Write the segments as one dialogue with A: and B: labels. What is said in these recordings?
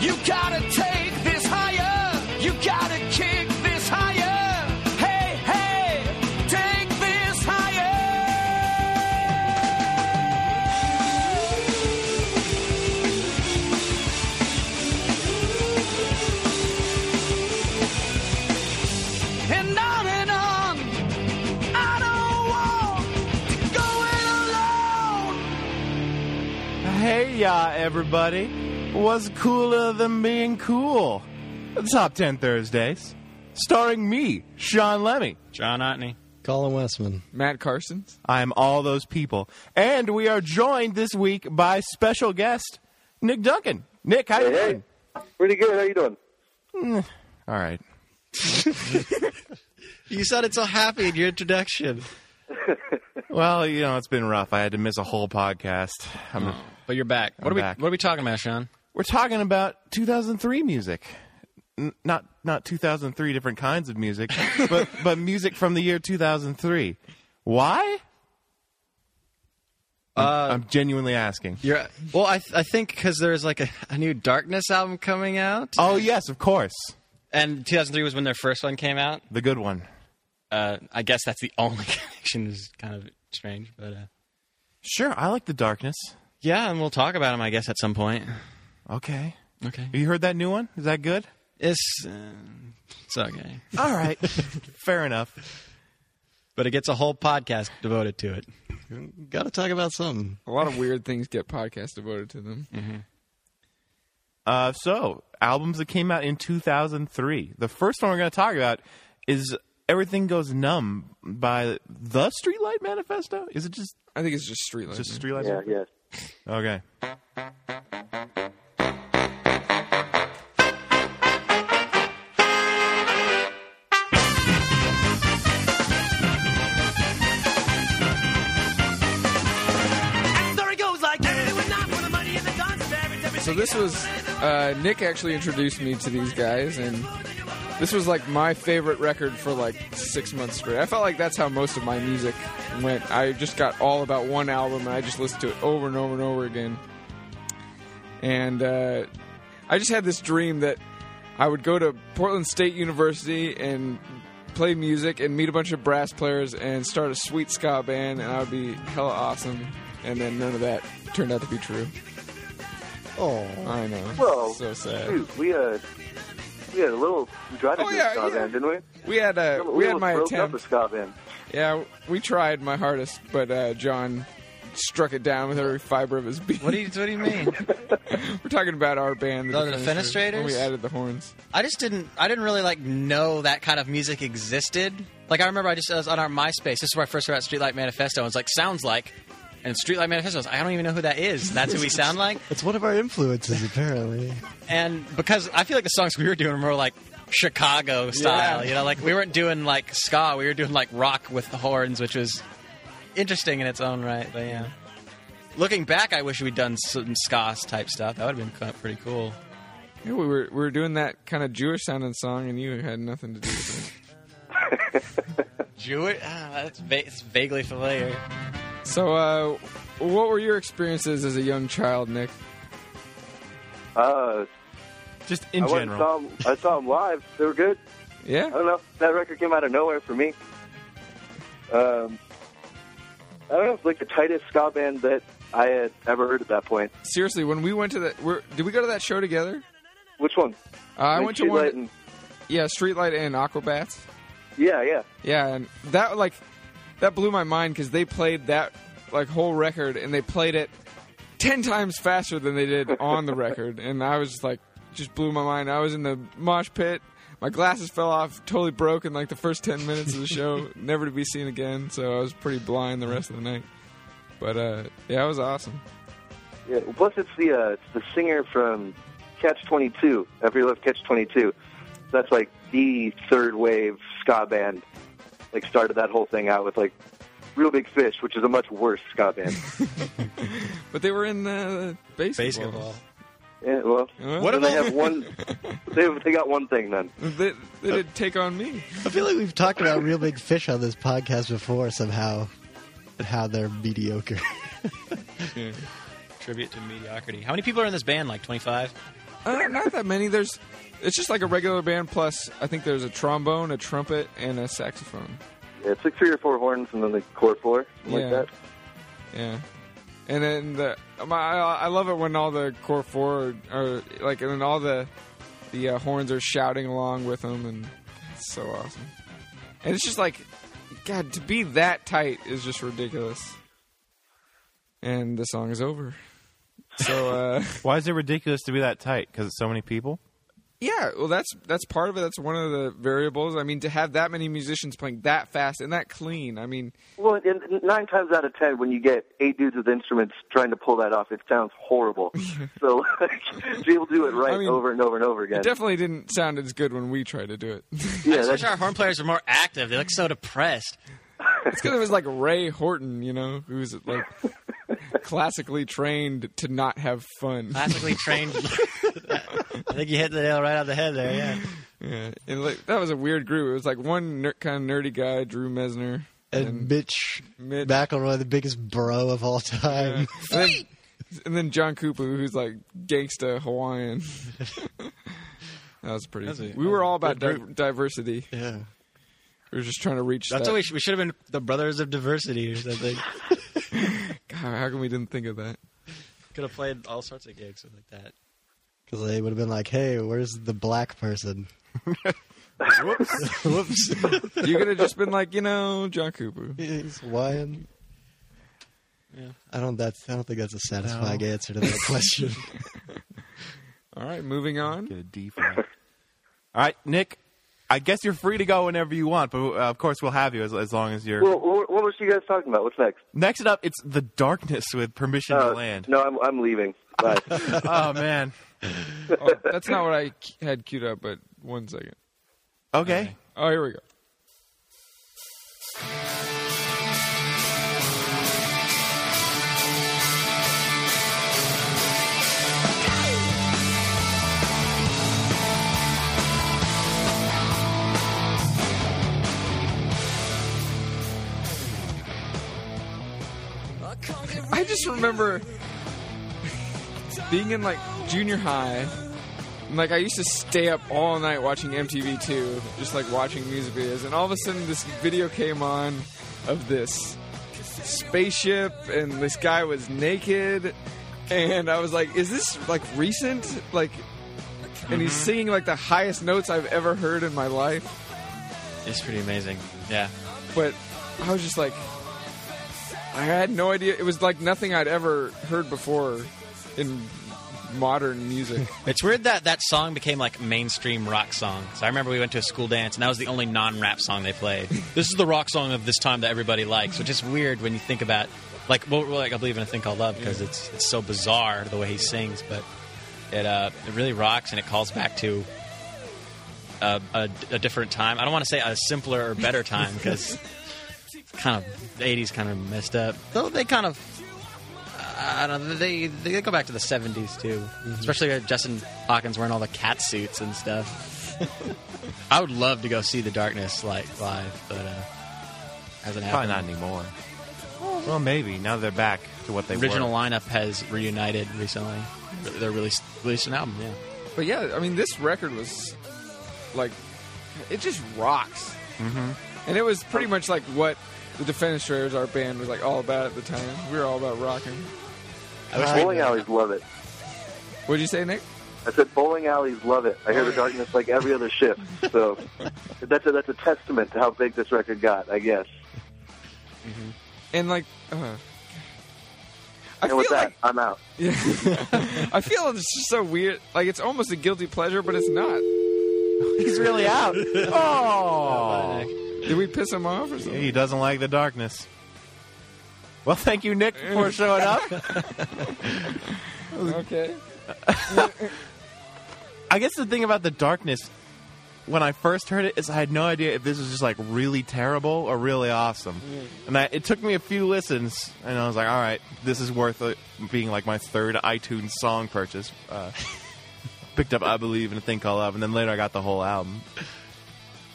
A: You gotta take this higher. You gotta kick this higher. Hey, hey, take this higher. And on and on. I don't want to go it alone.
B: Hey, ya, everybody. What's cooler than being cool? The Top 10 Thursdays. Starring me, Sean Lemmy.
C: John Otney.
D: Colin Westman.
E: Matt Carson's.
B: I'm all those people. And we are joined this week by special guest, Nick Duncan. Nick, how you
F: Hey, hey.
B: doing?
F: Pretty good. How you doing?
B: All right.
D: You sounded so happy in your introduction.
B: Well, you know, it's been rough. I had to miss a whole podcast. I'm-
D: Oh.
C: But you're back. What
B: I'm
C: are we
B: back.
C: what are we talking about, Sean?
B: We're talking about 2003 music. N- not not 2003 different kinds of music, but but music from the year 2003. Why? I'm, I'm genuinely asking.
D: You're well. I I think because there's like a, a new Darkness album coming out,
B: Oh yes, of course,
C: And 2003 was when their first one came out.
B: the good one.
C: Uh, I guess that's the only connection is kind of strange, but uh,
B: Sure, I like the darkness.
C: yeah, and we'll talk about them, I guess, at some point.
B: Okay,
C: Okay,
B: have you heard that new one? Is that good?
C: it's uh, it's okay,
B: All right, fair enough.
C: but it gets a whole podcast devoted to it.
D: got to talk about something.
E: A lot of weird things get podcasts devoted to them.
B: Uh, so albums that came out in 2003. The first one we're going to talk about is "Everything Goes Numb" by the Streetlight Manifesto. Is it just
E: I think it's just street lights.
B: just Streetlight?
F: Mm-hmm. Yeah, yeah.
B: Okay.
A: There it goes like that. We're not for the money and the guns and everything.
E: So this was uh, Nick actually introduced me to these guys, and this was like my favorite record for like six months straight. I felt like that's how most of my music went. I just got all about one album, and I just listened to it over and over and over again. And uh, I just had this dream that I would go to Portland State University and play music and meet a bunch of brass players and start a sweet ska band, and I would be hella awesome. And then none of that turned out to be true.
D: Oh,
E: I know.
F: Well,
E: so sad.
F: Dude, we uh, we had a little. We tried to
E: Oh,
F: do
E: yeah,
F: a ska
E: yeah.
F: band, didn't we?
E: We had uh, we, had
F: almost
E: my
F: broke up a
E: attempt.
F: ska band.
E: Yeah, we tried my hardest, but uh, John struck it down with every fiber of his being.
C: What do you What do you mean?
E: We're talking about our band,
C: Oh, the Defenestrators?
E: when we added the horns.
C: I just didn't. I didn't really like know that kind of music existed. Like I remember, I just I was on our MySpace. This is where I first heard about Streetlight Manifesto. and It's like sounds like, and Streetlight Manifesto. I was like, I don't even know who that is. That's who we sound like.
D: it's one of our influences, apparently.
C: And because I feel like the songs we were doing were like Chicago style.
E: Yeah.
C: You know, like we weren't doing like ska. We were doing like rock with the horns, which was interesting in its own right. But yeah, looking back, I wish we'd done some ska type stuff. That would have been kind of pretty cool.
E: Yeah, we were we were doing that kind of Jewish sounding song, and you had nothing to do with
C: Jewish. Ah, that's va- it's vaguely familiar.
E: it. So, uh, what were your experiences as a young child, Nick?
F: Uh,
B: Just in
F: I went and
B: general.
F: saw 'em- I saw them live. They were good. I
E: Yeah,
F: don't know. That record came out of nowhere for me. Um, I don't know. It's like the tightest ska band that I had ever heard at that point.
E: seriously, when we went to that, were, did we go to that show together?
F: Which one?
E: Uh, I
F: Like
E: went to
F: Streetlight
E: one.
F: and-
E: Yeah, Streetlight and Aquabats.
F: yeah, yeah.
E: Yeah, and that like that blew my mind because they played that like whole record and they played it ten times faster than they did on the record, and I was just like, just blew my mind. I was in the mosh pit. My glasses fell off, totally broke in like the first ten minutes of the show, never to be seen again. So I was pretty blind the rest of the night. But uh, yeah, it was awesome.
F: Yeah, plus it's the uh, it's the singer from Catch Twenty Two. Every love Catch Twenty Two. That's like the third wave ska band. Like started that whole thing out with like Real Big Fish, which is a much worse ska band.
E: But they were in the baseball.
C: Basketball.
F: yeah, well,
E: What
F: then they have one. They have, they got one thing then.
E: They, they did take on me.
D: I feel like we've talked about Real Big Fish on this podcast before somehow, and how they're mediocre.
C: Tribute to mediocrity. How many people are in this band? Like 25?
E: Uh, not that many. There's. It's just like a regular band. Plus, I think there's a trombone, a trumpet, and a saxophone.
F: Yeah, it's like three or four horns and then the chord floor, something
E: Yeah.
F: like that.
E: Yeah. And then the my, I I love it when all the core four are, are like, and then all the the uh, horns are shouting along with them, and it's so awesome. And it's just like, God, to be that tight is just ridiculous. And the song is over. So uh,
B: Why is it ridiculous to be that tight? Because it's so many people.
E: yeah, well, that's that's part of it. That's one of the variables. I mean, to have that many musicians playing that fast and that clean, I mean,
F: Well, and and nine times out of ten, when you get eight dudes with instruments trying to pull that off, it sounds horrible. so like, people do it right
E: I mean,
F: over and over and over again.
E: it definitely didn't sound as good when we tried to do it.
F: yeah,
C: I wish
F: that's,
C: our horn players were more active. They look so depressed.
E: It's because it was like Ray Horton, you know, who's like classically trained to not have fun.
C: Classically trained. I think you hit the nail right on the head there. Yeah.
E: Yeah, and like, that was a weird group. It was like one ner- kind of nerdy guy, Drew Mesner,
G: And Mitch,
E: Mitch.
G: McElroy, the biggest bro of all time.
E: and then, and then John Cooper, who's like gangsta Hawaiian. that was pretty.
C: That's a-
E: we were all about
C: good
E: di- diversity.
G: Yeah. Uh,
E: We were just trying to reach.
C: That's
E: that.
C: what we, sh- we should have been the brothers of diversity or something.
E: God, how come we didn't think of that?
C: Could have played all sorts of gigs like that.
G: Because they would have been like, hey, where's the black person?
C: Whoops.
E: You could have just been like, you know, John Cooper.
G: He's Hawaiian.
C: Yeah.
G: I don't. That's. I don't think that's a satisfying answer to that question.
E: All right, moving on.
B: Get a D for that. All right, Nick. I guess you're free to go whenever you want, but uh, of course we'll have you as, as long as you're.
F: well, what what was you guys talking about? What's next?
B: Next up, it's the darkness with permission
F: Uh,
B: to land.
F: No, I'm I'm leaving. Bye.
B: Oh man.
E: Oh, that's not what I c- had queued up, but one second.
B: Okay.
E: Oh, here we go. I just remember being in like junior high. and, Like I used to stay up all night watching MTV2, just like watching music videos, and all of a sudden this video came on of this spaceship, and this guy was naked, and I was like, "Is this like recent?" Like, and he's singing like the highest notes I've ever heard in my life
C: It's pretty amazing. Yeah.
E: but I was just like, I had no idea. It was like nothing I'd ever heard before in modern music.
C: It's weird that that song became like mainstream rock song. So I remember we went to a school dance and that was the only non-rap song they played. this is the rock song of this time that everybody likes, which is weird when you think about like well, well, like I believe in a thing called love because it's it's so bizarre the way he sings, but it uh it really rocks and it calls back to a, a, a different time. I don't want to say a simpler or better time because kind of the 80s kind of messed up. Though they kind of I don't know. They they go back to the '70s too, especially with Justin Hawkins wearing all the cat suits and stuff. I would love to go see the Darkness like live, but uh, hasn't
B: Probably
C: happened.
B: not anymore. Well, maybe now they're back to what they
C: Original
B: were.
C: lineup has reunited recently. They're released released an album. Yeah,
E: But yeah, I mean, this record was like, it just rocks. Mm-hmm. And it was pretty much like what the Defenestrators, our band, was like all about at the time. We were all about rocking.
F: bowling alleys love it.
E: What'd you say, Nick?
F: I said bowling alleys love it. I hear the darkness like every other shift. So that's a that's a testament to how big this record got, I guess.
E: And like, uh, I
F: And with
E: feel
F: that,
E: like
F: I'm out.
E: I feel it's just so weird. Like it's almost a guilty pleasure, but it's not.
B: He's really out. oh.
E: Did we piss him off or something?
B: He doesn't like the darkness. Well, thank you, Nick, for showing up.
E: Okay.
B: I guess the thing about the darkness, when I first heard it, is I had no idea if this was just like really terrible or really awesome. And I, it took me a few listens, and I was like, all right, this is worth it being like my third iTunes song purchase. Uh, picked up I Believe and a Thing Called Love, and then later I got the whole album.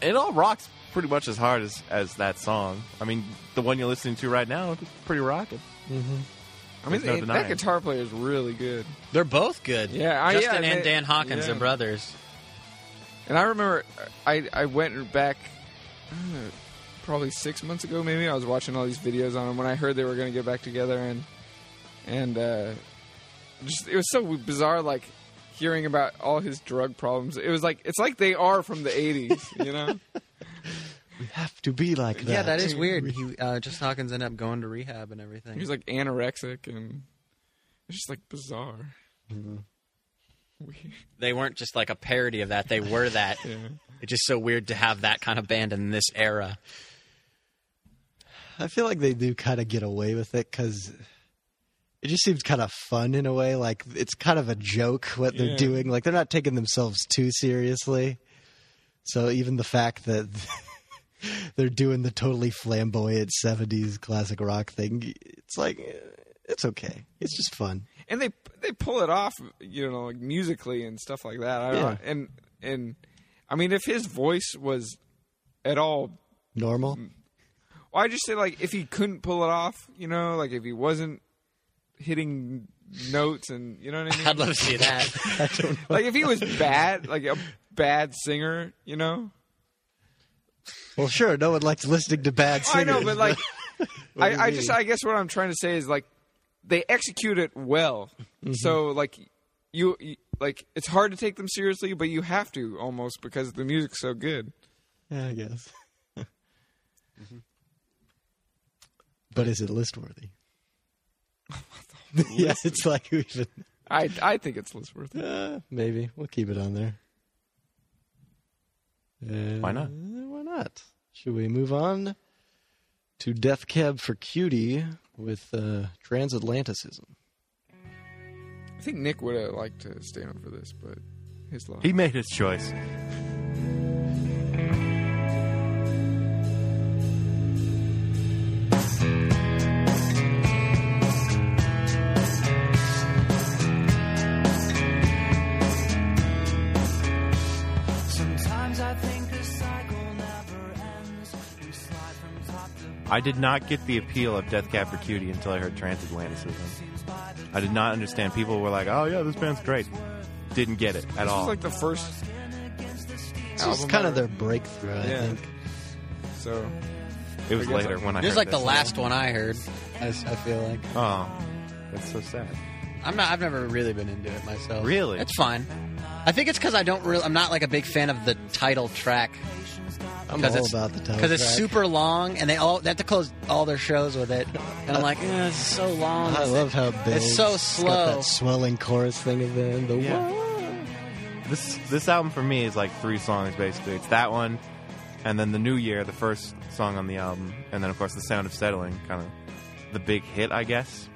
B: It all rocks pretty much as hard as, as that song. I mean, the one you're listening to right now, it's pretty rocking.
E: I mean,
B: There's no
E: and that
B: denying.
E: guitar player is really good.
H: They're both good.
E: Yeah, I-
H: Justin
E: yeah,
H: and
E: they-
H: Dan Hawkins,
E: yeah.
H: they're brothers.
E: And I remember I I went back I don't know, probably six months ago, maybe I was watching all these videos on them when I heard they were going to get back together, and and uh, just it was so bizarre, like hearing about all his drug problems. It was like it's like they are from the '80s, you know.
C: have to be like that.
H: Yeah, that is weird. He uh, Justin Hawkins ended up going to rehab and everything.
E: He was like anorexic and it's just like bizarre. Weird.
H: they weren't just like a parody of that; they were that. It's just so weird to have that kind of band in this era.
C: I feel like they do kind of get away with it because it just seems kind of fun in a way. Like it's kind of a joke what they're
E: Yeah.
C: doing. Like they're not taking themselves too seriously. So even the fact that they're doing the totally flamboyant '70s classic rock thing, it's like eh, it's okay. It's just fun.
E: and they they pull it off, you know, like musically and stuff like that. I don't
C: Yeah.
E: know. And and I mean, if his voice was at all,
C: Normal.
B: Mm.
E: well, I just say like if he couldn't pull it off, you know, like if he wasn't hitting notes and you know what I mean.
H: I'd love to see that.
E: like if he was bad, like a bad singer, you know.
C: Well, sure. No one likes listening to bad
E: Oh, I
C: singers.
E: know, but like,
C: do you
E: I, I just,
C: mean?
E: I guess what I'm trying to say is like, they execute it well.
C: Mm-hmm.
E: So like, you, you, like, it's hard to take them seriously, but you have to almost because the music's so good.
C: yeah, I guess.
E: Mm-hmm.
C: But is it list worthy? yeah, it's like we should.
E: I, I think it's less worth it.
C: Uh, maybe we'll keep it on there. Uh,
B: Why not?
C: Why not? Should we move on to Death Cab for Cutie with uh, Transatlanticism?
E: I think Nick would have liked to stay on for this, but his loss.
B: He made his choice.
A: Sometimes I think the cycle never ends. We slide from top to
B: I did not get the appeal of Death Cab for Cutie until I heard Transatlanticism. I did not understand. People were like, "Oh yeah, this band's great." Didn't get it at
E: this
B: all.
E: was like the first
C: It's just kind of their breakthrough, I
E: Yeah.
C: think.
E: so.
B: it was
E: I guess
B: later
E: I-
B: when I
H: This
B: heard
H: is like the
B: this.
H: last one I heard. I, s- I feel like
B: Oh, that's so sad.
H: I'm not. I've never really been into it myself.
B: Really?
H: it's fine. I think it's because I don't really. I'm not like a big fan of the title track
C: I'm
H: because
C: all
H: it's
C: about the title
H: because it's
C: track.
H: super long and they all they have to close all their shows with it. And I'm like, eh, it's so long.
C: I love how big.
H: It's so
C: got
H: slow.
C: that swelling chorus thing of the the
B: Yeah.
C: whoa.
B: This this album for me is like three songs basically. It's that one, and then the New Year, the first song on the album, and then of course the Sound of Settling, kind of the big hit, I guess.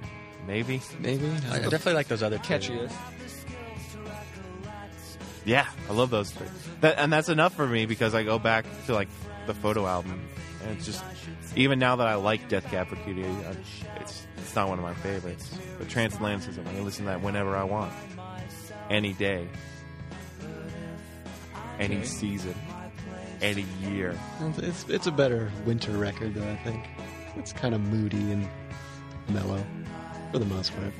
B: Maybe.
E: Maybe
H: I definitely like those other two.
E: catchiest.
B: Yeah, I love those three. That, and that's enough for me because I go back to like the photo album, and it's just even now that I like Death Cab for Cutie, I, it's it's not one of my favorites. But Transatlanticism, I can listen to that whenever I want, any day, any season, any year.
C: It's it's a better winter record though. I think it's kind of moody and mellow for the most part.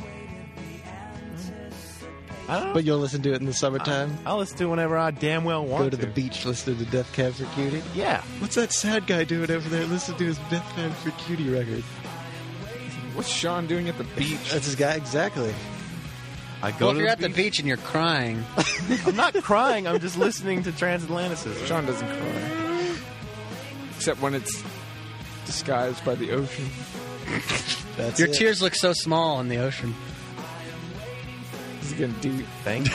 B: I don't know.
C: But you'll listen to it in the summertime.
B: I'll listen to it whenever I damn well want
C: Go to the beach, listen to Death Cab for Cutie.
B: Yeah,
C: What's that sad guy doing over there? Listen to his Death Cab for Cutie record.
E: What's Sean doing at the beach?
C: That's his guy exactly.
B: I go
H: Well, if
B: to
H: you're
B: the
H: at the beach and you're crying,
B: I'm not crying. I'm just listening to Transatlanticism.
E: Sean doesn't cry, except when it's disguised by the ocean.
C: That's
H: your
C: it.
H: tears look so small in the ocean.
E: This is getting deep.
B: Thank you.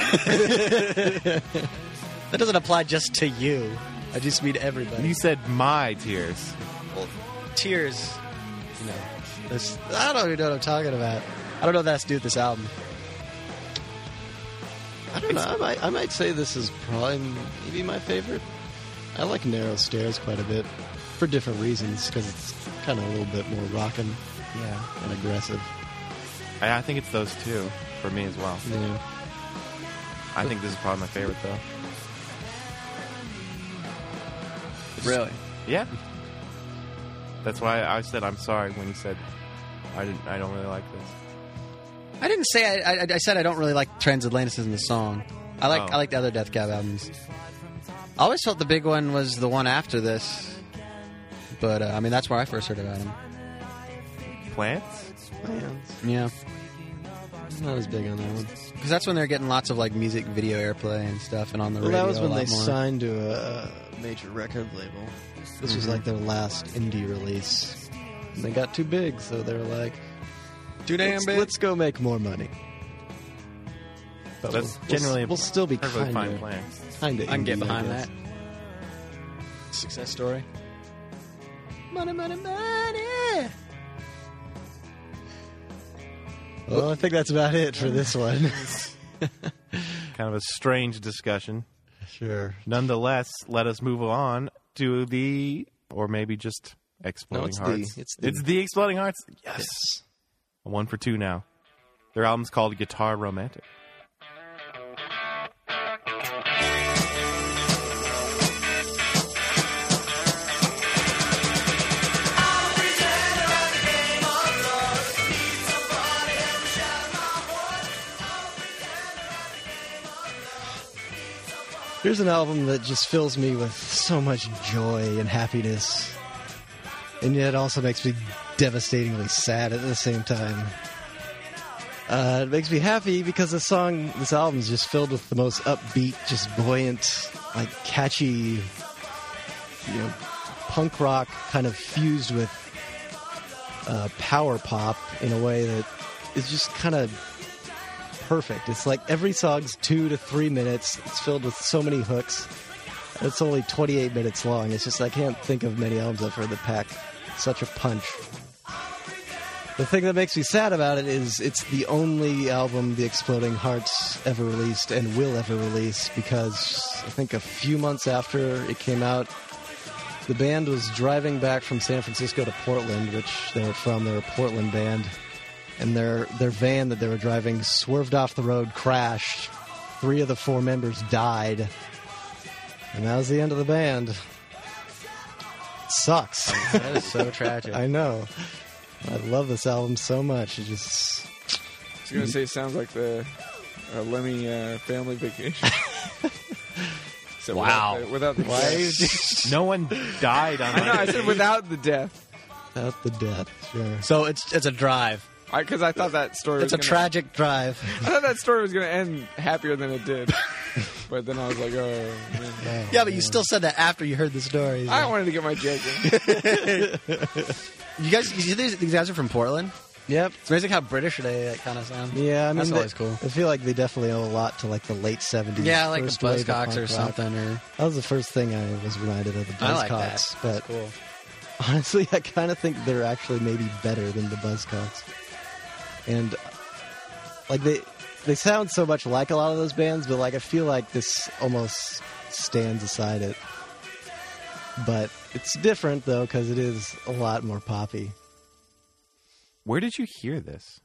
H: That doesn't apply just to you. I just mean everybody.
B: You said my tears.
H: Tears.
C: No. That's- I don't even know what I'm talking about. I don't know if that's due to this album. I don't know. I might, I might say this is probably maybe my favorite. I like Narrow Stairs quite a bit for different reasons because it's kind of a little bit more rockin'
H: Yeah.
C: and aggressive.
B: And I think it's those two for me as well.
C: Yeah.
B: I think this is probably my favorite though.
H: Really?
B: Yeah. That's why I said I'm sorry when you said I didn't. I don't really like this.
H: I didn't say I, I, I said I don't really like Transatlanticism the song. I like
B: Oh.
H: I like the other Death Cab albums. I always felt the big one was the one after this, but uh, I mean that's where I first heard about him.
B: Plants?
H: Yeah,
C: Not as big on that one.
H: because that's when they're getting lots of like music video airplay and stuff, and on the
C: Well,
H: radio.
C: that was
H: a
C: when
H: lot
C: they
H: more.
C: signed to a a major record label. This was like their last indie release. And they got too big, so they were like,
H: Too damn
C: let's,
H: big.
C: let's go make more money. But
B: That's
C: we'll,
B: generally
C: we'll, we'll still be
B: a perfectly
C: kind
B: fine
C: of
B: plan.
C: kind of.
H: I can get behind that. Success story. Money, money, money.
C: Well, I think that's about it for this one.
B: Kind of a strange discussion.
C: sure.
B: Nonetheless, let us move on to the, or maybe just Exploding
C: it's the-
B: Hearts.
C: it's the-
B: Exploding Hearts. Yes. One for two now. Their album's called Guitar Romantic.
C: Here's an album that just fills me with so much joy and happiness, and yet also makes me devastatingly sad at the same time. Uh, it makes me happy because this song, this album is just filled with the most upbeat, just buoyant, like catchy, you know, punk rock kind of fused with uh, power pop in a way that is just kind of perfect. It's like every song's two to three minutes. It's filled with so many hooks. It's only 28 minutes long. It's just I can't think of many albums I've heard that pack such a punch. The thing that makes me sad about it is it's the only album the Exploding Hearts ever released and will ever release because I think a few months after it came out, the band was driving back from San Francisco to Portland, which they were from. They were a Portland band and their their van that they were driving swerved off the road, crashed. Three of the four members died, and that was the end of the band. sucks.
H: That is so tragic.
C: I know. I love this album so much. It just
E: I was gonna say it sounds like the uh, Lemmy uh, family vacation. Except
H: Wow.
E: Without the, without the death.
B: No one died on
E: No, I
B: that.
E: said without the death.
C: without the death. Sure.
H: so it's it's a drive.
E: Because I, thought that story. was
C: It's a
E: gonna-
C: tragic drive.
E: I thought that story was gonna end happier than it did. but then I was like, oh. Man.
H: Yeah, but you still said that after you heard the story.
E: I wanted to get my joke in.
H: You guys, you see these, these guys are from Portland.
C: Yep.
H: It's amazing how British they like, kind of sound.
C: Yeah, I mean,
H: that's
C: they-
H: always cool.
C: I feel like they definitely owe a lot to like the late seventies.
H: Yeah, like the Buzzcocks or something, or
C: That was the first thing I was reminded of the Buzzcocks.
H: I like that.
C: But
H: cool.
C: honestly, I kind of think they're actually maybe better than the Buzzcocks. And like they they sound so much like a lot of those bands, but like I feel like this almost stands aside it. But it's different though because it is a lot more poppy.
B: Where did you hear this?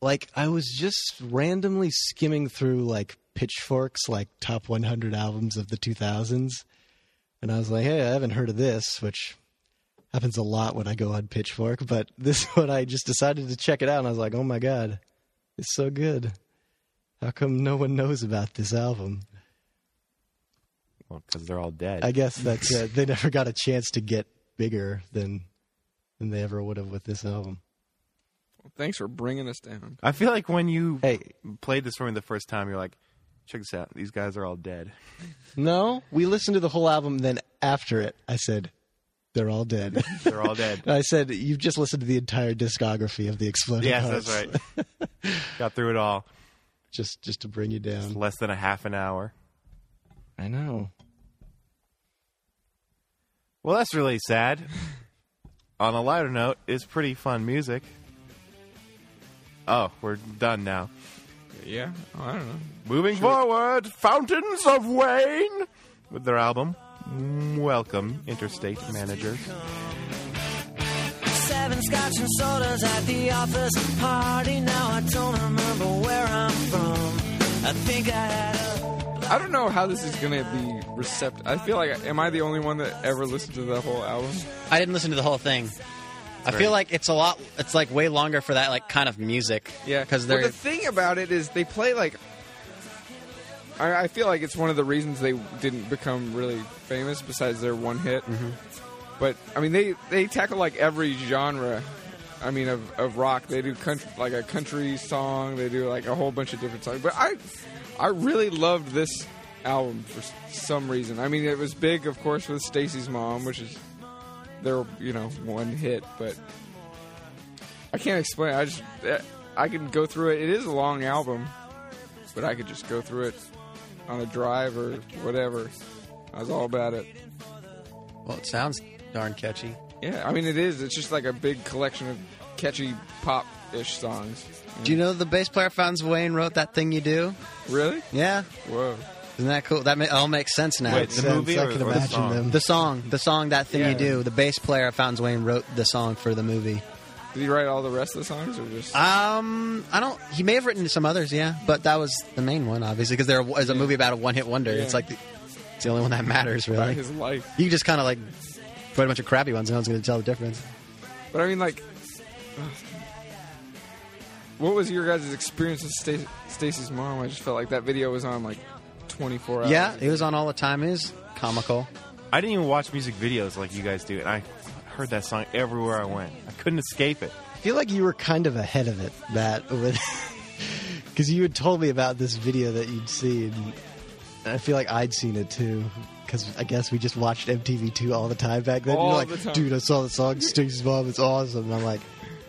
C: Like I was just randomly skimming through like pitchforks, like top 100 albums of the 2000s, and I was like, hey, I haven't heard of this, which happens a lot when I go on Pitchfork, but this one I just decided to check it out, and I was like, oh my god, it's so good. How come no one knows about this album?
B: Well, because they're all dead.
C: I guess that's it. They never got a chance to get bigger than than they ever would have with this album.
E: Thanks for bringing us down.
B: I feel like when you
C: Hey.
B: played this for me the first time, you're like, check this out. These guys are all dead.
C: No, we listened to the whole album. Then after it, I said, "They're all dead."
B: They're all dead.
C: I said, "You've just listened to the entire discography of the Exploding
B: yes,
C: Hearts."
B: that's right. Got through it all.
C: Just, just to bring you down.
B: Less than a half an hour.
C: I know.
B: Well, that's really sad. On a lighter note, it's pretty fun music. Oh, we're done now.
E: Yeah, oh, I don't know.
B: Moving forward, Fountains of Wayne with their album Welcome Interstate Manager.
I: Seven scotch and sodas at the office party. Now I don't remember where I'm from. I think I had a.
E: I don't know how this is gonna be receptive. I feel like am I the only one that ever listened to the whole album?
H: I didn't listen to the whole thing. I feel like it's a lot. It's like way longer for that like kind of music.
E: Yeah,
H: because
E: Well,
H: they're
E: the thing about it is they play like. I, I feel like it's one of the reasons they didn't become really famous, besides their one hit. But I mean, they they tackle like every genre. I mean, of, of rock, they do country, like a country song. They do like a whole bunch of different songs. But I, I really loved this album for s- some reason. I mean, it was big, of course, with Stacy's mom, which is their you know one hit. But I can't explain. I just eh, I can go through it. It is a long album, but I could just go through it on a drive or whatever. I was all about it.
H: well, it sounds darn catchy.
E: Yeah, I mean it is. It's just like a big collection of catchy pop-ish songs.
H: Do you know the bass player Fountains of Wayne wrote that thing you do?
E: Really?
H: Yeah,
E: Whoa.
H: isn't that cool? That ma- all makes sense now.
B: Wait, the
C: Sense.
B: movie
C: I
B: or-
C: can
B: or the
C: imagine
B: song?
C: them.
H: the song, the song that thing
E: Yeah.
H: you do. The bass player at Fountains of Wayne wrote the song for the movie.
E: Did he write all the rest of the songs or just?
H: Um, I don't. He may have written some others, yeah, but that was the main one, obviously, because there is a movie about a one-hit wonder.
E: Yeah.
H: It's like the, it's the only one that matters,
E: about
H: really.
E: his life.
H: You just kind of like write a bunch of crappy ones, and no one's going to tell the difference.
E: But I mean, like, ugh. what was your guys' experience with Sta- Stacy's mom? I just felt like that video was on like 24 hours.
H: Yeah, it was on all the time. It was comical.
B: I didn't even watch music videos like you guys do, and I heard that song everywhere I went. I couldn't escape it.
C: I feel like you were kind of ahead of it, Matt, because you had told me about this video that you'd seen. And I feel like I'd seen it too, because I guess we just watched MTV2 all the time back then.
E: All
C: You're like,
E: the time.
C: dude, I saw the song Sting's Mom, it's awesome. And I'm like,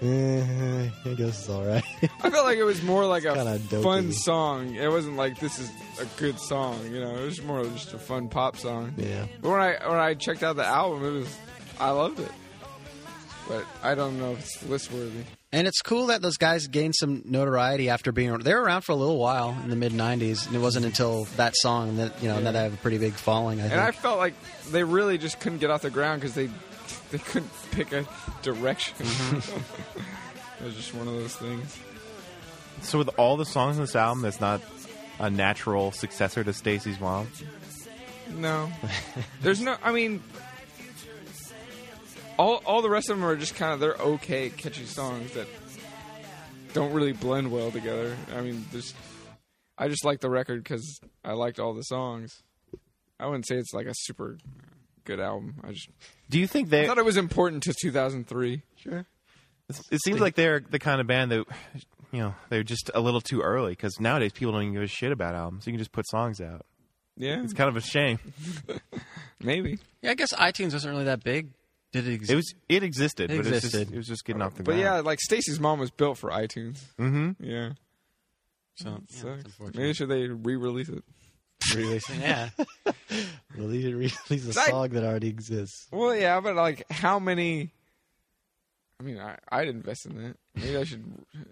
C: eh, I guess it's all right.
E: I felt like it was more like a
C: kinda dopey.
E: fun song. It wasn't like this is a good song, you know. It was more just a fun pop song.
C: yeah.
E: But when I when I checked out the album, it was I loved it. But I don't know if it's list worthy.
H: And it's cool that those guys gained some notoriety after being they were around for a little while in the mid '90s, and it wasn't until that song that you know that I have a pretty big following. I
E: And I
H: think.
E: felt like they really just couldn't get off the ground because they they couldn't pick a direction.
C: Mm-hmm.
E: it was just one of those things.
B: So with all the songs in this album, that's not a natural successor to Stacy's Mom.
E: No. There's no. I mean, all all the rest of them are just kind of they're okay, catchy songs that don't really blend well together. I mean, there's. I just like the record because I liked all the songs. I wouldn't say it's like a super good album. I just
B: Do you think they?
E: I thought it was important to 2003.
B: It seems like they're the kind of band that you know they're just a little too early because nowadays people don't even give a shit about albums. You can just put songs out.
E: Yeah,
B: It's kind of a shame.
E: maybe.
H: yeah, I guess iTunes wasn't really that big. Did it exist?
B: It was it existed,
H: It
B: but it's just,
H: existed.
B: it was just getting off the
E: But
B: ground.
E: yeah, like Stacy's mom was built for iTunes. Mm-hmm. Yeah.
H: so,
E: It sucks. Maybe should they re-release it?
C: Release,
H: yeah.
C: release, release a
E: I-
C: song that already exists.
E: Well, yeah, but like, how many? I mean, I, I'd invest in that. Maybe I should,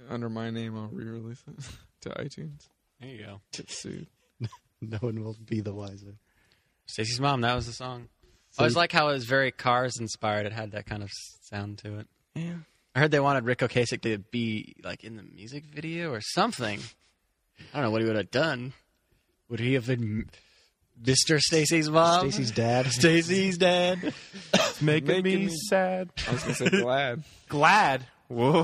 E: under my name, I'll re-release it to iTunes.
H: There you go.
E: Get sued.
C: No one will be the wiser.
H: Stacy's mom. That was the song. I always like how it was very Cars inspired. It had that kind of s- sound to it.
E: Yeah.
H: I heard they wanted Rick Ocasek to be like in the music video or something. I don't know what he would have done. Would he have been Mr. Stacy's mom?
E: Um,
C: Stacy's dad.
H: Stacy's dad.
B: it's making,
E: Making
B: me
E: me-
B: sad.
E: I was gonna say glad.
B: Glad. Whoa.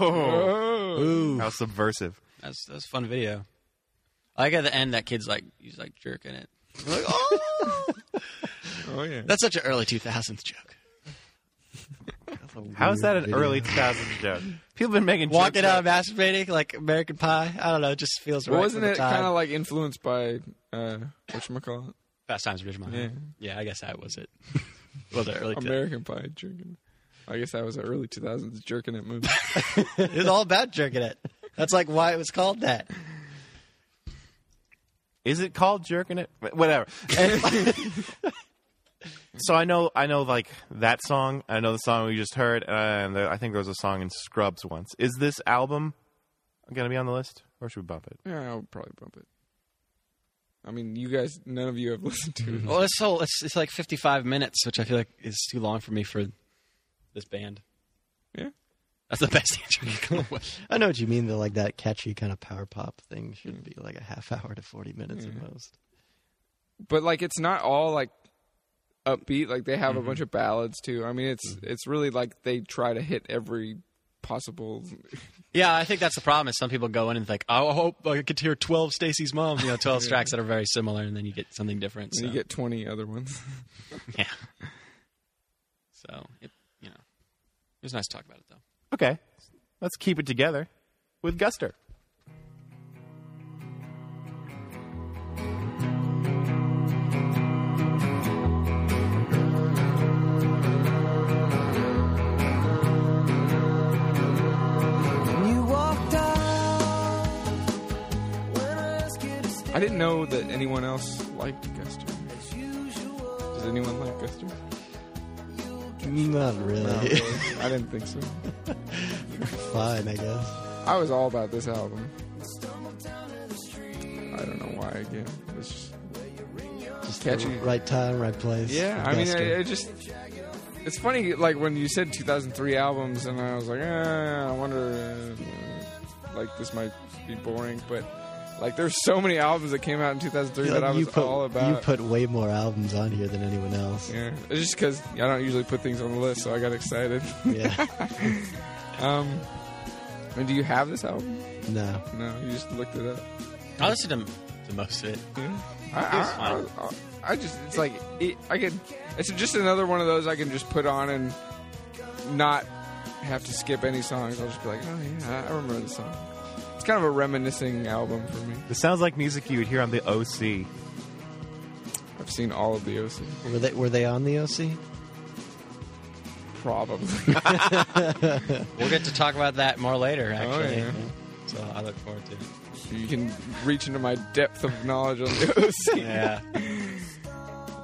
E: Oh,
B: How subversive.
H: That's that's a fun video. I like at the end that kid's like he's like jerking it.
E: oh yeah.
H: That's such an early two thousands joke.
B: How is that an early 2000s joke? People have been making
H: Walking
B: jokes
H: out masturbating like American Pie. I don't know. It just feels
E: Well,
H: right.
E: wasn't
H: for the
E: it
H: time.
E: kind of like influenced by uh, whatchamacallit?
H: Fast Times at Ridgemont?
E: Yeah.
H: Yeah. yeah, I guess that was it. was it early? two-
E: American Pie jerking. I guess that was an early 2000s jerking it movie.
H: It was all about jerking it. That's like why it was called that.
B: Is it called jerking it? Whatever. so I know, I know, like that song. I know the song we just heard, and there, I think there was a song in Scrubs once. Is this album gonna be on the list, or should we bump it?
E: yeah, I'll probably bump it. I mean, you guys, none of you have listened to it.
H: Well, it's so it's, it's like 55 minutes, which I feel like is too long for me for this band.
E: Yeah.
H: That's the best answer you can come up with.
C: I know what you mean. Though, like that catchy kind of power pop thing should be
E: Mm-hmm.
C: like a half hour to forty minutes at most.
E: but like it's not all like upbeat. Like they have a bunch of ballads too. I mean, it's it's really like they try to hit every possible.
H: Yeah, I think that's the problem. Is some people go in and think, "Oh, I hope I could hear twelve Stacy's moms," you know, twelve tracks that are very similar, and then you get something different.
E: And
H: So.
E: you get twenty other ones.
H: yeah. So it, you know, it was nice to talk about it though.
B: Okay, let's keep it together with Guster.
I: You walked out when I asked you to stay
E: I didn't know that anyone else liked Guster.
I: as usual.
E: Does anyone like Guster?
C: Not really.
E: I didn't think so.
C: Fine, I guess.
E: I was all about this album. I don't know why again. It's just
C: Just
E: Catchy.
C: the right time, right place.
E: Yeah, I mean, I, I just. It's funny, like when you said 2003 albums, and I was like, eh, I wonder, uh, like this might be boring, but like there's so many albums that came out in 2003 that I was
C: you put
E: all about.
C: you put way more albums on here than anyone else.
E: yeah, it's just because I don't usually put things on the list, so I got excited.
C: Yeah,
E: um, and do you have this album?
C: no.
E: No, you just looked it up.
H: I listened to, to most of it.
E: Yeah. I, I, I, I, I just it's like it, I can. It's just another one of those I can just put on and not have to skip any songs. I'll just be like, oh yeah, I- I remember this song. It's kind of a reminiscing album for me.
B: This sounds like music you would hear on the OC.
E: I've seen all of the OC,
C: Were they were they on the OC?
E: probably.
H: We'll get to talk about that more later, actually.
E: yeah.
H: So I look forward to it.
E: you can reach into my depth of knowledge on the OC.
H: Yeah.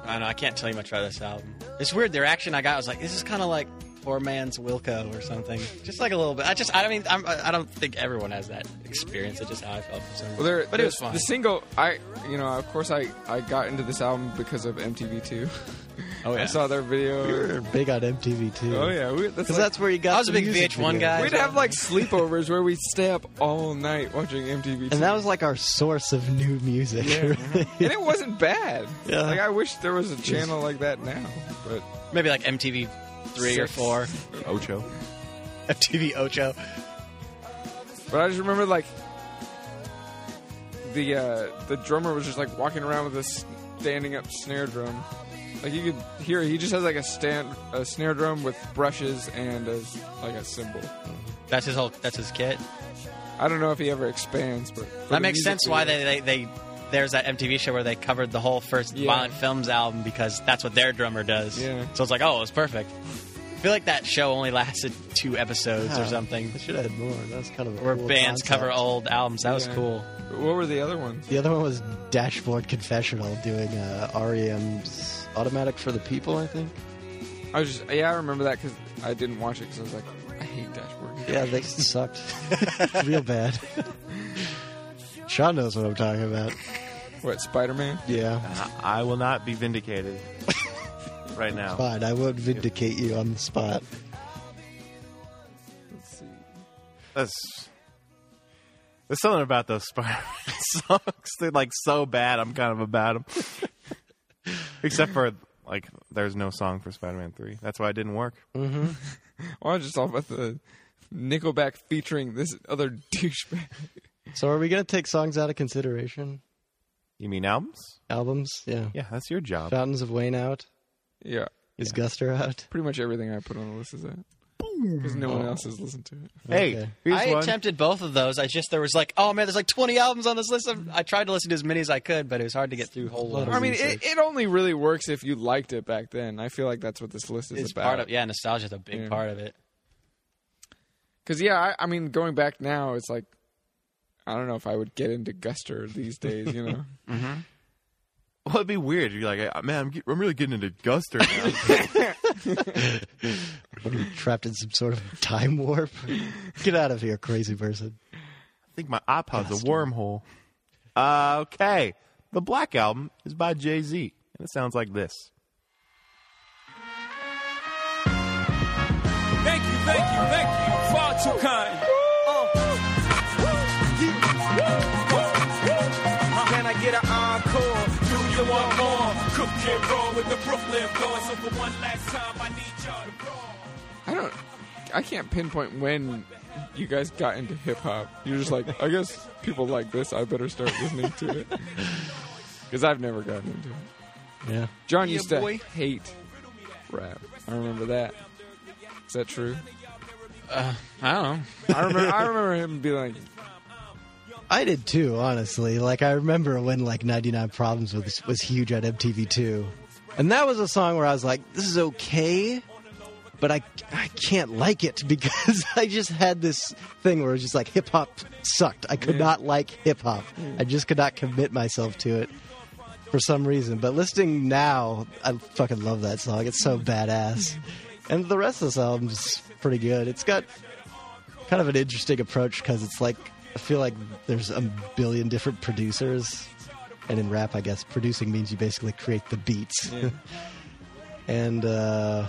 H: I know. I can't tell you much about this album. It's weird. The reaction I got was like, "This is kind of like poor man's Wilco or something." Just like a little bit. I just. I mean, I'm, I don't think everyone has that experience. It's just how I felt. For some
E: Well, there,
H: but it was
E: the-
H: fun.
E: The single, I, you know, of course, I, I got into this album because of MTV2.
H: oh yeah.
E: I saw their video.
C: They're big on MTV too.
E: Oh yeah, we, that's
C: because
E: like-
C: that's where you got.
H: I was a
C: the
H: big
C: music
H: VH1
C: videos.
H: guy.
E: We'd have like sleepovers where we'd stay up all night watching MTV.
C: and that was like our source of new music. really.
E: and it wasn't bad.
C: Yeah.
E: Like I wish there was a channel like that now, but
H: maybe like MTV three or
E: Six.
H: four,
B: Ocho.
H: MTV Ocho.
E: but I just remember like the uh, the drummer was just like walking around with a s- standing up snare drum. Like you could hear, he just has like a stand a snare drum with brushes and a, s- like a cymbal.
H: That's his whole. That's his kit.
E: I don't know if he ever expands, but for the
H: that makes
E: music
H: sense. Why
E: video-
H: they, they they there's that MTV show where they covered the whole first
E: Yeah.
H: Violent Films album because that's what their drummer does.
E: Yeah.
H: So it's like, oh, it's perfect. I feel like that show only lasted two episodes or something.
C: I should have had more. That was kind of a
H: Where
C: cool
H: bands
C: concept.
H: cover old albums. That was
E: Yeah.
H: cool.
E: What were the other ones?
C: The other one was Dashboard Confessional doing uh, REM's Automatic for the People, I think.
E: I was just yeah, I remember that because I didn't watch it because I was like, I hate Dashboard.
C: Yeah, they sucked real bad. Sean knows what I'm talking about.
E: What Spider Man?
C: Yeah,
B: I will not be vindicated right now.
C: fine. I won't vindicate you on the spot.
E: Let's see.
B: That's there's something about those Spider-Man songs. They're like so bad. I'm kind of about them. Except for like, there's no song for Spider-Man Three. That's why it didn't work.
E: Well, I Oh, just thought about the Nickelback featuring this other douchebag.
C: So, are we gonna take songs out of consideration?
B: You mean albums?
C: Albums, yeah.
B: Yeah, that's your job.
C: Fountains of Wayne out.
E: Yeah,
C: Is Guster out?
E: pretty much everything I put on the list is that. Because no one else has listened to it.
B: Hey,
C: Okay.
B: here's
H: I
B: one.
H: attempted both of those. I just there was like, oh man, there's like 20 albums on this list. I'm- I tried to listen to as many as I could, but it was hard to get through whole.
C: Lot of
E: I mean,
C: research.
E: it, it only really works if you liked it back then. I feel like that's what this list is
H: it's
E: about.
H: part of yeah, nostalgia's a big
E: Yeah.
H: part of it.
E: Because yeah, I, I mean, going back now, it's like I don't know if I would get into Guster these days. You know,
B: Well, it'd be weird. You're like, "Ah, man, I'm, get, I'm really getting into Guster now.
C: What, are we trapped in some sort of time warp? Get out of here, crazy person.
B: I think my iPod's a wormhole. Uh, okay. The Black Album is by Jay Z, and it sounds like this.
A: Thank you, thank you, thank you. Far too kind. Can I get an encore? Do you want more? Cool.
J: Cook Kid Raw with the Brooklyn boys. So for one last time, I need y'all to roar.
E: I don't. I can't pinpoint when you guys got into hip hop. You're just like, I guess people like this. I better start listening to it because I've never gotten into it.
C: Yeah.
E: John
H: Yeah,
E: used to
H: boy.
E: hate rap. I remember that. Is that true?
H: I don't know.
E: I remember. I remember him being like,
C: I did too, honestly. Like I remember when like 99 Problems was was huge on MTV2. And that was a song where I was like, this is okay, but I I can't like it because I just had this thing where it was just like hip hop sucked. I could not like hip hop. I just could not commit myself to it for some reason. But listening now, I fucking love that song. It's so badass. And the rest of this album's pretty good. It's got kind of an interesting approach because it's like I feel like there's a billion different producers, and in rap, I guess producing means you basically create the beats. and uh,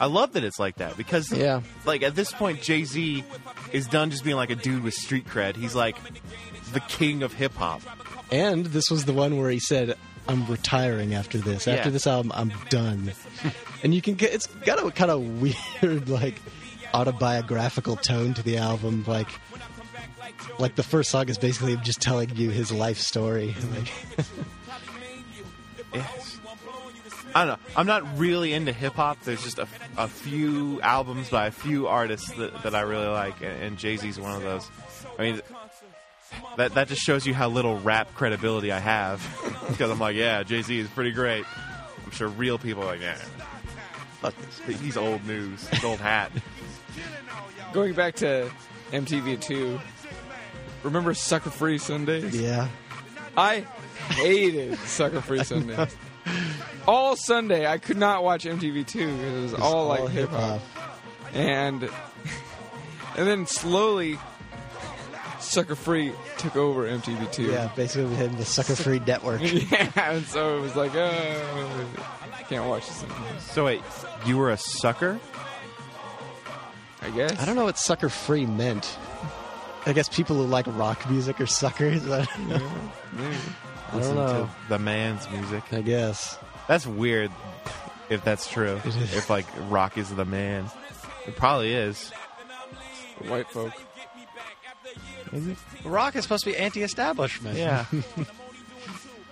B: I love that it's like that because,
C: Yeah.
B: like at this point, Jay Z is done just being like a dude with street cred. He's like the king of hip hop.
C: and this was the one where he said, "I'm retiring after this. After
B: Yeah.
C: this album, I'm done." and you can get it's got a kind of weird like autobiographical tone to the album, like. Like the first song is basically him just telling you his life story. Like,
B: I don't know. I'm not really into hip hop. There's just a, a few albums by a few artists that, that I really like, and, and Jay Z's one of those. I mean, that that just shows you how little rap credibility I have because I'm like, yeah, Jay Z is pretty great. I'm sure real people are like, yeah, fuck this. He's old news. He's old hat.
E: going back to MTV2. Remember Sucker Free Sundays?
C: yeah,
E: I hated Sucker Free Sundays. All Sunday, I could not watch MTV2 because it was all, like hip hop, and and then slowly, Sucker Free took over MTV2.
C: Yeah, basically him the sucker free network.
E: yeah, and so it was like, oh, can't watch this anymore.
B: So wait, you were a sucker?
E: I guess.
C: I don't know what sucker free meant. I guess people who like rock music are suckers. I don't know. I, don't know.
B: the man's music.
C: I guess.
B: That's weird. If that's true, if like rock is the man, it probably is.
E: White folk.
H: Rock is supposed to be anti-establishment.
B: Yeah.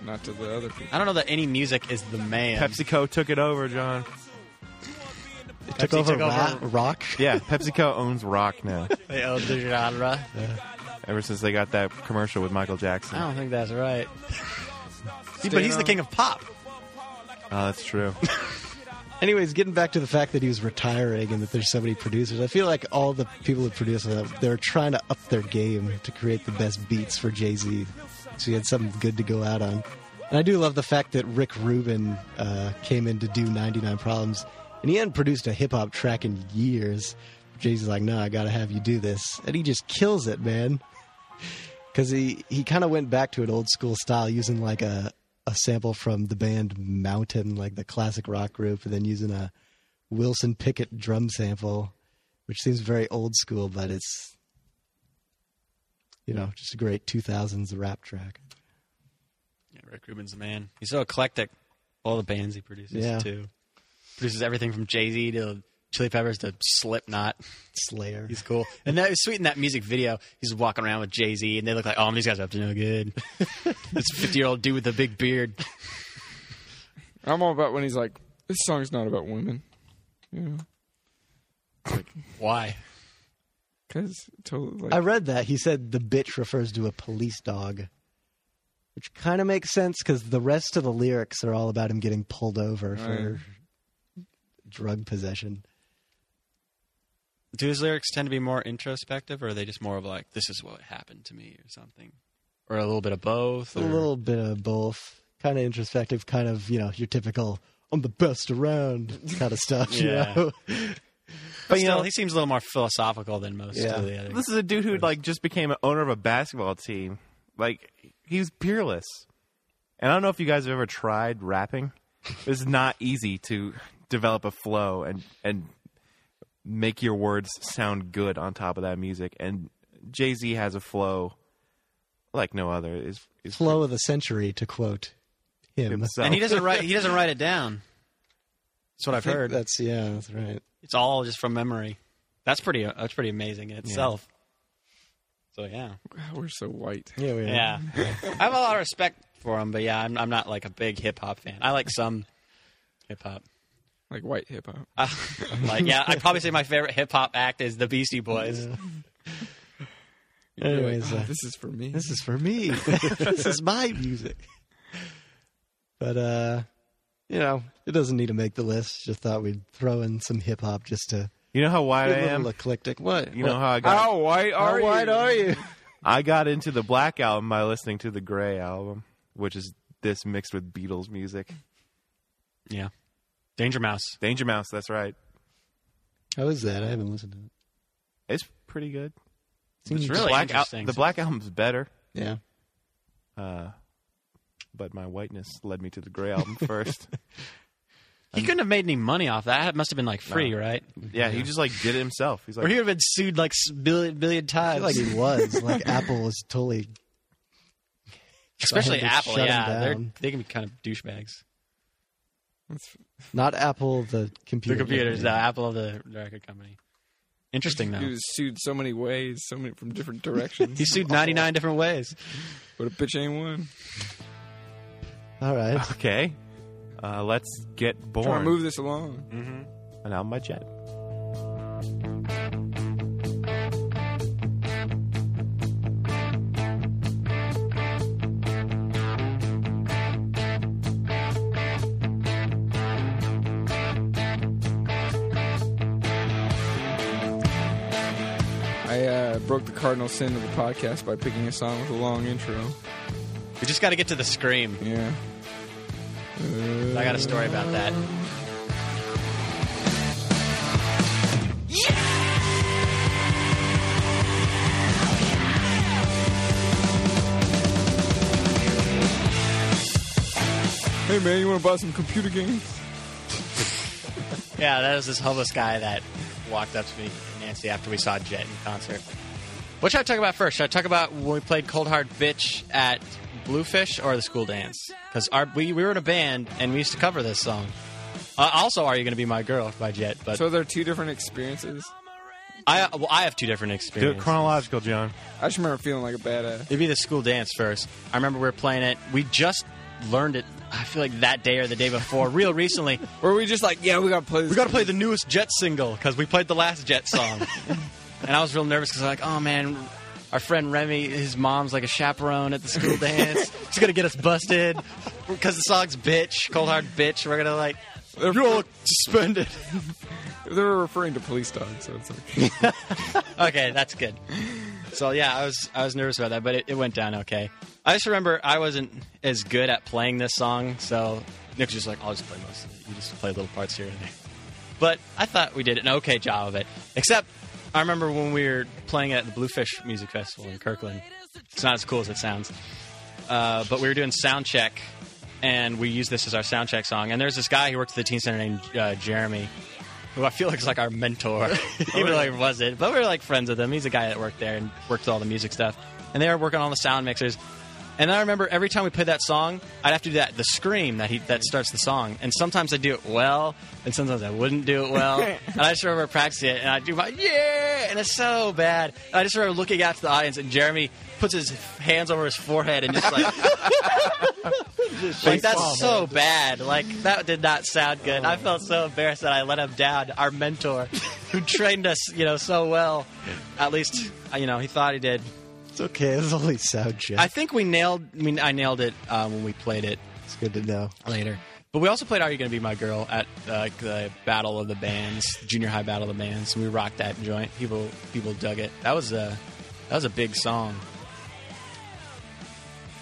E: Not to the other people.
H: I don't know that any music is the man.
B: PepsiCo took it over, John.
C: It took over,
H: took
C: ra-
H: over-
C: rock.
B: Yeah, PepsiCo owns rock now.
H: They own the genre.
B: Ever since they got that commercial with Michael Jackson.
H: I don't think that's right. but
E: Staying
H: he's the
E: on-
H: king of pop.
B: Oh, that's true.
C: Anyways, getting back to the fact that he was retiring and that there's so many producers, I feel like all the people who produced it, they were trying to up their game to create the best beats for Jay Z, so he had something good to go out on. And I do love the fact that Rick Rubin uh, came in to do 99 Problems, and he hadn't produced a hip hop track in years. Jay Z's like, "No, I gotta have you do this," and he just kills it, man. Because he he kind of went back to an old school style, using like a a sample from the band Mountain, like the classic rock group, and then using a Wilson Pickett drum sample, which seems very old school, but it's you know just a great 2000s rap track.
H: Yeah, Rick Rubin's the man. He's so eclectic. All the bands he produces
C: Yeah.
H: too. Produces everything from Jay Z to Chili Peppers to Slipknot.
C: Slayer.
H: He's cool. And that was sweet in that music video. He's walking around with Jay Z, and they look like, oh, these guys are up to no good. this 50 year old dude with a big beard.
E: I'm all about when he's like, this song's not about women. You know?
H: Why?
E: Because totally, like,
C: I read that he said the bitch refers to a police dog, which kind of makes sense because the rest of the lyrics are all about him getting pulled over for drug possession.
H: Do his lyrics tend to be more introspective, or are they just more of like, this is what happened to me, or something? Or a little bit of both?
C: A little bit of both. Kind of introspective, kind of, you know, your typical, I'm the best around kind of stuff,
H: Yeah.
C: you know?
H: But you know, he seems a little more philosophical than most
C: Yeah.
H: of the others.
B: this is a dude who like just became an owner of a basketball team. Like he was peerless. And I don't know if you guys have ever tried rapping. It's not easy to develop a flow and and make your words sound good on top of that music. And Jay Z has a flow like no other. Is is
C: Flow of the century, to quote him.
B: himself.
H: And he doesn't write. He doesn't write it down. That's what
C: I
H: I've
C: think
H: heard.
C: That's yeah, that's right.
H: It's all just from memory. That's pretty. That's pretty amazing in itself. So yeah,
E: We're so white.
C: Yeah, we are.
H: yeah. I have a lot of respect for him, but yeah, I'm, I'm not like a big hip hop fan. I like some hip hop.
E: Like white hip hop.
H: Uh, like yeah, I'd probably say my favorite hip hop act is the Beastie Boys.
E: You're like,
C: Anyways,
E: "Oh,
C: uh,
E: this is for me.
C: This is for me. this is my music. But uh, you know, it doesn't need to make the list. Just thought we'd throw in some hip hop just to
B: You know how
C: be
B: wide
C: a
B: I
C: little
B: am.
C: eclectic. What?
B: You know how I got.
E: How white
C: How
E: are
C: wide
E: you?
C: are you?
B: I got into the Black album by listening to the Gray album, which is this mixed with Beatles music.
H: Yeah, Danger Mouse.
B: Danger Mouse, that's right.
C: How is that? I haven't listened to it.
B: It's pretty good.
H: It's
C: Seems-
H: really
B: Black Al-
H: interesting.
B: the Black album's better,
C: Yeah.
B: uh, but my whiteness led me to the Gray album first.
H: he couldn't have made any money off that. It must have been like free, right?
B: yeah, he just like did it himself. He's
H: Or he
B: like,
H: would have been sued like s- billion, billion
C: I
H: times.
C: feel like he was. Like Apple was totally
H: Especially
C: I had to
H: Apple,
C: shut him
H: yeah, they're,
C: down.
H: they can be kind of douchebags.
C: not Apple the
H: The
C: computer.
H: computers, the
C: company.
H: Apple of the record company. Interesting
E: He
H: though.
E: was sued so many ways, so many from different directions.
H: He sued 99 different ways.
E: But a bitch ain't one.
C: All right.
B: okay, uh, let's get
E: Trying to
B: born.
E: move this along.
B: an album by Jet.
E: I uh, broke the cardinal sin of the podcast by picking a song with a long intro.
H: We just got to get to the scream.
E: Yeah.
H: I got a story about that.
E: Hey man, you want to buy some computer games?
H: Yeah, that was this homeless guy that walked up to me, Nancy, after we saw Jet in concert. What should I talk about first? Should I talk about when we played Cold Hard Bitch at Bluefish or the school dance? Because we, we were in a band and we used to cover this song. Uh, also, Are You Gonna Be My Girl by Jet. But
E: So there are two different experiences.
H: I, well, I have two different
B: Do it
H: experiences.
B: chronological, John.
E: I just remember feeling like a badass.
H: It'd be the school dance first. I remember we were playing it. We just learned it. I feel like that day or the day before, real recently.
E: Were we just like, yeah, we gotta play this?
H: We got to play the newest Jet single because we played the last Jet song, and I was real nervous because like, oh man, our friend Remy, his mom's like a chaperone at the school dance. She's gonna get us busted because the song's bitch, cold hard bitch. We're gonna like. You're all suspended.
E: They were referring to police dogs, so it's okay.
H: okay, that's good. So yeah, I was I was nervous about that, but it, it went down okay. I just remember I wasn't as good at playing this song, so Nick was just like, "I'll just play most of it. You just play little parts here and there." But I thought we did an okay job of it. Except I remember when we were playing at the Bluefish Music Festival in Kirkland. It's not as cool as it sounds, uh, but we were doing sound check, and we used this as our sound check song. And there's this guy who worked at the teen center named uh, Jeremy, who I feel like is like our mentor, even though he wasn't. But we were like friends with him. He's a guy that worked there and worked with all the music stuff. And they were working on the sound mixers. And I remember every time we played that song, I'd have to do that the scream that he that starts the song. And sometimes I'd do it well, and sometimes I wouldn't do it well. and I just remember practicing it, and I'd do my yeah, and it's so bad. And I just remember looking out to the audience, and Jeremy puts his hands over his forehead and just like like that's so bad. Like that did not sound good. I felt so embarrassed that I let him down. Our mentor, who trained us, you know, so well. At least, uh, you know, he thought he did.
C: It's okay. It's only sound check.
H: I think we nailed. I mean, I nailed it uh, when we played it
C: it's good to know.
H: later. But we also played "Are You Gonna Be My Girl" at uh, the Battle of the Bands, Junior High Battle of the Bands, and we rocked that joint. People, people dug it. That was a, that was a big song.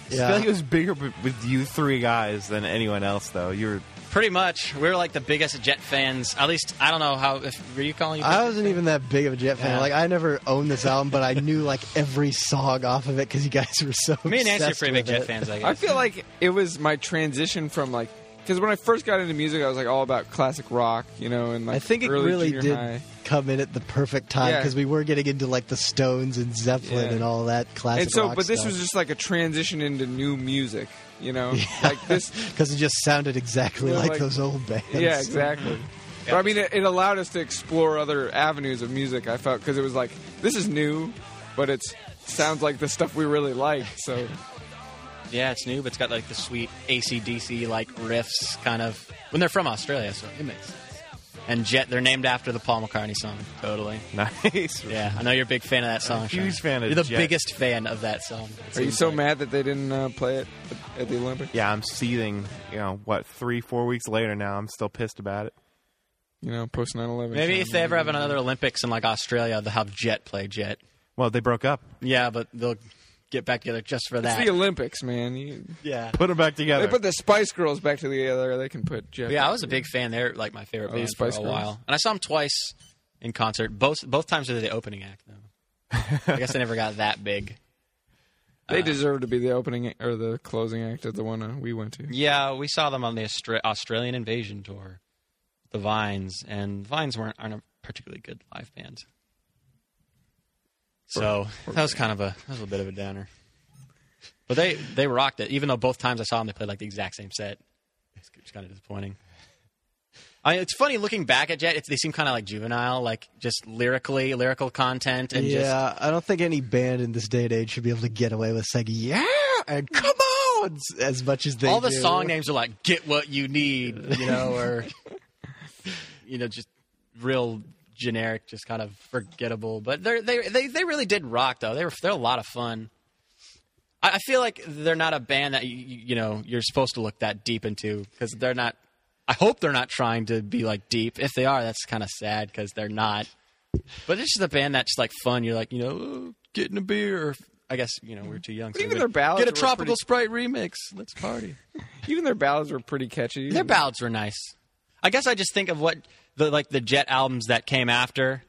B: I feel
C: Yeah.
B: like it was bigger b- with you three guys than anyone else, though. You were
H: Pretty much, we were like the biggest Jet fans. At least, I don't know how. If, were you calling? You
C: I wasn't even that big of a Jet fan.
H: Yeah.
C: Like I never owned this album, but I knew like every song off of it because you guys were so.
H: Me and Nancy are
C: obsessed
H: pretty
C: with
H: big Jet
C: it.
H: fans, I
E: I
H: guess.
E: feel like it was my transition from like, because when I first got into music, I was like all about classic rock, you know, and like
C: I think it
E: early
C: really
E: junior
C: did
E: high.
C: come in at the perfect time
E: Yeah.
C: because we were getting into like the Stones and Zeppelin
E: Yeah.
C: and all that classic.
E: and so,
C: rock
E: but this
C: stuff.
E: was just like a transition into new music, you know, like this.
C: because it just sounded exactly
E: Yeah,
C: like,
E: like-
C: those old bands.
E: Yeah, exactly. But I mean, it, it allowed us to explore other avenues of music. I felt because it was like this is new, but it sounds like the stuff we really like. So
H: Yeah, it's new, but it's got like the sweet ACDC like riffs kind of. When they're from Australia, so it makes sense. And Jet, they're named after the Paul McCartney song. Totally.
B: Nice.
H: Yeah, I know you're a big fan of that song.
B: huge
H: Sean.
B: fan of
H: You're the
B: Jet.
H: biggest fan of that song. it
E: are you
H: seems
E: so
H: like.
E: mad that they didn't uh, play it at the Olympics?
B: Yeah, I'm seething. You know what? Three, four weeks later now, I'm still pissed about it.
E: You know, post 9/11.
H: Maybe
E: so-
H: if they ever have another Olympics in like Australia, they'll have Jet play Jet.
B: Well, they broke up.
H: Yeah, but they'll get back together just for
E: It's
H: that.
E: the Olympics, man. You,
H: yeah.
B: Put them back together.
E: they put the Spice Girls back together. They can put Jeff.
H: Yeah, I was a big fan. They're like my
E: Oh,
H: favorite
E: the
H: band for a
E: Spice Girls?
H: while, and I saw them twice in concert. Both both times they were the opening act, though. I guess they never got that big.
E: They deserve to be the opening or the closing act at the one uh, we went to.
H: Yeah, we saw them on the Austra- Australian Invasion tour, the Vines, and Vines weren't aren't a particularly good live band. So that was kind of a that was a bit of a downer. But they they rocked it. Even though both times I saw them, they played like the exact same set. It's, it's kind of disappointing. I mean, it's funny looking back at Jet. It's, they seem kind of like juvenile, like just lyrically, lyrical content, and just
C: Yeah, I don't think any band in this day and age should be able to get away with saying "yeah" and "come on" s- as much as they
H: all the
C: do.
H: song names are like "Get What You Need," you know, or you know, just real generic, just kind of forgettable. But they're, they they they really did rock though. They were they're a lot of fun. I, I feel like they're not a band that you, you know you're supposed to look that deep into because they're not. I hope they're not trying to be like deep. If they are, that's kind of sad because they're not. But it's just a band that's like fun. You're like, you know, "Oh, getting a beer. I guess you know we are too young. so
E: even
H: we-
E: their ballads
H: Get a
E: were
H: tropical
E: pretty-
H: sprite remix. Let's party.
E: Even their ballads were pretty catchy.
H: Their ballads were nice. I guess I just think of what the like the Jet albums that came after,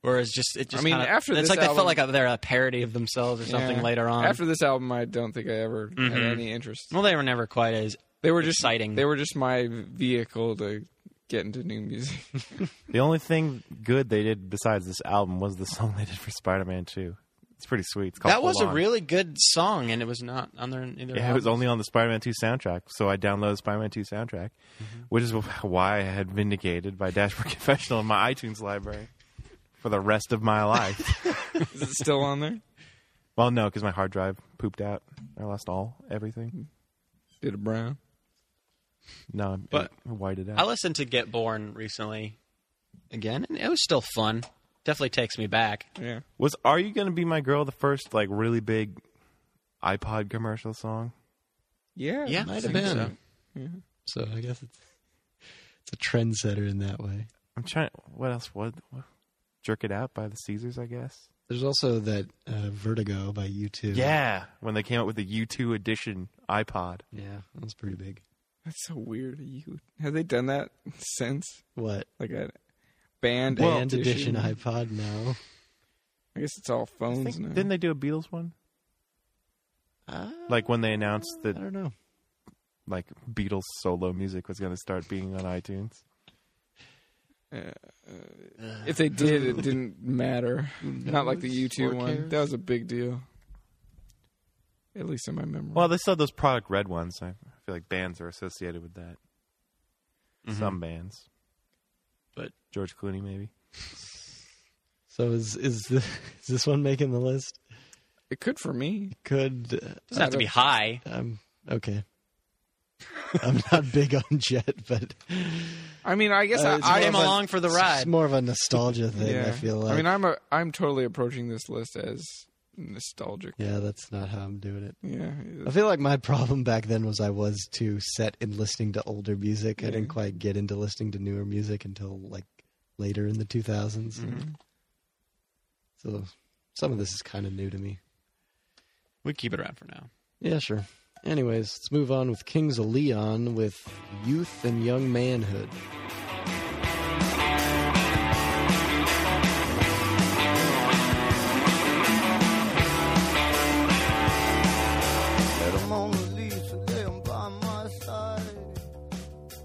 H: whereas just it just
E: mean,
H: kinda-
E: after
H: it's
E: this
H: like they felt
E: album-
H: like a, they're a parody of themselves or something
E: Yeah.
H: later on. Mm-hmm.
E: After this album, I don't think I ever had any interest.
H: well, they were never quite as
E: They were just
H: Exciting.
E: They were just my vehicle to get into new music.
B: the only thing good they did besides this album was the song they did for Spider-Man 2. It's pretty sweet. It's called
H: that was
B: Hold
H: a
B: On.
H: really good song, and it was not on their either.
B: Yeah, it was only on the Spider-Man 2 soundtrack, so I downloaded Spider-Man 2 soundtrack,
H: Mm-hmm.
B: which is why I had vindicated by Dashboard Confessional in my iTunes library for the rest of my life.
E: Is it still on there?
B: well, no, because my hard drive pooped out. I lost all everything.
E: Did a brown?
B: No,
H: But-
B: it whited out.
H: I listened to Get Born recently again, and it was still fun. Definitely takes me back.
E: Yeah.
B: Was "Are You Gonna Be My Girl" the first like really big iPod commercial song?
E: Yeah.
H: Yeah,
E: I
H: might have
E: think
H: been.
E: so.
C: So I guess it's it's a trendsetter in that way.
B: I'm trying. What else? What? what Jerk it out by the Caesars, I guess.
C: There's also that uh, Vertigo by U2.
B: Yeah, when they came out with the U2 edition iPod.
C: yeah, that was pretty big.
E: That's so weird. You have they done that since
C: What
E: like a band
C: band edition iPod? No,
E: I guess it's all
B: I
E: phones
B: think-
E: now.
B: didn't they do a Beatles one? like when they announced
C: I
B: that
C: don't know.
B: like Beatles solo music was going to start being on iTunes.
E: if they did, it didn't matter. Not like the
C: knows?
E: U2
C: Or
E: one.
C: cares?
E: That was a big deal. At least in my memory.
B: Well, they still have those product red ones. I feel like bands are associated with that. Some bands,
H: Mm-hmm. But-
B: George Clooney maybe.
C: So is is, the, is this one making the list?
E: it could for me.
C: Could uh,
H: Doesn't have to be high.
C: I'm okay. I'm not big on Jet, but
E: I mean, I guess
C: Uh, it's
E: I, I am
C: more of
H: Came
C: a-
E: a-
H: along for the
C: it's
H: ride.
C: more of a nostalgia thing.
E: Yeah.
C: I feel like.
E: I mean, I'm a. I'm totally approaching this list as nostalgic.
C: yeah, that's not how I'm doing it.
E: Yeah.
C: I feel like my problem back then was I was too set in listening to older music. I didn't quite get into listening to newer music until like later in the 2000s. So some of this is kind of new to me.
H: We keep it around for now.
C: Yeah, sure. Anyways, let's move on with Kings of Leon with Youth and Young Manhood.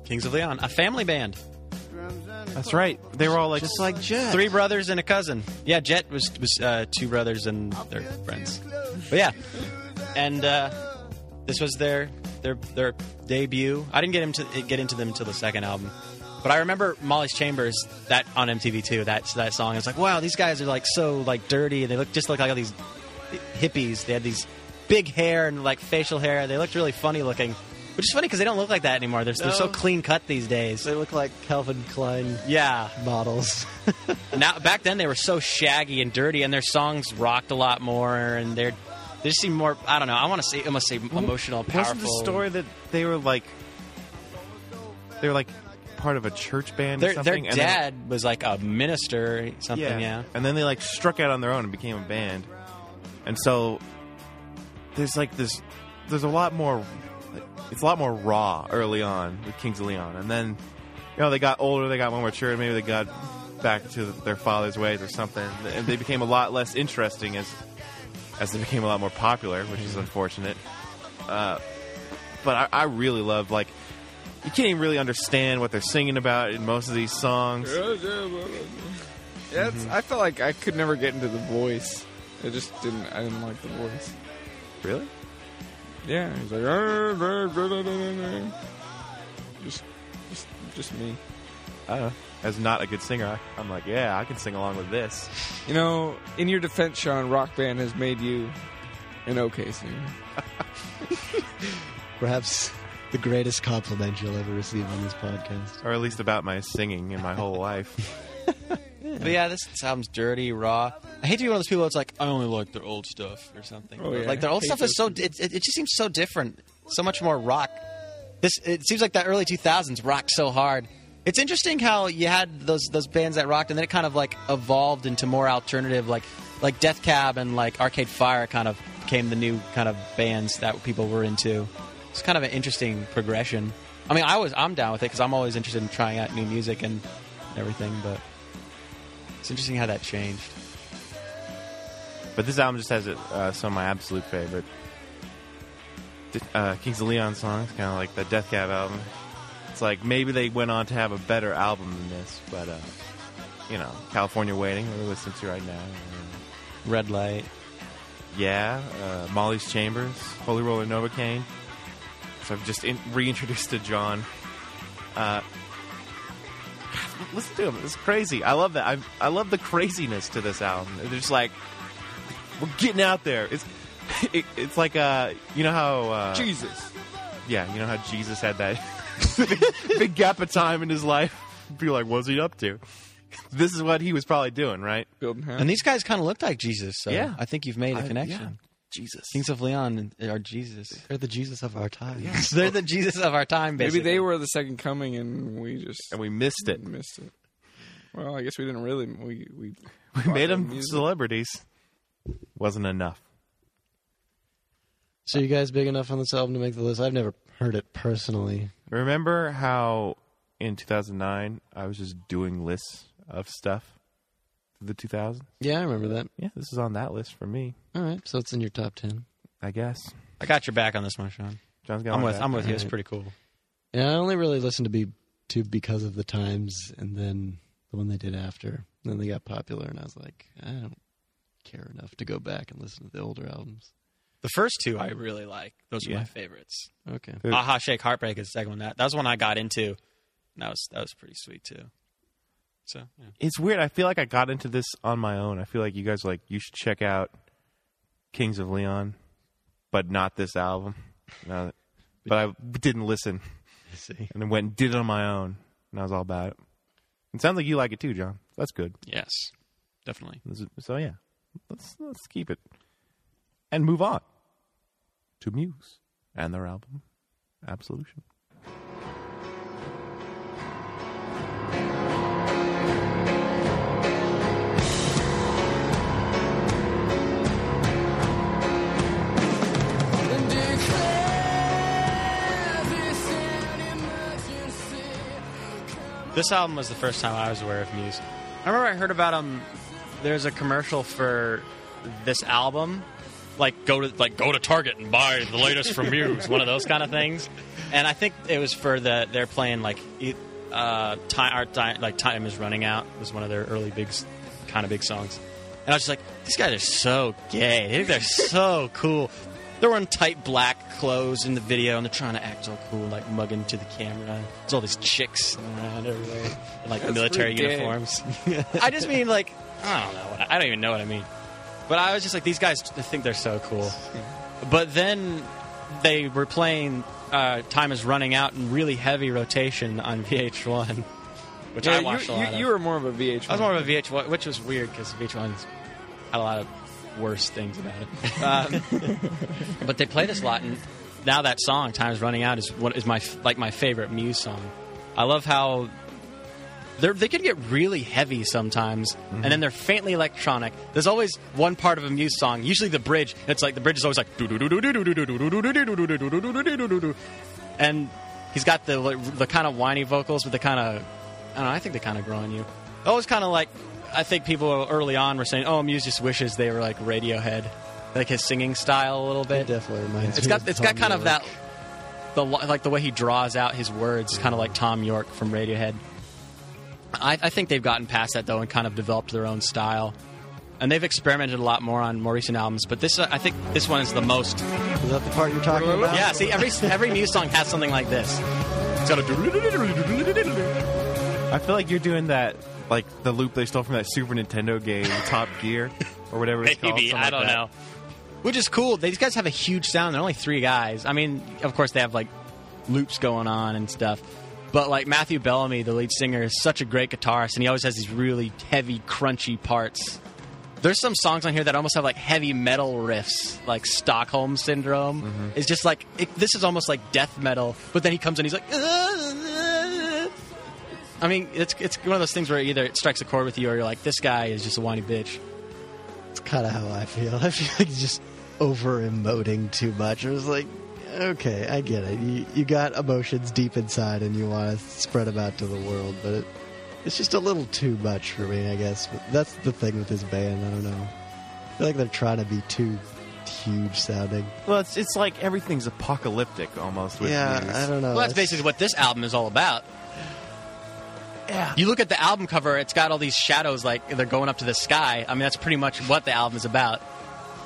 H: Kings of Leon, a family band.
B: I That's right. They were all like,
C: Just like Jet.
H: Three brothers and a cousin. Yeah, Jet was was uh, two brothers and their friends. But yeah, and uh, this was their their their debut. I didn't get into get into them until the second album, but I remember Molly's Chambers that on MTV too. That that song. It's like wow, these guys are like so like dirty. They look just look like all these hippies. They had these big hair and like facial hair. They looked really funny looking. Which is funny because they don't look like that anymore. They're, they're so
C: No.
H: clean cut these days.
C: They look like Calvin Klein
H: Yeah,
C: models.
H: now back then they were so shaggy and dirty, and their songs rocked a lot more, and they're they just seem more. I don't know. I want to say almost say emotional, powerful.
B: wasn't the story that they were like, they were like part of a church band or
H: Their, their
B: something?
H: dad
B: and then-
H: was like a minister, something. Yeah.
B: And then they like struck out on their own and became a band. And so there's like this there's a lot more it's a lot more raw early on with Kings of Leon. And then you know they got older, they got more mature, maybe they got back to their father's ways or something. And they became a lot less interesting as as they became a lot more popular, which is unfortunate. Uh, but I, I really love like you can't even really understand what they're singing about in most of these songs.
E: Yeah, it's, I felt like I could never get into the voice. I just didn't. I didn't like the voice.
B: Really?
E: Yeah, it was like "Ah, blah, blah, blah, blah, blah." just, just, just me.
B: I don't know. uh, As not a good singer, I, I'm like, yeah, I can sing along with this.
E: You know, in your defense, Sean, Rock Band has made you an okay singer.
C: Perhaps the greatest compliment you'll ever receive on this podcast.
B: Or at least about my singing in my whole life.
H: But yeah, this sounds dirty, raw. I hate to be one of those people that's like, I only like their old stuff or something.
E: Oh, yeah.
H: Like their old
E: Hate
H: stuff is so it, it, it just seems so different, so much more rock. This it seems like that early 2000s rocked so hard. It's interesting how you had those those bands that rocked, and then it kind of like evolved into more alternative, like like Death Cab and like Arcade Fire kind of became the new kind of bands that people were into. It's kind of an interesting progression. I mean, I was I'm down with it because I'm always interested in trying out new music and everything, but. It's interesting how that changed.
B: But this album just has uh, some of my absolute favorite uh, Kings of Leon songs, kind of like the Death Cab album. It's like maybe they went on to have a better album than this, but uh, you know, California Waiting, we're listening to right now.
H: Red light.
B: Yeah, uh, Molly's Chambers, Holy Roller Novocaine. So I've just in- reintroduced to John. Uh, God, listen to him. It's crazy. I love that. I I love the craziness to this album. They're just like we're getting out there. It's it, it's like uh you know how uh,
E: Jesus.
B: yeah you know how Jesus had that big gap of time in his life. Be like, what's he up to? This is what he was probably doing, right?
E: Building house.
H: And these guys kind of look like Jesus, so
B: Yeah.
H: I think you've made a
B: I-
H: connection.
B: yeah, Jesus.
H: Kings of Leon are Jesus.
C: They're the Jesus of our time.
H: They're the Jesus of our time,
E: Maybe
H: basically.
E: they were the second coming, and we just
B: And we missed it.
E: missed it. Well, I guess we didn't really. We we,
B: We made them
E: music.
B: celebrities. Wasn't enough.
C: So you guys big enough on this album to make the list? I've never heard it personally.
B: Remember how in 2009 I was just doing lists of stuff for the 2000s?
C: Yeah, I remember that.
B: Yeah, this is on that list for me,
C: All right, so it's in your top ten.
B: I guess.
H: I got your back on this one, Sean.
B: John's got
H: I'm
B: my
H: with.
B: back.
H: I'm with you. It's pretty cool.
C: Yeah, I only really listened to be to because of the times, and then the one they did after. Then they got popular, and I was like, I don't care enough to go back and listen to the older albums.
H: The first two I really like. Those are
B: Yeah.
H: my favorites.
C: Okay,
B: Good.
H: Aha, Shake, Heartbreak is the second one. That that was one I got into. And that was that was pretty sweet too. So yeah.
B: It's weird. I feel like I got into this on my own. I feel like you guys were like, you should check out Kings of Leon, but not this album. No, but I didn't listen
C: I see.
B: and then went and did it on my own, and I was all about it. It sounds like you like it too, John. That's good.
H: yes, definitely.
B: This is- So yeah, let's let's keep it and move on to Muse and their album Absolution.
H: This album was the first time I was aware of Muse. I remember I heard about them. There's a commercial for this album, like go to like go to Target and buy the latest from Muse, one of those kind of things. And I think it was for the they're playing like e- uh, time, our time, like time is running out was one of their early big, kind of big songs, and I was just like, these guys are so gay. They're so cool. They're wearing tight black clothes in the video, and they're trying to act so cool, like mugging to the camera. There's all these chicks around everywhere, in, like military
E: pretty gay.
H: uniforms. I just mean like I don't know. I don't even know what I mean. But I was just like, these guys I think they're so cool. But then they were playing uh, "Time Is Running Out" in really heavy rotation on VH1, which I
E: Yeah, you,
H: watched a lot
E: you,
H: of.
E: you were more of a VH1.
H: I was more of a VH1, which was weird because VH1 had a lot of worse things about it. Um, but they play this a lot, and now that song "Time Is Running Out" is what is my like my favorite Muse song. I love how they're, they can get really heavy sometimes, and then they're faintly electronic. There's always one part of a Muse song, usually the bridge. and It's like the bridge is always like and he's got the like, the kind of whiny vocals with the kind of I don't know. I think they kind of grow on you. Always kind of like I think people early on were saying, "Oh, Muse just wishes they were like Radiohead." Like his singing style a little bit.
C: It definitely reminds
H: It's
C: me.
H: got
C: of
H: it's
C: Tom
H: got kind of
C: York.
H: that the lo- like the way he draws out his words, kind of like Tom York from Radiohead. I, I think they've gotten past that though and kind of developed their own style, and they've experimented a lot more on more recent albums. But this, uh, I think, this one is the most.
C: Is that the part you're talking about?
H: Yeah, see, every every Muse song has something like this. It's got a.
B: I feel like you're doing that, like the loop they stole from that Super Nintendo game, Top Gear, or whatever it's called.
H: Maybe
B: something
H: I
B: like
H: don't
B: that.
H: know. Which is cool. These guys have a huge sound. They're only three guys. I mean, of course they have like loops going on and stuff. But like Matthew Bellamy, the lead singer, is such a great guitarist, and he always has these really heavy, crunchy parts. There's some songs on here that almost have like heavy metal riffs, like Stockholm Syndrome. It's just like it, this is almost like death metal. But then he comes in, he's like, "Ah, I mean, it's it's one of those things where either it strikes a chord with you, or you're like, this guy is just a whiny bitch.
C: That's kind of how I feel. I feel like he's just over emoting too much. I was like, okay, I get it. You, you got emotions deep inside and you want to spread them out to the world, but it, it's just a little too much for me, I guess. But that's the thing with this band. I don't know. I feel like they're trying to be too huge sounding.
B: Well, it's it's like everything's apocalyptic almost. With
C: yeah,
B: Muse.
C: I don't know.
H: Well, that's basically what this album is all about. Yeah. You look at the album cover; it's got all these shadows, like they're going up to the sky. I mean, that's pretty much what the album is about.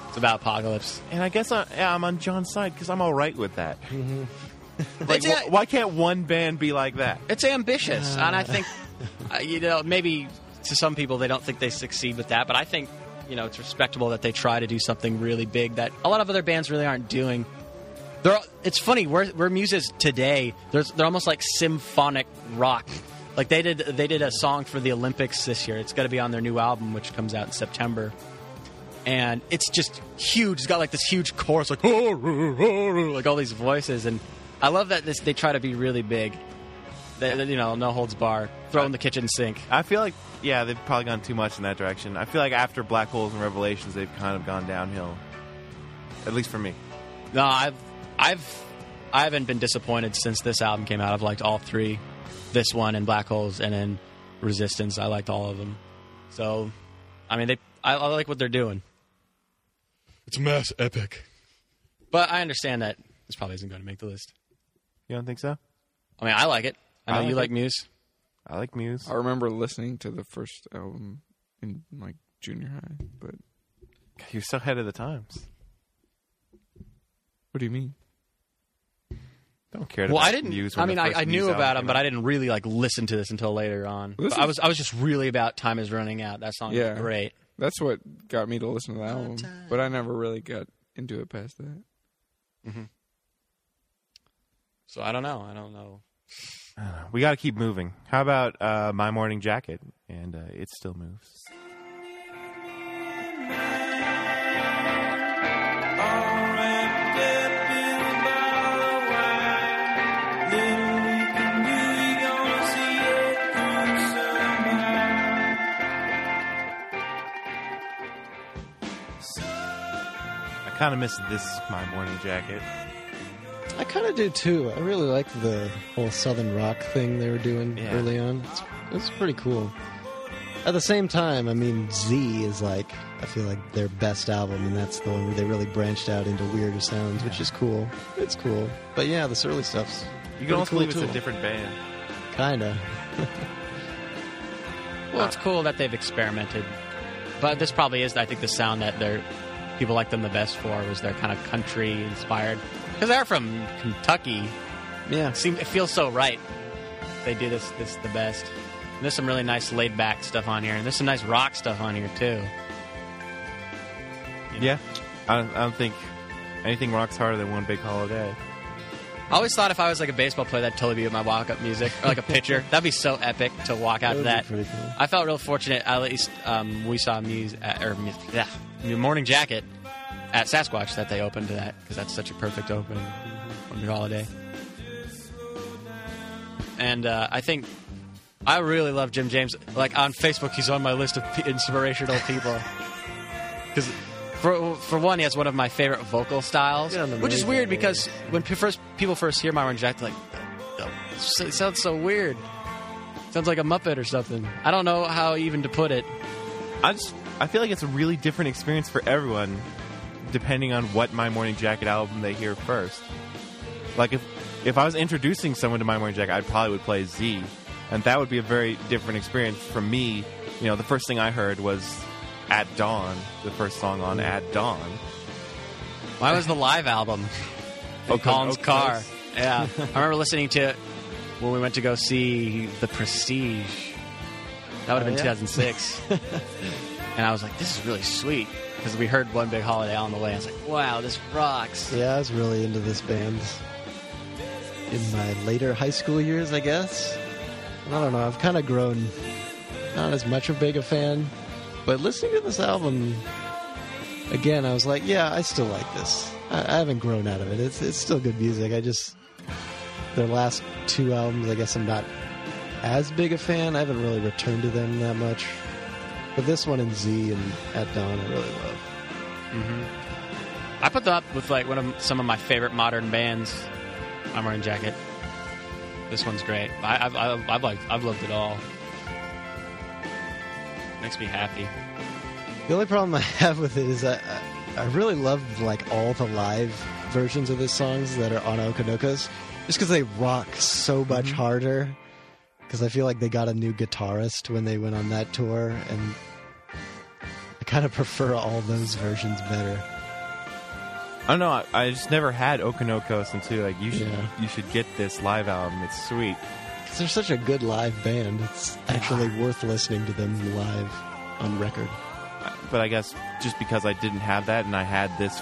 H: It's about apocalypse.
B: And I guess I, yeah, I'm on John's side because I'm all right with that. Like,
H: it's,
B: wh- why can't one band be like that?
H: it's ambitious, and I think uh, you know maybe to some people they don't think they succeed with that, but I think you know it's respectable that they try to do something really big that a lot of other bands really aren't doing. They're, it's funny where where Muse is today. They're, they're almost like symphonic rock. Like they did they did a song for the Olympics this year. It's going to be on their new album, which comes out in September. And it's just huge. It's got like this huge chorus, like like all these voices, and I love that this, they try to be really big. They, they- you know, no holds bar, throw in the kitchen sink.
B: I feel like yeah, they've probably gone too much in that direction. I feel like after Black Holes and Revelations, they've kind of gone downhill. At least for me.
H: No, I've, I've, I haven't been disappointed since this album came out. I've liked all three, this one and Black Holes, and then Resistance. I liked all of them. So, I mean, they, I, I like what they're doing.
K: It's mass epic.
H: But I understand that this probably isn't going to make the list.
B: You don't think so?
H: I mean, I like it. I know
B: I like
H: you like
B: it.
H: Muse.
B: I like Muse.
E: I remember listening to the first album in like junior high, but
B: You're so ahead of the times.
E: what do you mean?
B: Don't care.
H: Well,
B: about
H: I didn't.
B: Muse when
H: I mean,
B: the
H: I,
B: first
H: I
B: Muse
H: knew
B: album
H: about them,
B: came
H: but
B: out.
H: I didn't really like listen to this until later on.
E: This
H: But I
E: is-
H: was, I was just really about time is running out. That song
E: Yeah.
H: is great.
E: That's what got me to listen to the album, but I never really got into it past that.
H: So I don't know. I don't know.
B: We got to keep moving. How about uh, My Morning Jacket? And uh, it still moves. I kind of miss this My Morning Jacket.
C: I kind of do too. I really like the whole southern rock thing they were doing
B: Yeah.
C: early on. It's, it's pretty cool. At the same time, I mean, Z is like I feel like their best album, and that's the one where they really branched out into weirder sounds, which is cool. It's cool, but yeah, this early stuff's
B: You
C: pretty
B: can almost
C: cool
B: believe it's
C: too.
B: a different band.
C: Kinda.
H: Well, it's cool that they've experimented, but this probably is, I think, the sound that they're people like them the best for was their kind of country inspired because they're from Kentucky.
C: Yeah.
H: It, seems, it feels so right. They do this this the best. And there's some really nice laid back stuff on here, and there's some nice rock stuff on here too.
B: Yeah, I don't, I don't think anything rocks harder than one big holiday.
H: I always thought if I was like a baseball player, that'd totally be my walk-up music, or like a pitcher. That'd be so epic to walk out of that.
C: That would be pretty cool.
H: I felt real fortunate. At least um, we saw Muse at, or Muse- yeah, Morning Jacket at Sasquatch that they opened to that because that's such a perfect opening on your holiday. And uh, I think I really love Jim James. Like on Facebook, he's on my list of p- inspirational people. Because for for one, he has one of my favorite vocal styles,
C: Yeah, the
H: which is
C: amazing
H: weird
C: voice.
H: because when pe- first people first hear my reject, like "Oh, so- it sounds so weird. Sounds like a Muppet or something. I don't know how even to put it.
B: I just I feel like it's a really different experience for everyone, depending on what My Morning Jacket album they hear first. Like if if I was introducing someone to My Morning Jacket, I probably would play Z, and that would be a very different experience for me. You know, the first thing I heard was At Dawn, the first song on At Dawn.
H: Why was the live album?
B: Oh,
H: Oh, Colin's
B: Oak
H: car.
B: Cliffs.
H: Yeah, I remember listening to it when we went to go see The Prestige. That would have been 2006, and I was like, "This is really sweet." Because we heard One Big Holiday on the way, I was like, "Wow, this rocks!"
C: Yeah, I was really into this band in my later high school years, I guess. I don't know. I've kind of grown not as much a big a fan, but listening to this album again, I was like, yeah, I still like this. I, I haven't grown out of it. It's it's still good music. I just their last two albums, I guess I'm not as big a fan. I haven't really returned to them that much. But this one and Z and At Dawn, I really love.
H: I put that up with like one of some of my favorite modern bands. I'm wearing jacket. This one's great. I, I've, I've, I've liked, I've loved it all. Makes me happy.
C: The only problem I have with it is I, I, I really love like all the live versions of the songs that are on Okanokos, just because they rock so much harder. Because I feel like they got a new guitarist when they went on that tour, and I kind of prefer all those versions better.
B: I don't know. I, I just never had Okanokos until like you should
C: Yeah.
B: you should get this live album. It's sweet.
C: 'Cause they're such a good live band, it's actually worth listening to them live on record.
B: but I guess just because I didn't have that and I had this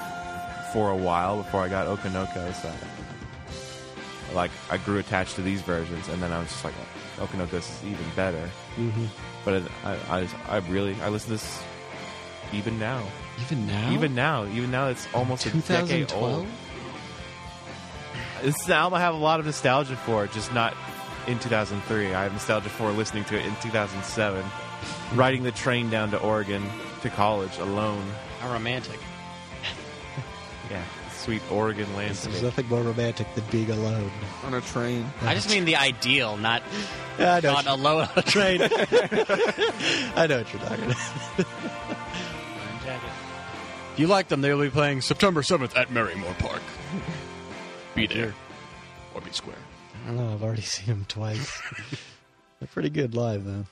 B: for a while before I got Okanokos, I, like I grew attached to these versions, and then I was just like, Okanokos is even better. Mm-hmm. But I, I, just- I really, I listen to this even now,
C: Even now,
B: even now, even now. It's almost a decade
C: 2012.
B: old. This is an album I have a lot of nostalgia for, just not in 2003. I have nostalgia for listening to it in 2007, riding the train down to Oregon to college alone.
H: How romantic.
B: Yeah, sweet Oregon
C: There's
B: landscape.
C: nothing more romantic than being alone.
E: on a train.
H: I just mean the ideal, not
C: Yeah, I know
H: not
C: what you-
H: alone on a train.
C: I know what you're talking about.
H: if you like them, they'll be playing September 7th at Merrymore Park. Be there or be square.
C: I don't know. I've already seen them twice. They're pretty good live, though.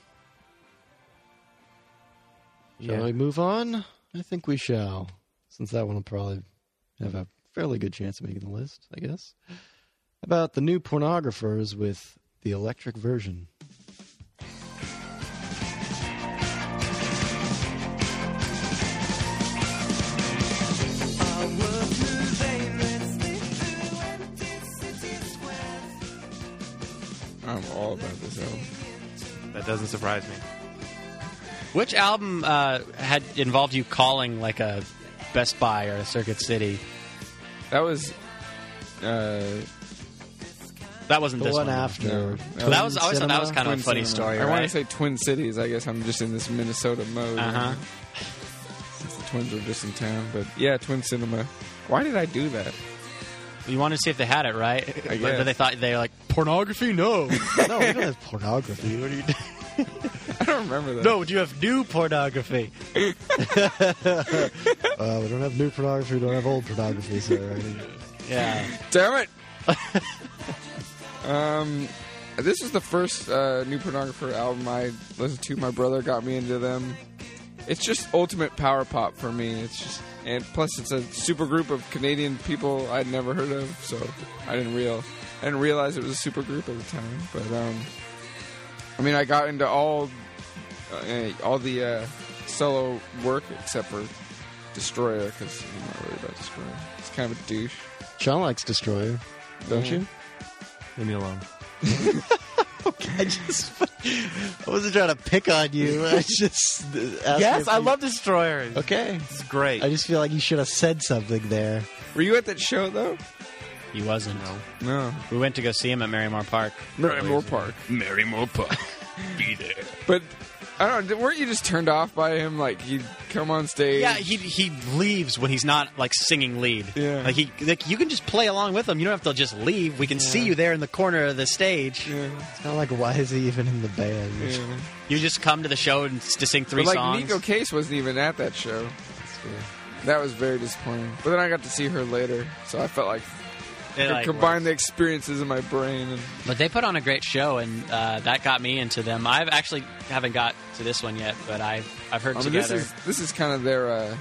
C: Shall
B: Yeah.
C: we move on? I think we shall, since that one will probably have a fairly good chance of making the list, I guess. About the new pornographers with the electric version.
E: I'm all about this album.
B: That doesn't surprise me.
H: Which album uh, had involved you calling like a Best Buy or a Circuit City?
E: That was. Uh,
H: That wasn't
C: The
H: this
C: one
H: one.
C: after.
E: No. That
C: Twin
H: That was I always thought that was
C: Cinema?
H: kind of
E: Twin
H: a funny
E: Cinema.
H: story.
E: I
H: right?
E: want to say Twin Cities. I guess I'm just in this Minnesota mode.
H: Uh-huh.
E: Since the Twins are just in town, but yeah, Twin Cinema. Why did I do that?
H: you wanted to see if they had it right,
E: I
H: but
E: guess.
H: they thought they were like pornography. No,
C: No, we don't have pornography. What are you doing?
E: I don't remember that.
H: no, you have new pornography.
C: Uh, we don't have new pornography. We don't have old pornography, sir. I mean,
H: Yeah,
E: damn it. um, this is the first uh, new pornographer album I listened to. My brother got me into them. It's just ultimate power pop for me. It's just, and plus it's a super group of Canadian people I'd never heard of, so I didn't real, I didn't realize it was a super group at the time. But um, I mean, I got into all, uh, all the uh, solo work except for Destroyer because I'm not really about Destroyer. It's kind of a douche,
C: Sean likes Destroyer, don't you?
B: Leave me alone.
C: I just, I wasn't trying to pick on you. I just asked
B: Yes,
C: if
B: I
C: you-
B: love Destroyers.
C: Okay,
B: It's great.
C: I just feel like you should have said something there.
E: Were you at that show though?
H: He wasn't.
E: No.
H: We went to go see him at Marymore Park.
E: Moore Park.
K: Mary Mopa. Be there.
E: But I don't. know, Weren't you just turned off by him? Like he'd come on stage.
H: Yeah, he he leaves when he's not like singing lead.
E: Yeah.
H: like he like you can just play along with him. You don't have to just leave. We can see you there in the corner of the stage.
E: Yeah.
C: It's kind of like, why is he even in the band?
E: yeah.
H: You just come to the show and s- to sing three
E: But like
H: songs.
E: Nico Case wasn't even at that show. That was very disappointing. But then I got to see her later, so I felt like
H: It,
E: I
H: like,
E: combined the experiences in my brain. And
H: But they put on a great show, and uh, that got me into them. I've actually haven't got to this one yet, but I've I've heard
E: I mean, this
H: together
E: is this is kind of their uh,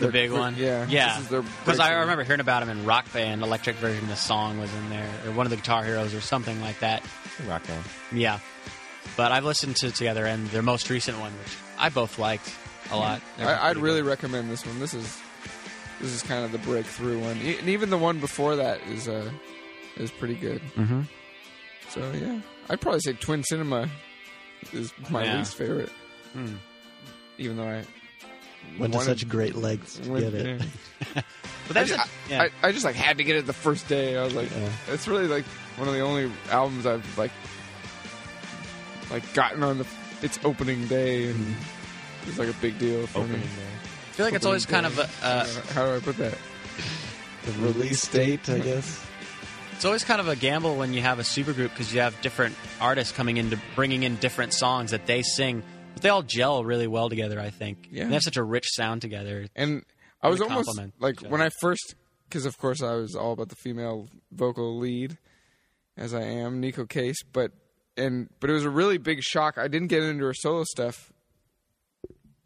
H: the
E: their-
H: big one.
E: Yeah,
H: yeah.
E: This is their
H: Because I
E: breakthrough.
H: remember hearing about him in Rock Band, electric version. of The song was in there, or one of the Guitar Heroes, or something like that.
B: Rock on.
H: Yeah. But I've listened to together and their most recent one, which I both liked a lot. They're
E: I, I'd
H: pretty
E: really
H: good.
E: recommend this one. This is this is kind of the breakthrough one, E- and even the one before that is uh is pretty good. Mm-hmm. So yeah, I'd probably say Twin Cinema is my
H: Yeah.
E: least favorite, even though I
C: Went to
E: wanted-
C: such great lengths to
E: went-
C: get it.
E: yeah.
H: But that's
E: I,
H: a, yeah.
E: I, I just like had to get it the first day. I was like,
C: Yeah.
E: it's really like one of the only albums I've like like gotten on the its opening day, and
C: Mm-hmm.
E: it's like a big deal for me.
H: I feel like it's always kind of a, uh,
E: How do I put that?
C: The release date, I guess.
H: it's always kind of a gamble when you have a supergroup because you have different artists coming in to bringing in different songs that they sing, but they all gel really well together. I think.
E: Yeah.
H: And they have such a rich sound together.
E: And I was
H: Really
E: almost
H: compliment
E: like
H: each other.
E: when I first, because of course I was all about the female vocal lead, as I am Nico Case, but and but it was a really big shock. I didn't get into her solo stuff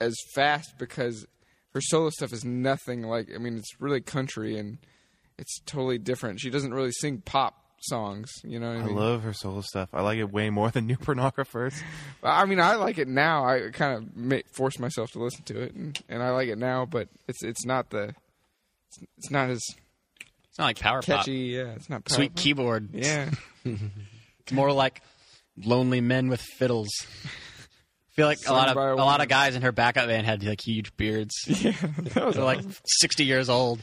E: as fast because her solo stuff is nothing like. I mean, it's really country and it's totally different. She doesn't really sing pop songs, you know. What I,
B: I
E: mean?
B: love her solo stuff. I like it way more than new pornographers.
E: I mean, I like it now. I kind of ma- forced myself to listen to it, and, and I like it now. But it's it's not the it's- it's not as
H: It's not like power
E: catchy. Yeah, it's not
H: pop, Uh, sweet
E: powerful.
H: keyboard.
E: Yeah,
H: It's more like lonely men with fiddles. I feel like a lot of
E: by a
H: a lot
E: woman.
H: of guys in her backup band had like huge beards. Yeah, they're like sixty years old.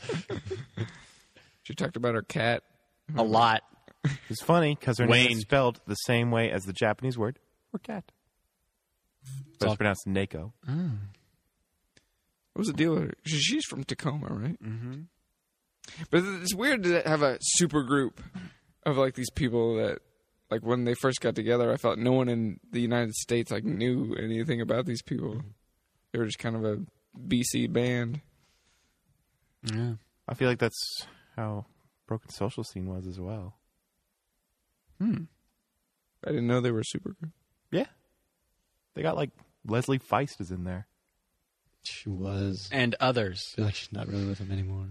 E: she talked about her cat.
H: A lot.
B: It's funny because her name
H: Wayne.
B: is spelled the same way as the Japanese word for cat. But it's pronounced Neko.
E: What was the deal with her? She- She's from Tacoma, right? Mm-hmm. But it's weird to have a super group of like these people that, like, when they first got together, I felt no one in the United States like knew anything about these people.
H: Mm-hmm.
E: They were just kind of a BC band.
B: I feel like that's how Broken Social Scene was as well.
E: I didn't know they were a super group.
B: Yeah. They got like Leslie Feist is in there.
C: She was. I
H: and others.
C: feel like she's not really with him anymore.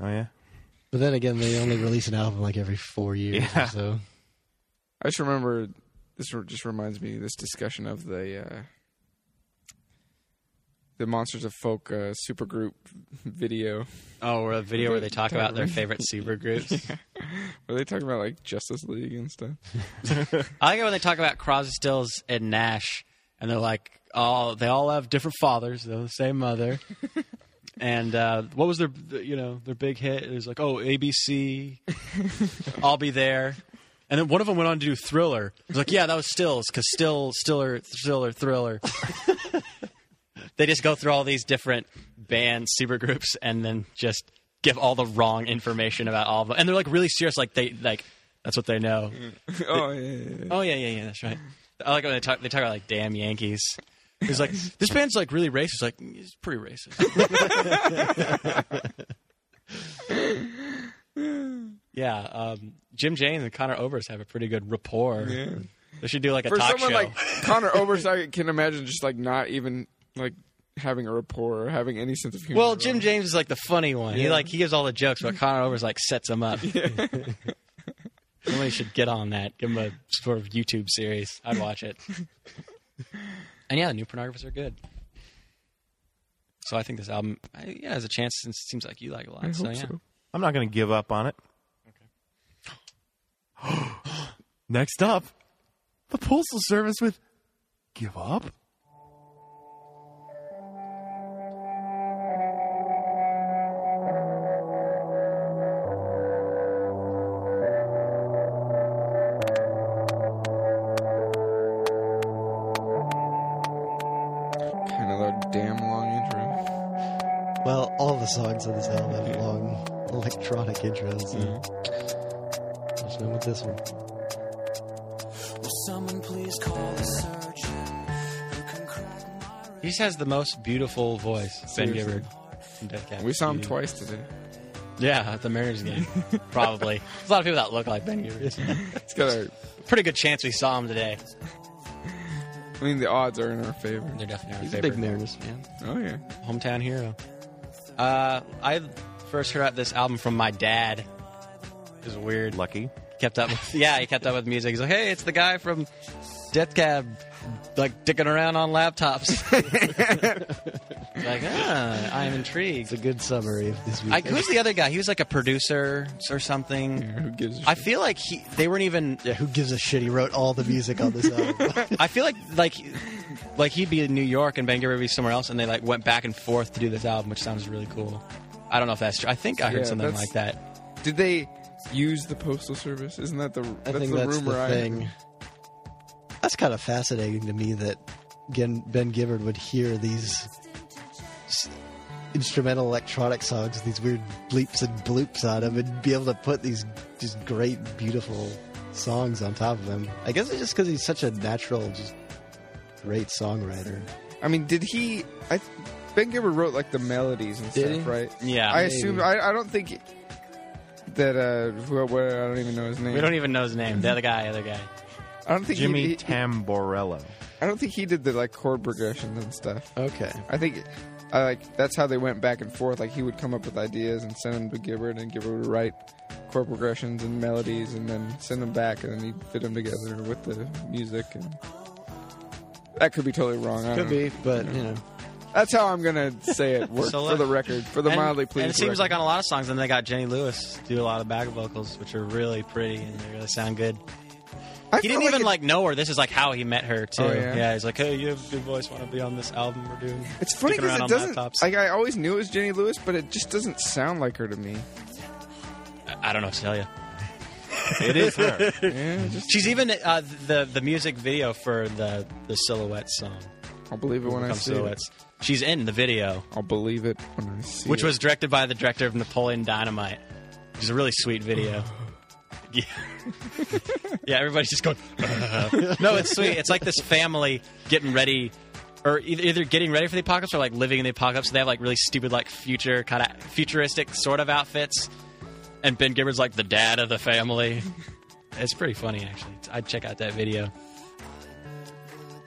B: Oh, yeah.
C: But then again, they only release an album like every four years or
B: Yeah.
C: so.
E: I just remember this re- just reminds me of this discussion of the uh, the Monsters of Folk uh, supergroup video
H: Oh, or a video where they talk about their favorite super groups.
E: where they talk about like Justice League and stuff.
H: I like it when they talk about Crosby, Stills, and Nash, and they're like, all they all have different fathers, they're the same mother. and uh, what was their, you know, their big hit? It was like, oh, ABC, I'll be there. And then one of them went on to do Thriller. It was like, yeah, that was Stills, because Still, Stiller, Stiller, Thriller. they just go through all these different bands, super groups, and then just give all the wrong information about all of them. And they're like really serious, like they like that's what they know.
E: oh yeah, yeah, yeah.
H: Oh yeah, yeah, yeah. That's right. I like when they talk. They talk about like damn Yankees. He's like, this band's like really racist. Like, "Mm, it's pretty racist. Yeah, um, Jim James and Connor Oberst have a pretty good rapport. They should do like a
E: For
H: talk
E: someone
H: show.
E: like Connor Oberst, I can imagine just like not even like having a rapport or having any sense of humor.
H: well,
E: at
H: Jim
E: all.
H: James is like the funny one. He like he gives all the jokes, but Connor Oberst like sets him up. Somebody should get on that. Give him a sort of YouTube series. I'd watch it. and yeah, new pornographers are good. So I think this album, I, yeah, has a chance since it seems like you like it a lot.
E: I
H: so
E: hope
H: yeah.
E: so.
B: I'm not going to give up on it. Next up, the Postal Service with Give Up?
E: Kind of that damn long intro.
C: Well, all the songs on this album have long electronic intros. so There's none with this one.
I: Will someone please call the surgeon who can crack my
H: He just has the most beautiful voice. Ben Gibbard. from Death Cab
E: We saw him
H: CD.
E: twice today.
H: Yeah, at the Mariners game. Probably. There's a lot of people that look like Ben Gibbard.
E: It's got our.
H: Pretty good chance we saw him today.
E: I mean, the odds are in our favor.
H: They're definitely our
C: He's a
H: favorite.
C: big Mariners fan.
E: Oh yeah.
H: hometown hero. Uh, I first heard out this album from my dad. It was weird.
B: Lucky.
H: Kept up, with, yeah, he kept up with music. He's like, "Hey, it's the guy from Death Cab, like dicking around on laptops." like, ah, I am intrigued.
C: It's a good summary of this
H: I,
C: week.
H: who's the other guy? He was like a producer or something.
E: Who gives a shit?
H: I feel like he. They weren't even.
C: yeah, who gives a shit? He wrote all the music on this album.
H: I feel like like like he'd be in New York and Bangor would be somewhere else, and they like went back and forth to do this album, which sounds really cool. I don't know if that's true. I think I heard
E: Yeah,
H: something
E: that's-
H: like that.
E: Did they use the postal service? Isn't that the?
C: I
E: that's
C: think
E: the
C: that's
E: rumor.
C: the
E: I
C: thing. That's kind of fascinating to me that Gen- Ben Gibbard would hear these s- instrumental electronic songs, with these weird bleeps and bloops on them, and be able to put these just great, beautiful songs on top of them. I guess it's just because he's such a natural, just great songwriter.
E: I mean, did he? I, ben Gibbard wrote like the melodies and
C: Did
E: stuff,
C: he?
E: right?
H: Yeah.
E: I
C: Maybe.
E: assume. I, I don't think that. Uh, wh- wh- I don't even know his name.
H: We don't e- even know his name. The other guy, other guy.
E: I don't think He,
B: Jimmy
E: he-
B: Tamborello.
E: I don't think he did the like chord progressions and stuff.
C: Okay.
E: I think. I like that's how they went back and forth. Like he would come up with ideas and send them to Gibbard, and Gibbard would write chord progressions and melodies, and then send them back, and then he'd fit them together with the music. And that could be totally wrong. I
C: Could
E: don't
C: be, but you know,
E: know. That's how I'm gonna say it worked
H: So,
E: for
H: uh,
E: the record, for the
H: and,
E: mildly pleased.
H: and it seems
E: record.
H: like on a lot of songs, and they got Jenny Lewis do a lot of back vocals, which are really pretty and they really sound good.
E: I
H: He
E: felt
H: didn't even
E: it-
H: like know her. This is like how he met her too.
E: Oh, yeah?
H: he's like, hey, you have a good voice. Want to be on this album we're doing?
E: It's funny
H: Sticking
E: because
H: around
E: it
H: on
E: doesn't.
H: laptops.
E: Like I always knew it was Jenny Lewis, but it just doesn't sound like her to me.
H: I don't know what to tell you.
B: It is her.
E: Yeah, just
H: She's even uh, the the music video for the the silhouette song.
E: I'll believe it when I
H: Become
E: see it.
H: silhouettes. She's in the video,
E: I'll believe it when I see
H: which
E: it.
H: was directed by the director of Napoleon Dynamite. Which is a really sweet video.
E: Uh-huh.
H: yeah. yeah, everybody's just going. uh-huh. no, it's sweet. It's like this family getting ready. Or either, either getting ready for the apocalypse or like living in the apocalypse. So they have like really stupid, like future kind of futuristic sort of outfits. And Ben Gibbard's like the dad of the family. It's pretty funny, actually. I'd check out that video.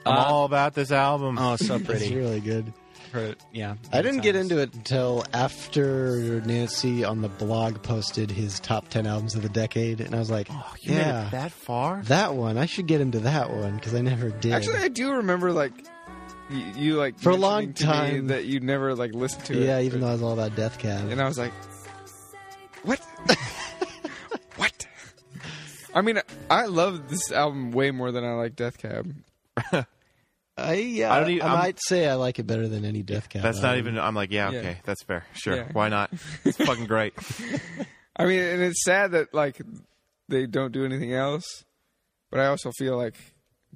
B: I'm
H: Uh,
B: all about this album.
H: Oh, so
C: it's
H: pretty.
C: really good.
H: Her- yeah.
C: I didn't get into it until after Nancy on the blog posted his top 10 albums of the decade, and I was like,
B: Oh, you made it
C: yeah,
B: that far?
C: that one. I should get into that one because I never did.
E: actually I do remember like you, you like
C: For a long
E: mentioning to me
C: time-
E: that you never like listened to it.
C: yeah, even though I was all about Death Cab.
E: and I was like, what? what? I mean, I love this album way more than I like Death Cab.
C: I, yeah,
B: I
C: I,
B: don't e- I'm-
C: might say I like it better than any Death Cab.
B: That's not
C: album.
B: even. I'm like, yeah,
E: Yeah.
B: okay, that's fair. Sure,
E: Yeah.
B: why not? It's fucking great.
E: I mean, and it's sad that like they don't do anything else, but I also feel like,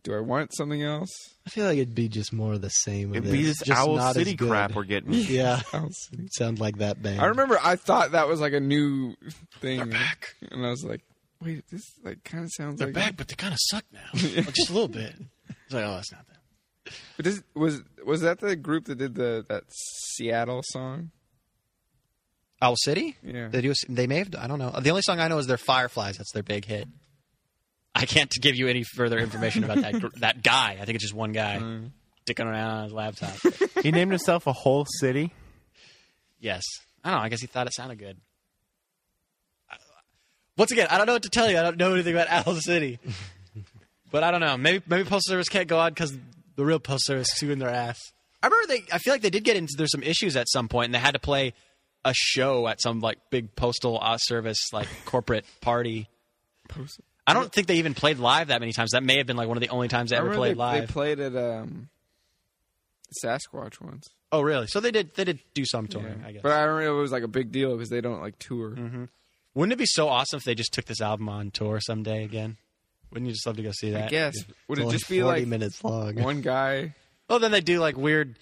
E: do I want something else?
C: I feel like it'd be just more of the same. of
B: It'd be
C: this.
B: this
C: Just
B: Owl
C: not as
B: City
C: good.
B: crap we're getting.
C: yeah,
E: Else?
C: sound like that band.
E: I remember I thought that was like a new thing, and I was like, wait, this like kind of sounds like.
H: but they kind of suck now. Just a little bit. It's like, oh, that's not that.
E: But this, was was that the group that did the that Seattle song?
H: Owl City?
E: Yeah.
H: They do. a- They may have. I don't know. The only song I know is their Fireflies. That's their big hit. I can't give you any further information about that gr- that guy. I think it's just one guy dicking around on his laptop.
B: He named himself a whole city.
H: yes. I don't know. I guess he thought it sounded good. I- Once again, I don't know what to tell you. I don't know anything about Owl City. but I don't know. Maybe maybe Postal Service can't go on because the real Postal Service is suing their ass. I remember they. I feel like they did get into there's some issues at some point, and they had to play a show at some like big postal uh, service like corporate party. I don't think they even played live that many times. That may have been like one of the only times they
E: I
H: ever
E: remember
H: played
E: they,
H: live.
E: They played at um, Sasquatch once.
H: oh, really? So they did. They did do some touring, I guess.
E: But I remember it was like a big deal because they don't like tour.
H: Wouldn't it be so awesome if they just took this album on tour someday again? Wouldn't you just love to go see
E: I
H: that?
E: guess would
C: It's
E: it
C: only
E: just be
C: 40
E: like
C: minutes long.
E: one guy?
H: Well, then they do like weird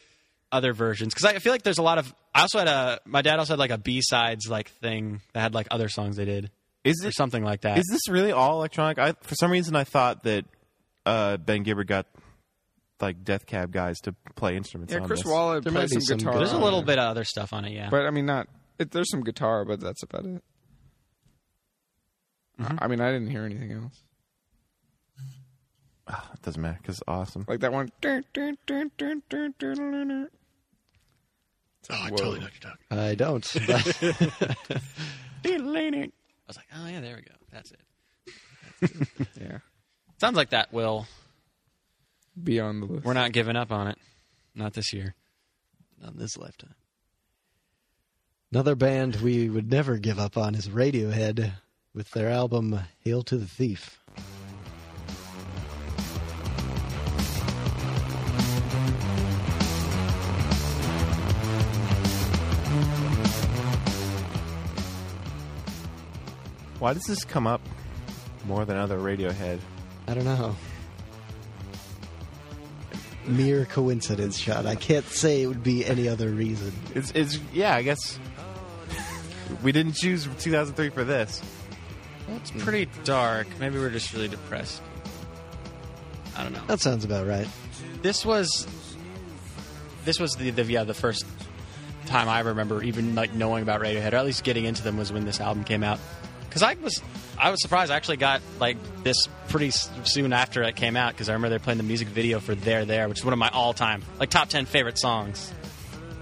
H: other versions because I feel like there's a lot of. I also had a. My dad also had like a B sides like thing that had like other songs they did
B: Is
H: or
B: it?
H: something like that.
B: Is this really all electronic? I, for some reason, I thought that uh, Ben Gibbard got like Death Cab guys to play instruments.
E: Yeah,
B: on
E: Chris
B: this.
E: Waller
C: There
E: plays
C: might be
E: some
C: some
E: guitar.
H: there's a
E: on
H: little
E: it.
H: bit of other stuff on it, yeah.
E: but I mean, not. It, there's some guitar, but that's about it. I I mean, I didn't hear anything else.
B: It doesn't matter because it's awesome.
E: Like that one. Oh, I totally
C: I don't. But
H: I was like, oh yeah, there we go. That's it.
E: Yeah,
H: Sounds like that. Will
E: be on the list.
H: we're not giving up on it? Not this year. Not this lifetime.
C: another band we would never give up on is Radiohead with their album Hail to the Thief.
B: Why does this come up more than other Radiohead?
C: I don't know. Mere coincidence, Sean. I can't say it would be any other reason.
B: It's, it's yeah. I guess we didn't choose 2003 for this.
H: It's pretty dark. Maybe we're just really depressed. I don't know.
C: That sounds about right.
H: this was this was the, the yeah the first time I remember even like knowing about Radiohead or at least getting into them was when this album came out because I was I was surprised I actually got like this pretty s- soon after it came out because I remember they were playing the music video for There There which is one of my all time like top ten favorite songs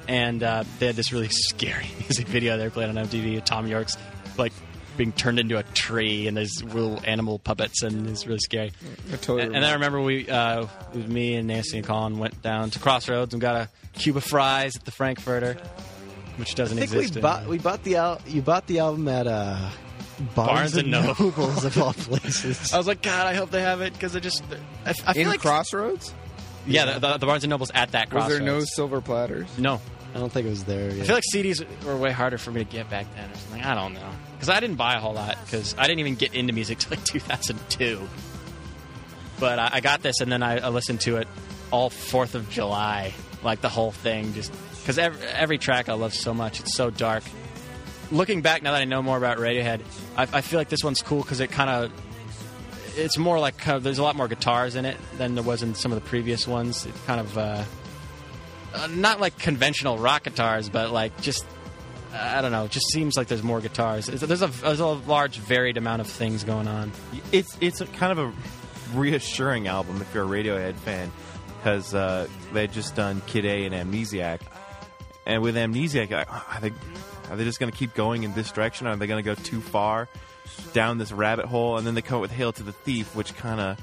H: and uh, they had this really scary music video they were playing on MTV of Tom York's like being turned into a tree and there's little animal puppets and it's really scary
E: I totally
H: and, and I remember we, uh, it was me and Nancy and Colin went down to Crossroads and got a cube of fries at the Frankfurter, which doesn't
C: I think
H: exist.
C: we
H: in-
C: bought we bought the al- you bought the album at uh, Barnes,
H: Barnes
C: and
H: and Noble.
C: Nobles of all places.
H: I was like, God, I hope they have it because I just, I, I feel
E: in
H: like,
E: Crossroads.
H: yeah, the, the, the Barnes and Nobles at that
E: Was
H: Crossroads.
E: there no silver platters?
H: no?
C: I don't think it was there. Yet.
H: I feel like CDs were way harder for me to get back then or something. I don't know because I didn't buy a whole lot because I didn't even get into music till like 2002. But I, I got this and then I, I listened to it all Fourth of July, like the whole thing, just because every, every track I love so much. It's so dark. Looking back now that I know more about Radiohead, I, I feel like this one's cool because it kind of it's more like kind of, there's a lot more guitars in it than there was in some of the previous ones. It kind of uh, uh, not like conventional rock guitars, but like just I don't know. It just seems like there's more guitars. It's- There's a there's a large varied amount of things going on.
B: It's it's a kind of a reassuring album if you're a Radiohead fan because uh, they had just done Kid A and Amnesiac, and with Amnesiac, I, are they are they just going to keep going in this direction? Are they going to go too far down this rabbit hole? And then they come up with Hail to the Thief, which kind of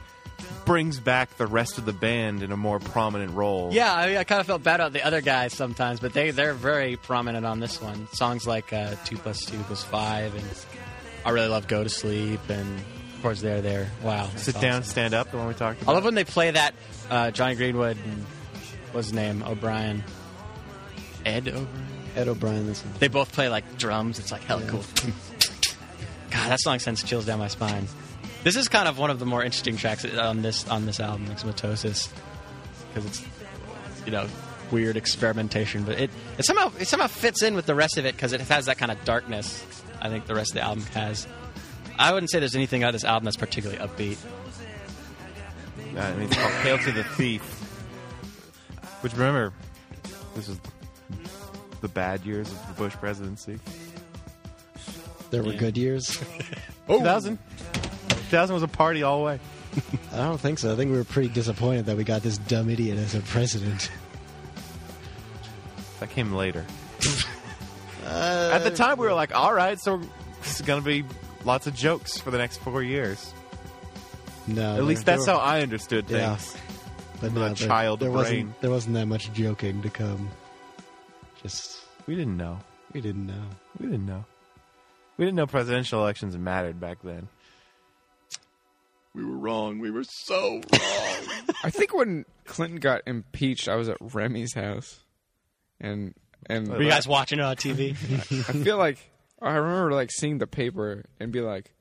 B: brings back the rest of the band in a more prominent role.
H: Yeah, I, mean, I kind of felt bad about the other guys sometimes, but they they're very prominent on this one. Songs like uh, Two Plus Two Equals Five, and I really love Go to Sleep, and of course There There. Wow,
B: Sit
H: that's
B: down,
H: awesome.
B: stand up. The one we talked
H: I
B: about.
H: love when they play that uh, Johnny Greenwood and what's his name O'Brien, Ed O'Brien.
C: Ed O'Brien. This one.
H: They both play like drums. It's like hell cool. God, that song sends chills down my spine. This is kind of one of the more interesting tracks on this on this album, Exmatosis, because it's you know weird experimentation, but it, it somehow it somehow fits in with the rest of it because it has that kind of darkness. I think the rest of the album has. I wouldn't say there's anything on this album that's particularly upbeat.
B: Uh, I mean, it's called Hail to the Thief. Which remember, this is the bad years of the Bush presidency.
C: There were good years.
B: 2000. 2000 was a party all the way.
C: I don't think so. I think we were pretty disappointed that we got this dumb idiot as a president.
B: That came later. At the time, we were like, all right, so it's going to be lots of jokes for the next four years.
C: No,
B: At least that's how I understood
C: Yeah.
B: things.
C: But
B: my
C: no, there-
B: child
C: there
B: brain.
C: wasn't there wasn't that much joking to come. Just
B: We didn't know.
C: we didn't know.
B: We didn't know. We didn't know presidential elections mattered back then.
K: We were wrong. We were so wrong.
E: I think when Clinton got impeached, I was at Remy's house, and and
H: Were you guys watching it on TV?
E: I feel like I remember like seeing the paper and be like,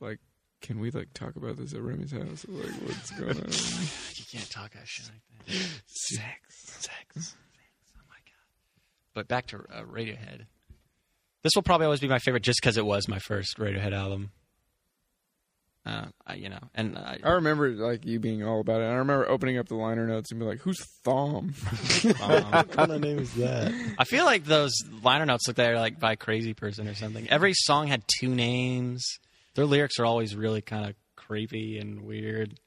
E: like, can we like talk about this at Remy's house? Like, what's going on?
H: you can't talk about shit like that. Sex, sex, sex. Oh my god! But back to uh, Radiohead. This will probably always be my favorite, just because it was my first Radiohead album. Uh, I, you know, and I,
E: I remember like you being all about it. And I remember opening up the liner notes and be like, who's Thom?
H: um,
C: What kind of name is that?
H: I feel like those liner notes look they're like by a crazy person or something. Every song had two names. Their lyrics are always really kind of creepy and weird.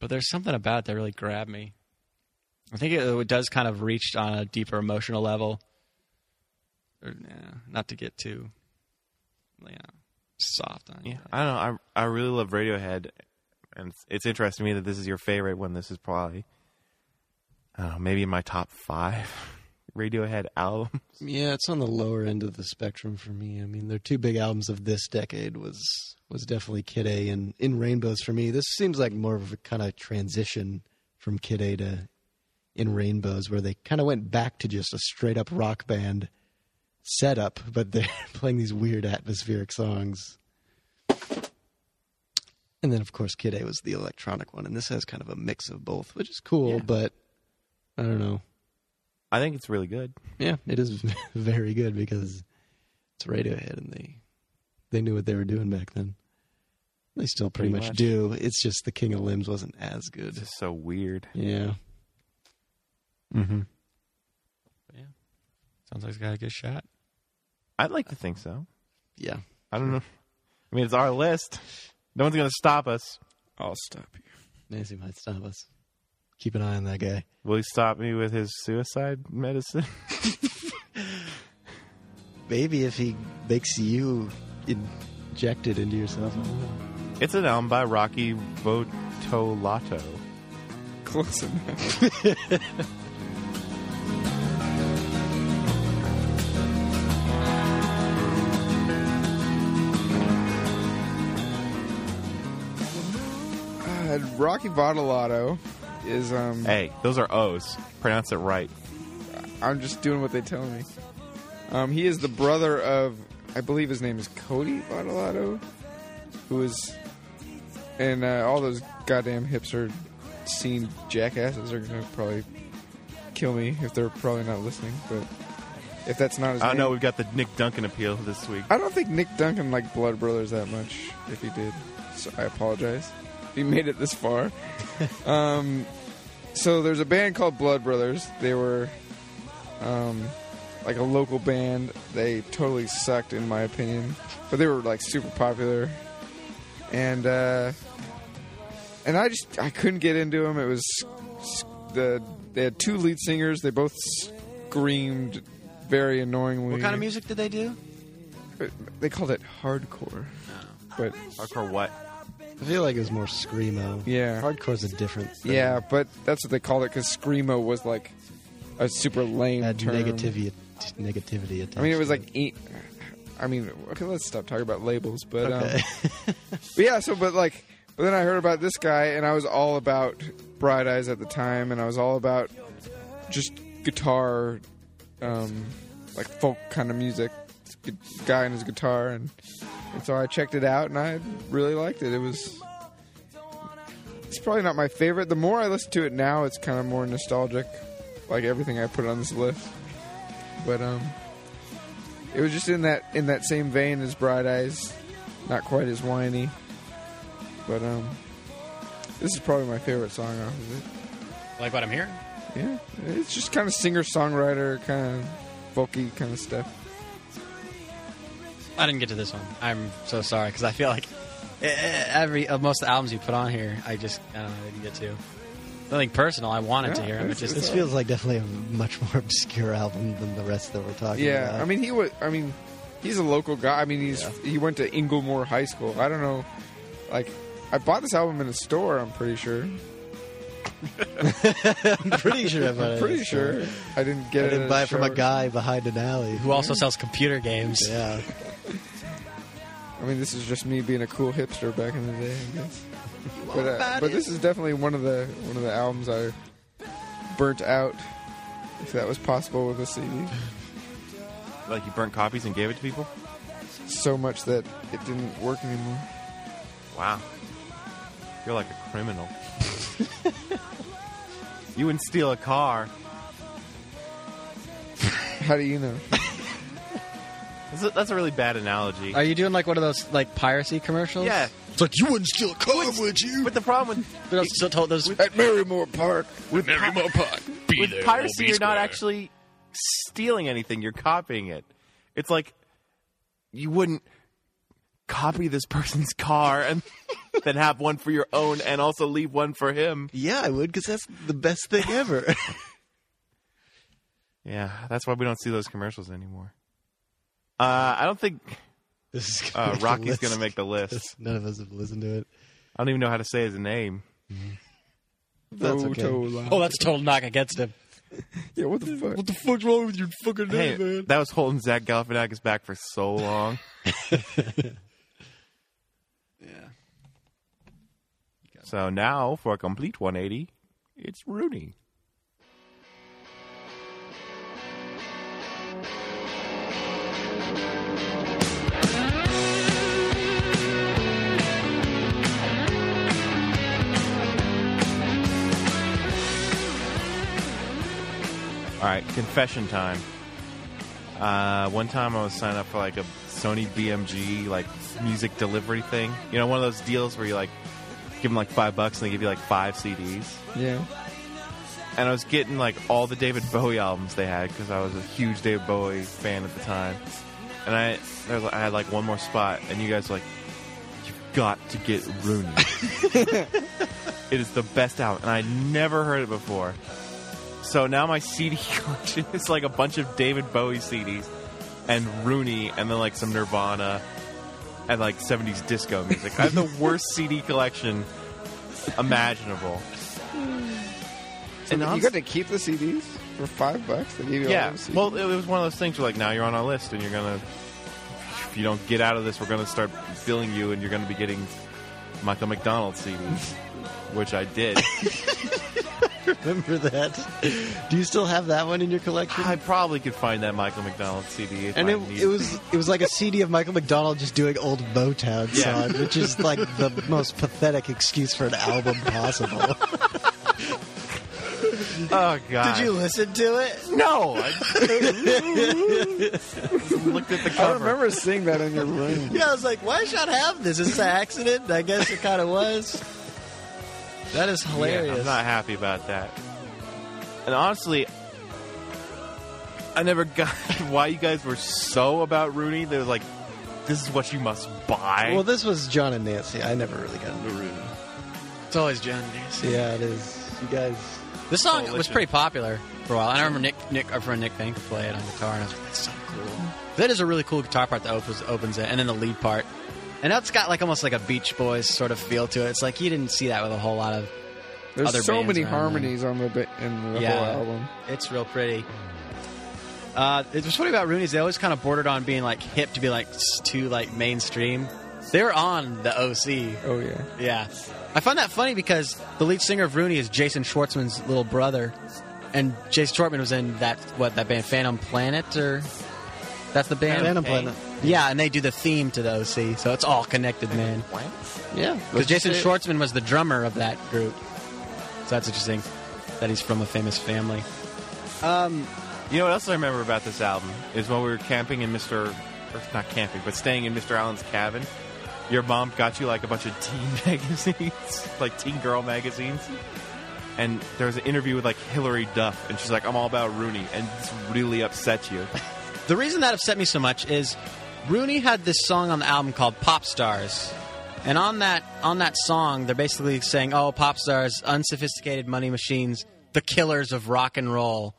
H: But there's something about it that really grabbed me. I think it, it does kind of reach on a deeper emotional level. Or, nah, not to get too, you know, soft on you.
B: Yeah, I don't know. I I really love Radiohead, and it's, it's interesting to me that this is your favorite one. This is probably, I don't know, maybe in my top five Radiohead album.
C: Yeah, it's on the lower end of the spectrum for me. I mean, their two big albums of this decade was was definitely Kid A and In Rainbows for me. This seems like more of a kind of transition from Kid A to In Rainbows, where they kind of went back to just a straight up rock band setup, but they're playing these weird atmospheric songs. And then, of course, Kid A was the electronic one, and this has kind of a mix of both, which is cool. But I don't know.
B: I think it's really good.
C: Yeah, it is very good because it's Radiohead and they they knew what they were doing back then. They still pretty,
B: Pretty
C: much,
B: much.
C: do. It's just the King of Limbs wasn't as good.
B: It's just so weird.
C: Yeah.
H: Sounds like it's got a good shot.
B: I'd like to think so.
C: Yeah.
B: I don't know. I mean, it's our list. No one's gonna stop us.
E: I'll stop you.
C: Nancy might stop us. Keep an eye on that guy.
B: Will he stop me with his suicide medicine?
C: Maybe if he makes you injected into yourself.
B: it's an album by Rocky Botolato.
E: Close enough. Uh, Rocky Bottolato is um.
B: Hey, those are O's. Pronounce it right.
E: I'm just doing what they tell me. Um, he is the brother of, I believe his name is Cody Bottolato, who is, and uh, all those goddamn hipster scene jackasses are gonna probably kill me if they're probably not listening. But if that's not his
B: I
E: name,
B: know we've got the Nick Duncan appeal this week.
E: I don't think Nick Duncan liked Blood Brothers that much. If he did, so I apologize. If he made it this far. um, so there's a band called Blood Brothers. They were um, like a local band. They totally sucked, in my opinion, but they were like super popular. And uh, and I just I couldn't get into them. It was s- the they had two lead singers. They both screamed very annoyingly
H: What kind of music did they do?
E: they called it hardcore. But
B: Or what?
C: I feel like it was more screamo.
E: Yeah.
C: Hardcore's a different thing.
E: yeah, but that's what they called it because screamo was like a super lame
C: Had
E: term.
C: negativity negativity attached.
E: I mean, it was
C: to
E: like, e- I mean, okay, let's stop talking about labels. But, um,
C: Okay.
E: but yeah, so but like, but then I heard about this guy, and I was all about Bright Eyes at the time, and I was all about just guitar, um, like folk kind of music. This gu- Guy and his guitar, and and so I checked it out, and I really liked it. It was. It's probably not my favorite. The more I listen to it now, it's kind of more nostalgic, like everything I put on this list. But um, it was just in that in that same vein as Bright Eyes, not quite as whiny. But um, this is probably my favorite song off of it.
H: Like what I'm hearing?
E: Yeah, it's just kind of singer songwriter kind of folky kind of stuff.
H: I didn't get to this one. I'm so sorry because I feel like eh, eh, every of most of the albums you put on here, I just I don't know, I didn't get to. Nothing personal. I wanted to
E: Yeah,
H: hear them. It
E: it's-
H: just
C: This feels like definitely a much more obscure album than the rest that we're talking about.
E: Yeah, I mean he was. I mean, he's a local guy. I mean, he's he went to Inglemore High School. I don't know. Like, I bought this album in a store. I'm pretty sure.
C: I'm pretty sure I bought it.
E: Pretty sure. I didn't get it.
C: I
E: at
C: didn't buy it from a
E: store.
C: guy behind an alley.
H: who also sells computer games.
C: Yeah.
E: I mean, this is just me being a cool hipster back in the day, I guess. But, uh, but this is definitely one of the one of the albums I burnt out, if that was possible with a CD.
B: Like you burnt copies and gave it to people?
E: So much that it didn't work anymore.
B: Wow. You're like a criminal. you wouldn't steal a car.
E: How do you know?
B: That's a, that's a really bad analogy.
H: Are you doing like one of those like piracy commercials?
B: yeah.
C: It's like you wouldn't steal a car, would you?
B: But the problem with
H: Those, so- to- those-
E: At Merrymore Park.
B: with, pi-
K: Mary Park. Be
B: with
K: there,
B: piracy,
K: or be
B: you're not
K: square.
B: actually stealing anything. You're copying it. It's like you wouldn't copy this person's car and then have one for your own and also leave one for him.
C: Yeah, I would, because that's the best thing ever.
B: Yeah, that's why we don't see those commercials anymore. Uh, I don't think
C: this is gonna
B: uh,
C: make the
B: Rocky's
C: list.
B: going to make the list.
C: None of us have listened to it.
B: I don't even know how to say his name.
C: That's okay.
E: Photola.
H: oh, that's a total knock against him.
E: Yeah, what the fuck?
H: the fuck's wrong with your fucking
B: Hey, that was holding Zach Galifianakis back for so long. yeah. So now for a complete 180, it's Rooney. All right, confession time. Uh, one time I was signed up for like a Sony BMG like music delivery thing. You know, one of those deals where you like give them like five bucks and they give you like five CDs.
E: Yeah.
B: And I was getting like all the David Bowie albums they had because I was a huge David Bowie fan at the time. And I, there was, I had like one more spot, and you guys were like, you've got to get Rooney. it is the best album, and I never heard it before. So now my CD collection is like a bunch of David Bowie CDs and Rooney, and then like some Nirvana and like 70s disco music. I have the worst CD collection imaginable.
E: So
B: And
E: you
B: honest-
E: got to keep the CDs for five bucks. They gave you all
B: yeah.
E: those CDs.
B: Well, it was one of those things where, like, now you're on our list, and you're gonna. If you don't get out of this, we're gonna start billing you, and you're gonna be getting Michael McDonald CDs, which I did.
C: Remember that? Do you still have that one in your collection?
B: I probably could find that Michael McDonald CD. If
C: and
B: I
C: it,
B: needed
C: it was it was like a CD of Michael McDonald just doing old Motown
B: Yeah.
C: song, which is like the most pathetic excuse for an album possible.
B: Oh God!
C: Did you listen to it?
B: No. I looked at the
E: I
B: cover.
E: remember seeing that in your room.
C: Yeah, I was like, why should I have this? Is this an accident? And I guess it kind of was. That is
B: Yeah,
C: hilarious.
B: I'm not happy about that. And honestly, I never got why you guys were so about Rooney. They was like, "This is what you must buy."
C: well, this was John and Nancy. I never really got into Rooney.
H: It's always John Nancy.
C: Yeah, it is. You guys.
H: This song was
B: Coalition.
H: pretty popular for a while. I remember Nick Nick our friend Nick Bank would play it on guitar, and I was like, "That's so cool." That is a really cool guitar part that opens opens it, and then the lead part, and that's got like almost like a Beach Boys sort of feel to it. It's like you didn't see that with a whole lot of.
E: There's
H: Other
E: so
H: bands
E: many
H: around then.
E: harmonies on the ba- in the
H: Yeah.
E: whole album.
H: It's real pretty. Uh, it was funny about Rooney's. They always kind of bordered on being like hip to be like s- too like mainstream. They were on the OC
E: Oh yeah.
H: Yeah. I find that funny because the lead singer of Rooney is Jason Schwartzman's little brother. And Jason Schwartzman was in that what that band Phantom Planet or that's the band
C: Phantom Planet.
H: Yeah, and they do the theme to the OC, so it's all connected, man.
C: Yeah.
H: Because Jason Schwartzman was the drummer of that group, so that's interesting that he's from a famous family.
B: You know what else I remember about this album is when we were camping in Mr. Or not camping, but staying in Mr. Allen's cabin. Your mom got you like a bunch of teen magazines, like teen girl magazines. And there was an interview with like Hillary Duff, and she's like, "I'm all about Rooney," and this really upset you.
H: The reason that upset me so much is Rooney had this song on the album called Pop Stars. And on that on that song, they're basically saying, "Oh, pop stars, unsophisticated money machines, the killers of rock and roll."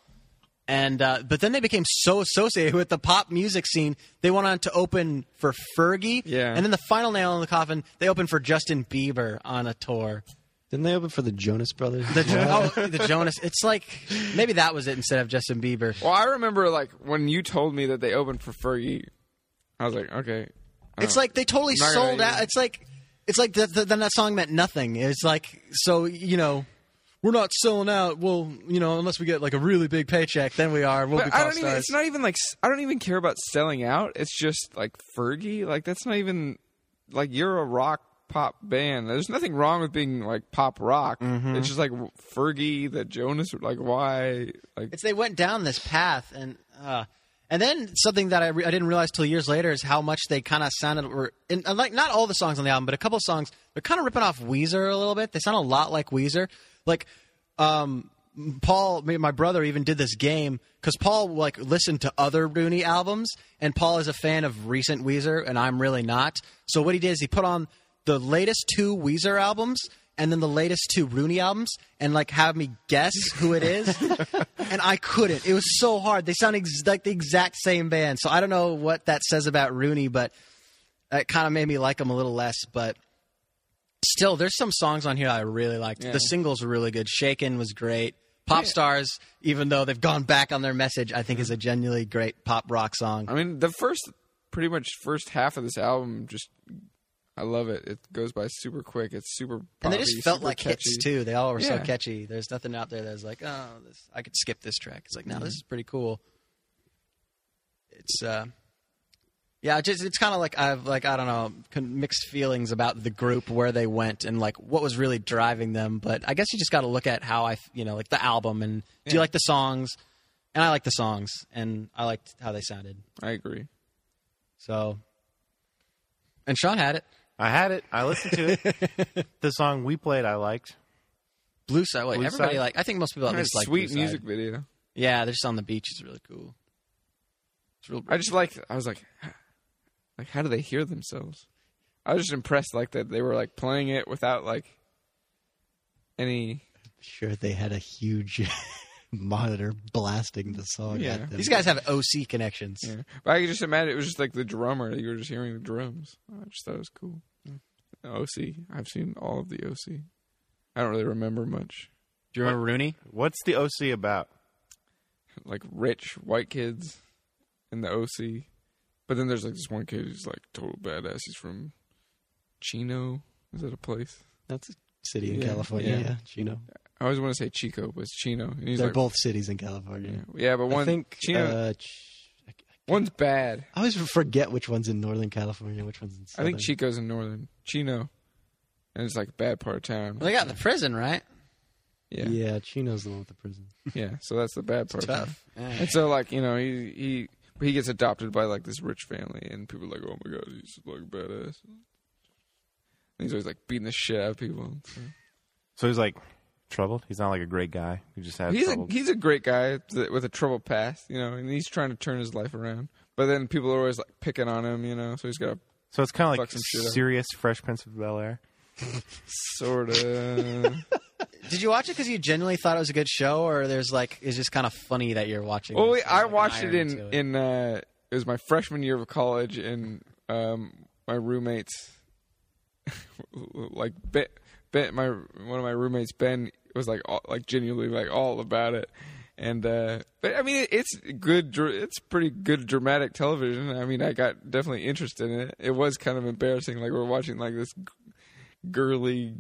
H: And uh, but then they became so associated with the pop music scene, they went on to open for Fergie.
E: Yeah.
H: And then the final nail in the coffin, they opened for Justin Bieber on a tour.
C: Didn't they open for the Jonas Brothers?
H: The, oh, the Jonas. It's like maybe that was it instead of Justin Bieber.
E: Well, I remember like when you told me that they opened for Fergie. I was like, okay. I
H: It's
E: don't-
H: like they totally
E: I'm not gonna
H: sold
E: use
H: out.
E: it.
H: It's like it's like th- th- then that song meant nothing. It's like so you know we're not selling out. Well, you know unless we get like a really big paycheck, then we are. We'll be
E: But
H: pop
E: I don't even.
H: stars.
E: It's not even like s- I don't even care about selling out. It's just like Fergie. Like that's not even like you're a rock pop band. There's nothing wrong with being like pop rock.
H: Mm-hmm.
E: It's just like Fergie, that Jonas. Like why? Like
H: It's they went down this path and uh, and then something that I, re- I didn't realize till years later is how much they kind of sounded were in, uh, like not all the songs on the album, but a couple of songs they're kind of ripping off Weezer a little bit. They sound a lot like Weezer. Like um, Paul, me- my brother, even did this game because Paul like listened to other Rooney albums, and Paul is a fan of recent Weezer, and I'm really not. So what he did is he put on the latest two Weezer albums and then the latest two Rooney albums and like have me guess who it is. and I couldn't. It was so hard. They sound ex- like the exact same band. So I don't know what that says about Rooney, but it kind of made me like him a little less. But still, there's some songs on here I really liked. The singles were really good. Shaken was great. Pop Stars, even though they've gone back on their message, I think is a genuinely great pop rock song.
E: I mean, the first pretty much first half of this album just. I love it. It goes by super quick. It's super.
H: and they
E: poppy,
H: just felt
E: super
H: like
E: catchy.
H: hits too. They all were so
E: Yeah.
H: catchy. There's nothing out there that's like, oh, this, I could skip this track. It's like, no,
E: Mm-hmm.
H: this is pretty cool. It's, uh, yeah, it just it's kind of like I've like I don't know con- mixed feelings about the group where they went and like what was really driving them. But I guess you just got to look at how I f- you know like the album and do you like the songs? And I like the songs and I liked how they sounded.
E: I agree.
H: So, and Sean had it.
B: I had it. I listened to it. the song we played, I liked.
H: Blue side. Wait,
B: Blue
H: everybody
B: Side?
H: like I think most people at least like
E: sweet
H: Blue Side.
E: music video.
H: Yeah, they're just on the beach. It's really cool. It's real.
E: I just like I was like, like how do they hear themselves? I was just impressed like that they were like playing it without like any.
C: sure they had a huge monitor blasting the song
E: Yeah.
C: at them.
H: These guys have OC connections.
E: But I could just imagine it was just like the drummer. You were just hearing the drums. I just thought it was cool. OC. I've seen all of the OC. I don't really remember much.
H: Do you remember Rooney?
B: What's the OC about?
E: Like rich white kids in the OC, but then there's like this one kid who's like total badass. He's from Chino. Is that a place?
C: That's a city in
E: Yeah,
C: California,
E: yeah.
C: yeah. Chino.
E: I always want to say Chico, but it's Chino. And he's
C: They're
E: like,
C: both cities in California.
E: Yeah, but one
C: I think
E: Chino,
C: uh, Ch-
E: one's bad.
C: I always forget which one's in Northern California, which one's in
E: I
C: Southern.
E: think Chico's in northern Chino, and it's like a bad part of town.
H: Well, they got in the prison, right?
E: yeah, yeah,
C: Yeah, Chino's the one with the prison.
E: So that's the bad part. of town.
H: Tough. Yeah.
E: And so like you know he he but he gets adopted by like this rich family, and people are like, oh my god, he's like badass. And he's always like beating the shit out of people.
B: So he's like troubled. He's not like a great guy. He just had
E: He's a
B: trouble.
E: he's a great guy th- with a troubled past, you know, and he's trying to turn his life around. But then people are always like picking on him, you know. So he's got a
B: so it's kind of like
E: Fuck some shit up.
B: serious Fresh Prince of Bel Air.
E: sort of.
H: Did you watch it because you genuinely thought it was a good show, or there's like it's just kind of funny that you're watching?
E: Well,
H: this?
E: we,
H: There's,
E: I
H: like, an
E: watched it
H: irony
E: in
H: to
E: in uh, it was my freshman year of college, and um, my roommates, like Ben, ben my one of my roommates, Ben, was like all, like genuinely like all about it, and uh, but I mean it's good, dr- it's pretty good dramatic television. I mean I got definitely interested in it. It was kind of embarrassing, like we're watching like this g- girly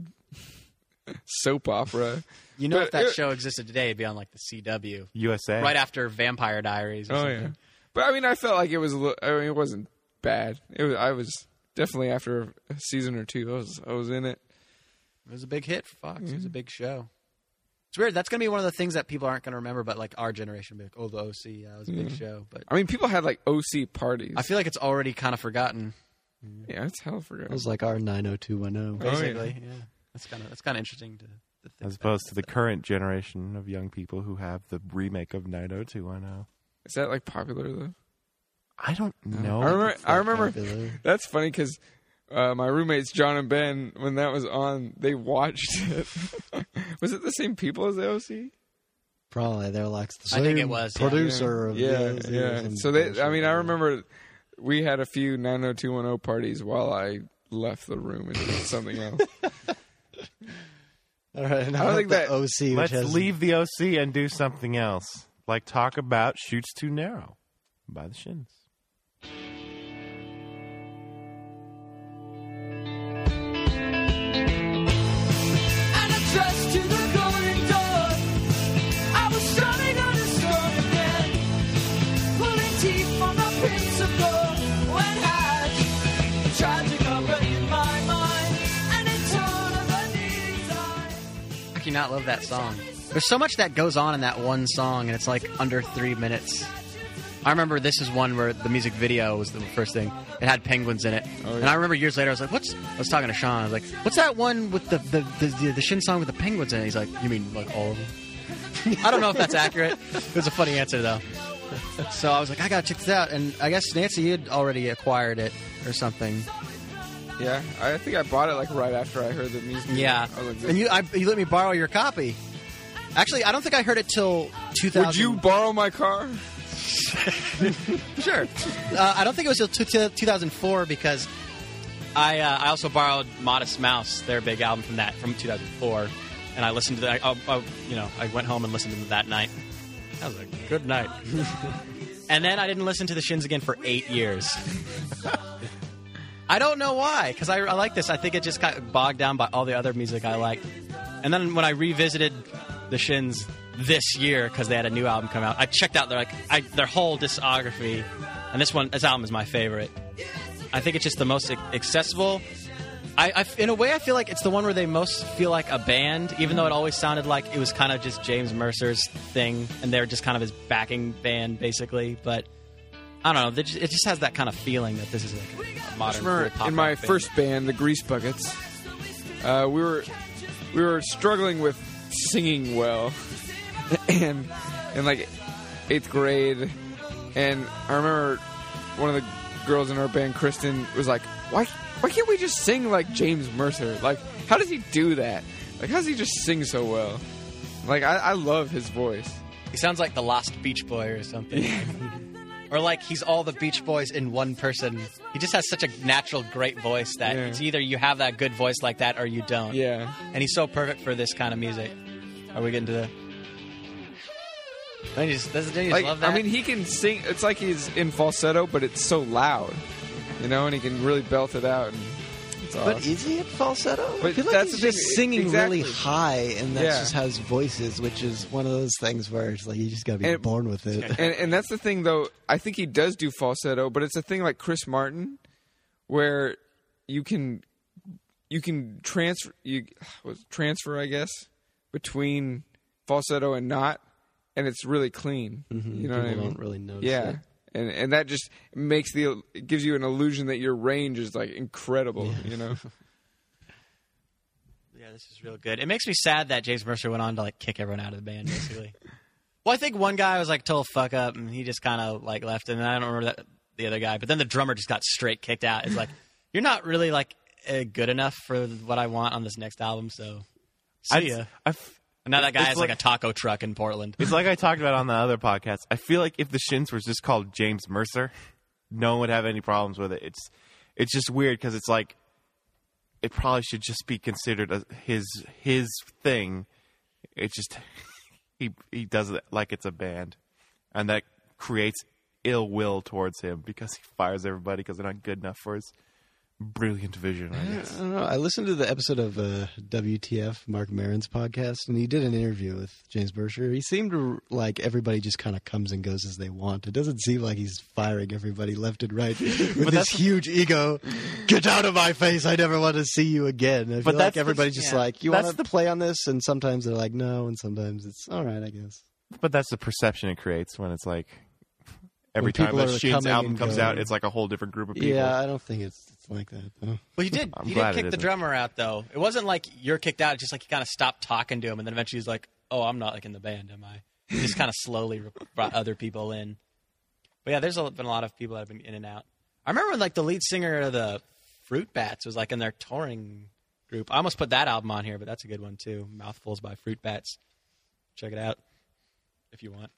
E: soap opera.
H: You know,
E: But
H: if that
E: it-
H: show existed today, it'd be on like the CW,
B: USA.
H: right after Vampire Diaries. Or
E: Oh
H: something.
E: yeah, but I mean, I felt like it was. a li- I mean, it wasn't bad. It was. I was definitely after a season or two. I was. I was in it.
H: It was a big hit for Fox. It was
E: Mm-hmm.
H: a big show. It's weird. That's gonna be one of the things that people aren't gonna remember, but like our generation, be like, oh, the OC, that was a big show. But
E: I mean, people had like OC parties.
H: I feel like it's already kind of forgotten.
E: yeah, that's hell for
C: It was like our
E: Oh,
C: 90210.
E: yeah.
H: Basically, yeah. That's kind of that's kind of interesting to, to think.
B: As
H: about.
B: opposed to the current generation oh of young people who have the remake of 90210.
E: Is that like popular though?
B: I don't know.
E: I remember. I remember.
C: popular.
E: That's funny because uh, my roommates John and Ben, when that was on, they watched it. was it the same people as the OC?
C: Probably they're like the
H: I
C: same
H: think it was, yeah.
C: producer of
E: Yeah,
C: this,
E: yeah.
C: and
E: So they.
C: bullshit.
E: I mean, I remember we had a few 90210 parties while I left the room and did something else.
C: All right, and I
E: don't think that-
C: OC, which
B: Let's
C: has
B: leave the OC and do something else, like talk about shoots too narrow by the shins.
A: and I dressed to the golden door. I was starting on a storm again, pulling teeth from the principal when I tried to comprehend my mind, and it told of a design.
H: How can you not love that song? There's so much that goes on in that one song, and it's like under three minutes. I remember this is one where the music video was the first thing. It had penguins in it, and I remember years later I was like, "What's?" I was talking to Sean. I was like, "What's that one with the the, the, the, the Shin song with the penguins in it?" He's like, "You mean like all of them?" I don't know if that's accurate. It was a funny answer though. So I was like, "I gotta check this out," and I guess Nancy you'd already acquired it or something.
E: yeah, I think I bought it like right after I heard the music.
H: Yeah,
E: I was like,
H: and you I, you let me borrow your copy. Actually, I don't think I heard it till 2000.
E: Would you borrow my car?
H: Sure. Uh, I don't think it was until two- 2004 because I uh, I also borrowed Modest Mouse, their big album from that from 2004, and I listened to that. I, I, you know, I went home and listened to them that night. That was a good night. and then I didn't listen to the Shins again for eight years. I don't know why, because I, I like this. I think it just got bogged down by all the other music I like. And then when I revisited the Shins this year because they had a new album come out, I checked out their like I, their whole discography, and this one, this album is my favorite. I think it's just the most ac- accessible. I, I- in a way, I feel like it's the one where they most feel like a band, even though it always sounded like it was kind of just James Mercer's thing, and they're just kind of his backing band, basically. But I don't know. they ju- It just has that kind of feeling that this is like a modern cool
E: remember
H: pop
E: in my
H: rock band.
E: first band, the Grease Buckets, uh, we were we were struggling with singing well, and in like eighth grade, and I remember one of the girls in our band, Kristen, was like, "Why why can't we just sing like James Mercer? Like, how does he do that? Like, how does he just sing so well? Like, I, I love his voice."
H: He sounds like the Lost Beach Boy or something. or like he's all the Beach Boys in one person. He just has such a natural, great voice that
E: Yeah.
H: it's either you have that good voice like that or you don't.
E: Yeah.
H: And he's so perfect for this kind of music. Are we getting to the. Don't you just, doesn't- don't you just
E: Like,
H: love that?
E: I mean, he can sing. It's like he's in falsetto, but it's so loud, you know, and he can really belt it out. And it's
C: But
E: awesome.
C: is he at falsetto? I
E: But
C: feel like
E: that's
C: he's
E: the
C: just
E: thing,
C: singing
E: exactly.
C: really high, and that's
E: Yeah.
C: just how his voice is, which is one of those things where it's like you just gotta be
E: And-
C: born with it.
E: and, and that's the thing, though. I think he does do falsetto, but it's a thing like Chris Martin, where you can you can transfer you was transfer, I guess, between falsetto and not, and it's really clean. You know what I
C: Mm-hmm. People
E: mean?
C: don't really notice
E: yeah.
C: it.
E: And, and that just makes the it gives you an illusion that your range is like incredible, you know.
H: Yeah, this is real good. It makes me sad that James Mercer went on to like kick everyone out of the band, basically. well, I think one guy was like total fuck up, and he just kind of like left, and I don't remember that the other guy. But then the drummer just got straight kicked out. It's like you're not really like eh, good enough for what I want on this next album. So see ya.
B: I, I f-
H: And now that guy
B: it's
H: has like,
B: like-
H: a taco truck in Portland.
B: It's like I talked about on the other podcast. I feel like if the Shins was just called James Mercer, no one would have any problems with it. It's it's just weird because it's like it probably should just be considered a, his his thing. It just he he does it like it's a band, and that creates ill will towards him because he fires everybody because they're not good enough for his brilliant vision. I guess.
C: I don't know. I listened to the episode of uh, WTF Mark Marin's podcast, and he did an interview with James Berkshire. He seemed to like everybody just kind of comes and goes as they want. It doesn't seem like he's firing everybody left and right with this huge ego. Get out of my face! I never want to see you again. I feel
B: But that's
C: like
B: the-
C: everybody's just
B: yeah.
C: like, you
B: That's
C: want to
B: the-
C: play on this, and sometimes they're like, no, and sometimes it's all right, I guess.
B: But that's the perception it creates when it's like every
C: When
B: time
C: people
B: the
C: are
B: Shins
C: coming
B: album
C: and
B: comes
C: going.
B: out, it's like a whole different group of people.
C: Yeah, I don't think it's, it's like that though.
H: Well, he did.
B: I'm
H: he
B: glad
H: did
B: it
H: kick the
B: isn't.
H: drummer out though. It wasn't like you're kicked out. It's just like he kind of stopped talking to him, and then eventually he's like, "Oh, I'm not like in the band, am I?" He just kind of slowly re- brought other people in. But yeah, there's a- been a lot of people that have been in and out. I remember when like the lead singer of the Fruit Bats was like in their touring group. I almost put that album on here, but that's a good one too. Mouthfuls by Fruit Bats. Check it out if you want.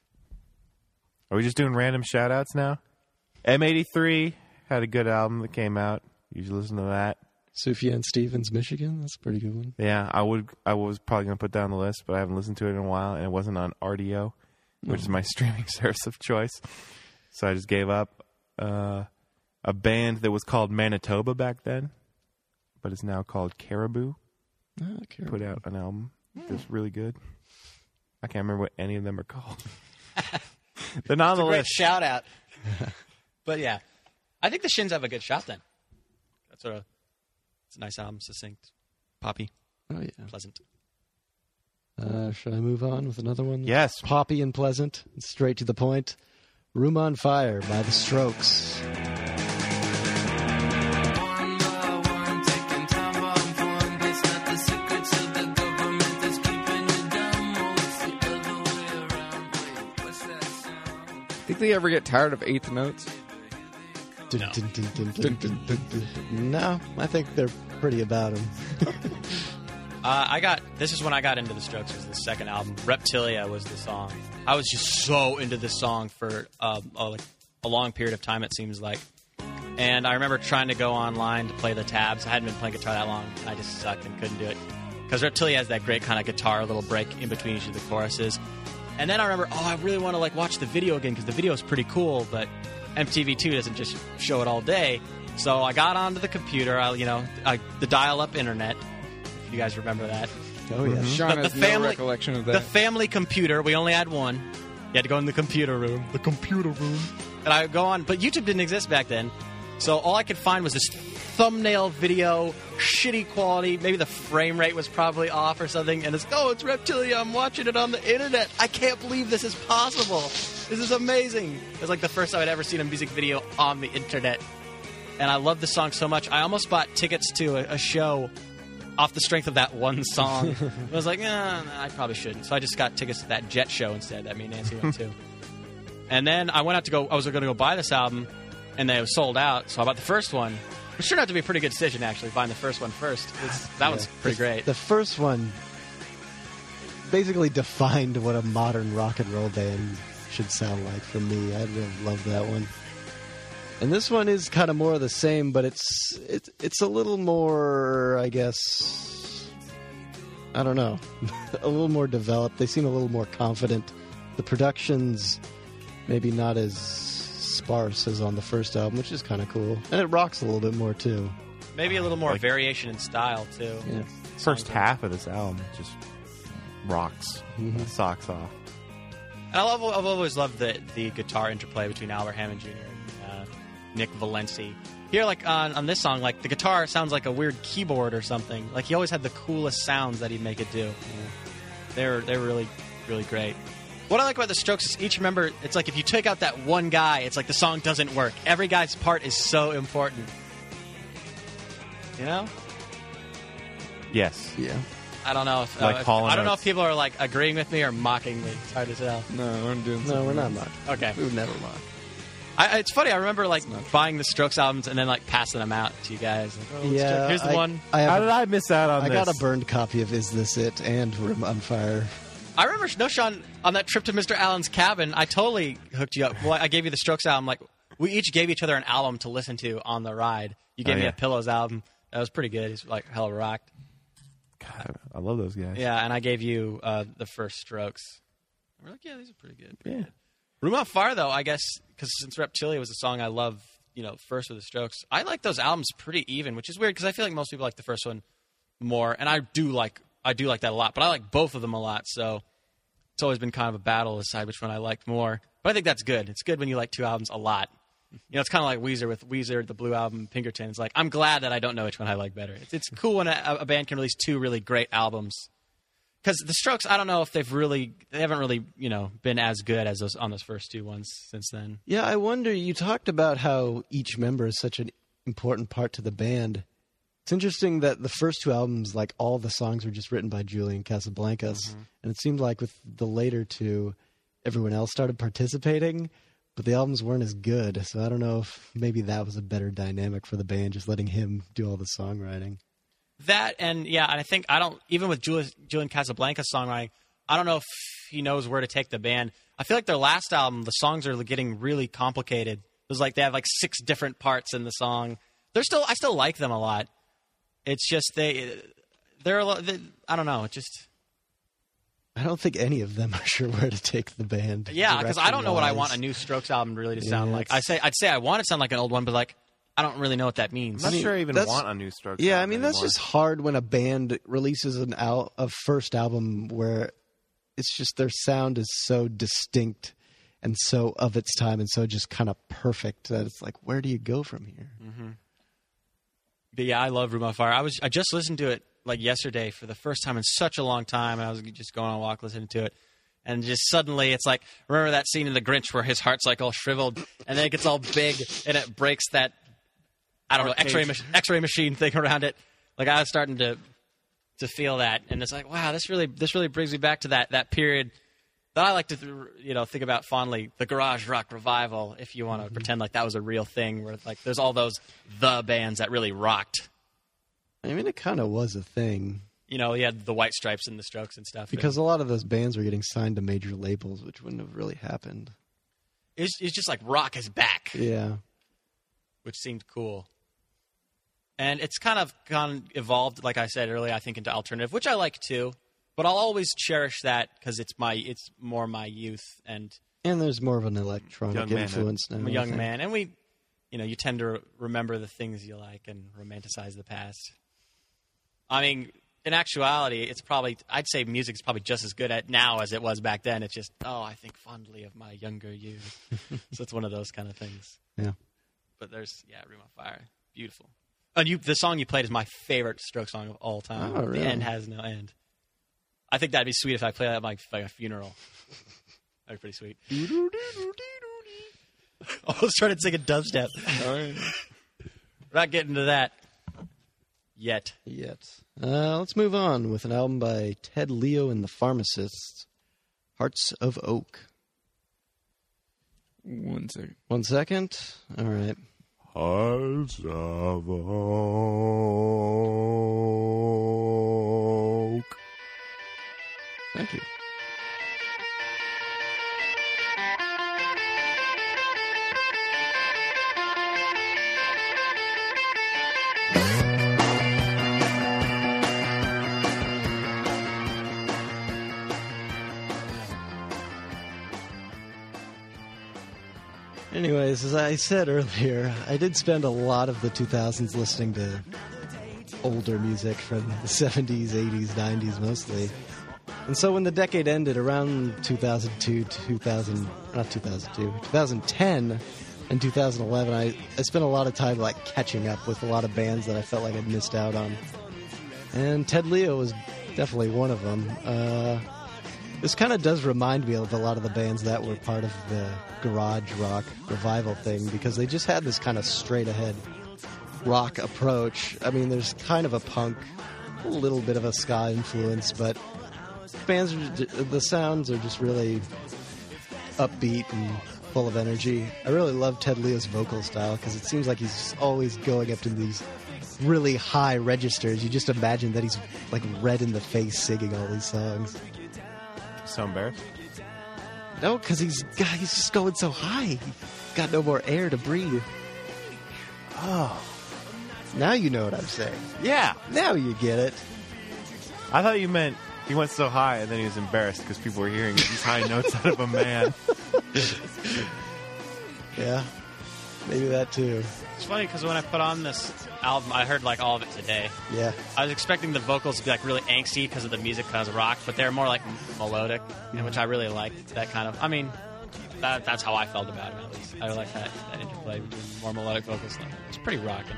B: Are we just doing random shout outs now? M83 had a good album that came out. You should listen to that.
C: Sufjan Stevens, Michigan. That's a pretty good one.
B: Yeah, I would. I was probably gonna put down the list, but I haven't listened to it in a while, and it wasn't on RDO, which is my streaming service of choice. So I just gave up. Uh, a band that was called Manitoba back then, but is now called Caribou,
C: I
B: Oh,
C: don't care.
B: put out an album that's really good. I can't remember what any of them are called. They're not on the
H: Great
B: list.
H: shout out. but yeah, I think the Shins have a good shot then. That's sort of it's a nice album, succinct, poppy,
C: Oh yeah.
H: pleasant.
C: Uh, should I move on with another one?
B: Yes.
C: Poppy and pleasant, straight to the point. Room on Fire by The Strokes.
E: Think they ever get tired of eighth notes?
C: Dun, dun, dun, dun, dun, dun, dun, dun. No, I think they're pretty about them.
H: Uh, I got this is when I got into the Strokes was the second album. Reptilia was the song. I was just so into this song for um, a, like, a long period of time. It seems like, and I remember trying to go online to play the tabs. I hadn't been playing guitar that long, and I just sucked and couldn't do it because Reptilia has that great kind of guitar little break in between each of the choruses. And then I remember, oh, I really want to like watch the video again because the video is pretty cool, but MTV2 doesn't just show it all day. So I got onto the computer, I, you know, I, the dial-up internet. If you guys remember that,
C: Oh yeah.
E: Sean
H: The-
E: has
H: the family-
E: no recollection of
H: the
E: that.
H: family computer. We only had one. You had to go in the computer room. The computer room. And I would go on, but YouTube didn't exist back then, so all I could find was this thumbnail video, shitty quality. Maybe the frame rate was probably off or something. And it's oh, it's Reptilia. I'm watching it on the internet. I can't believe this is possible. This is amazing. It was like the first time I'd ever seen a music video on the internet, and I love the song so much. I almost bought tickets to a, a show off the strength of that one song. I was like, nah, nah, I probably shouldn't. So I just got tickets to that Jet show instead that me and Nancy went to. And then I went out to go. I was going to go buy this album, and they were sold out. So I bought the first one, which turned out to be a pretty good decision actually, buying the first one first. It's, that one's pretty great.
C: The first one basically defined what a modern rock and roll band should sound like for me. I really love that one. And this one is kind of more of the same, but it's it's it's a little more, I guess. I don't know, a little more developed. They seem a little more confident. The production's maybe not as sparse as on the first album, which is kind of cool, and it rocks a little bit more too.
H: Maybe a little more
B: Like-
H: variation in style too.
C: Yeah.
B: First half of this album just rocks, socks off.
H: And I love, I've always loved the, the guitar interplay between Albert Hammond Jr. and uh, Nick Valenci. Here, like on, on this song, like the guitar sounds like a weird keyboard or something. Like he always had the coolest sounds that he'd make it do. you know. They're they're really really great. What I like about the Strokes is each member. It's like if you take out that one guy, it's like the song doesn't work. Every guy's part is so important. You know.
B: Yes.
C: Yeah.
H: I don't know if, uh,
B: Like
H: if-
B: Hall and
H: I don't know
B: Oates.
H: if people are like agreeing with me or mocking me. It's hard to tell.
E: no, I'm doing
C: No, we're not mock.
H: Okay.
C: We would never mock.
H: I, it's funny. I remember like buying the Strokes albums and then like passing them out to you guys. Like, oh, let's check- Here's the
C: I-
H: one.
C: I, have
B: How
C: a-
B: did I miss out on
C: I
B: this?
C: got a burned copy of Is This It and Room on Fire.
H: I remember no Sean on that trip to Mr. Allen's cabin. I totally hooked you up. Well, I gave you the Strokes album. Like we each gave each other an album to listen to on the ride. You gave
B: Oh,
H: me
B: yeah.
H: a Pillows album. That was pretty good. It's like hell rocked.
B: God, I love those guys.
H: Yeah, and I gave you uh, the first Strokes. We're like, yeah, these are pretty good. Yeah. Room on Fire, though, I guess, because since Reptilia was a song I love, you know, first with the Strokes, I like those albums pretty even, which is weird because I feel like most people like the first one more, and I do like I do like that a lot, but I like both of them a lot, so it's always been kind of a battle to decide which one I liked more. But I think that's good. It's good when you like two albums a lot. You know, it's kind of like Weezer with Weezer, the Blue Album, Pinkerton. It's like I'm glad that I don't know which one I like better. It's, it's cool when a, a band can release two really great albums because the Strokes, I don't know if they've really, they haven't really, you know, been as good as those on those first two ones since then.
C: Yeah, I wonder. You talked about how each member is such an important part to the band. It's interesting that the first two albums, like all the songs, were just written by Julian
H: Mm-hmm.
C: Casablancas, and it seemed like with the later two, everyone else started participating. but the albums weren't as good. So I don't know if maybe that was a better dynamic for the band, just letting him do all the songwriting.
H: That and yeah, and I think I don't even with Julian, Julian Casablancas songwriting. I don't know if he knows where to take the band. I feel like their last album, the songs are getting really complicated. It was like they have like six different parts in the song. They're still I still like them a lot. It's just they they're a lo- they, I don't know. It just
C: I don't think any of them are sure where to take the band.
H: yeah, because I don't know what I want a
C: direction-wise.
H: new Strokes album really to sound
C: Yeah,
H: like. I
C: it's-
H: say I'd say I want it to sound like an old one, but like I don't really know what that means.
B: I'm not
C: mean,
B: sure I even
C: that's-
B: want a new Strokes.
C: Yeah, I
B: album
C: mean that's
B: anymore.
C: just hard when a band releases an al- a first album where it's just their sound is so distinct and so of its time and so just kind of perfect that it's like where do you go from here?
H: Mm-hmm. But yeah, I love Room on Fire. I was I just listened to it like yesterday for the first time in such a long time, and I was just going on a walk listening to it, and just suddenly it's like remember that scene in The Grinch where his heart's like all shriveled, and then it gets all big, and it breaks that I don't know X-ray mach- X-ray machine thing around it. Like I was starting to to feel that, and it's like wow, this really this really brings me back to that that period. That I like to, th- you know, think about fondly the garage rock revival. If you want
C: Mm-hmm.
H: to pretend like that was a real thing, where like there's all those the bands that really rocked
C: I mean it kind of was a thing
H: you know, he had the white stripes and the strokes and stuff.
C: because a lot of those bands were getting signed to major labels which wouldn't have really happened.
H: And it's, it's just like rock is back,
C: Yeah.
H: which seemed cool. And it's kind of gone evolved, like I said earlier, I think into alternative, which I like too. But I'll always cherish that because it's my, it's more my youth and
C: And there's more of an electronic
B: Young man,
C: influence now.
H: I'm a
C: I
H: young
C: think.
H: man, and we, you know, you tend to remember the things you like and romanticize the past. I mean, in actuality, it's probably I'd say music's probably just as good at now as it was back then. It's just oh, I think fondly of my younger years. so it's one of those kind of things.
C: Yeah.
H: But there's yeah, Room on Fire, beautiful. Oh, And you, the song you played is my favorite Stroke song of all time.
C: Oh, really?
H: The end has no end. I think that'd be sweet if I played that at my, my funeral. That'd be pretty sweet. I was trying to sing a dubstep. We're not getting to that yet.
C: Yet. Uh, let's move on with an album by Ted Leo and the Pharmacists, Hearts of Oak.
E: One second.
C: One second. All right.
K: Hearts of oak.
C: Thank you. Anyways, as I said earlier, I did spend a lot of the 2000s listening to older music from the 70s, 80s, 90s mostly. And so when the decade ended around 2002, 2000, not 2002, 2010 and 2011, I, I spent a lot of time like catching up with a lot of bands that I felt like I'd missed out on. And Ted Leo was definitely one of them. Uh, this kind of does remind me of a lot of the bands that were part of the garage rock revival thing because they just had this kind of straight ahead rock approach. I mean, there's kind of a punk, a little bit of a ska influence, but bands are, the sounds are just really upbeat and full of energy. I really love Ted Leo's vocal style because it seems like he's always going up to these really high registers. You just imagine that he's like red in the face singing all these songs.
B: so embarrassed.
C: No, because he's God, he's just going so high. He got no more air to breathe. Oh, now you know what I'm saying.
B: Yeah,
C: Now you get it.
B: I thought you meant he went so high and then he was embarrassed because people were hearing these high notes out of a man.
C: Yeah, maybe that too.
H: It's funny because when I put on this album, I heard like all of it today.
C: Yeah,
H: I was expecting the vocals to be like really angsty because of the music, because of rock, but they're more like m- melodic, and which I really like that kind of. I mean, that, that's how I felt about it at least. I like that, that interplay between more melodic vocals. Like, it's pretty rocking.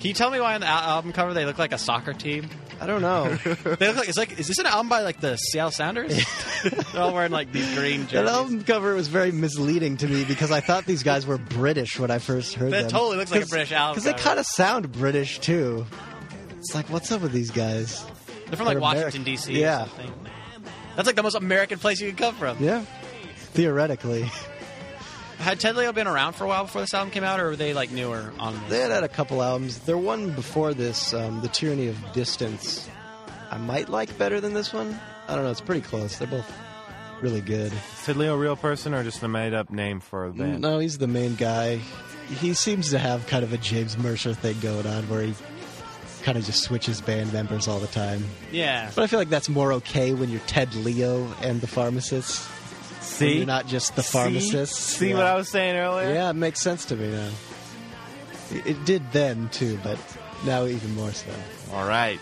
H: Can you tell me why on the al- album cover they look like a soccer team?
C: I don't know.
H: They look like it's like is this an album by like the Seattle Sounders? they're all wearing like these green
C: that
H: jerseys.
C: album cover was very misleading to me because I thought these guys were British when I first heard
H: That
C: them.
H: totally looks like a British album
C: because they
H: cover.
C: kind of sound British too. It's like, what's up with these guys?
H: They're from like
C: They're
H: Washington
C: Ameri-
H: D.C.
C: Yeah.
H: or something. That's like the most American place you could come from.
C: Yeah, theoretically.
H: had Ted Leo been around for a while before this album came out, or were they like newer on?
C: They
H: This?
C: had had a couple albums. Their one before this, um, The Tyranny of Distance, I might like better than this one. I don't know. It's pretty close. They're both really good.
B: Is Ted Leo a real person or just a made up name for a band?
C: No, he's the main guy. He seems to have kind of a James Mercer thing going on where he kind of just switches band members all the time.
H: Yeah,
C: But I feel like that's more okay when you're Ted Leo and the pharmacist.
B: See,
C: When you're not just the
B: See?
C: pharmacist.
B: See
C: Yeah.
B: what I was saying earlier?
C: Yeah, it makes sense to me now. It- It did then too, but now even more so.
B: All right.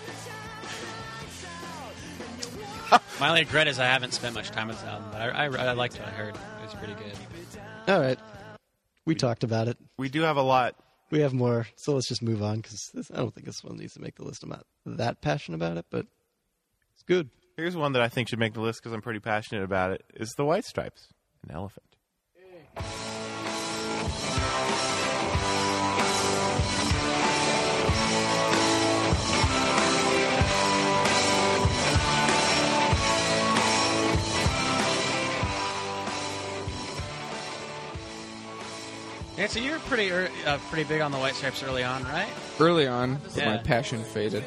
H: my only regret is I haven't spent much time with this album, but I, I, I liked what I heard. It was pretty good.
C: All right, we talked about it.
B: We do have a lot.
C: We have more, so let's just move on because I don't think this one needs to make the list. I'm not that passionate about it, but it's good.
B: Here's one that I think should make the list because I'm pretty passionate about it. It's the White Stripes, an elephant.
H: Yeah, so you were pretty ear uh, pretty big on the White Stripes early on, right?
E: Early on,
H: Yeah.
E: my passion faded.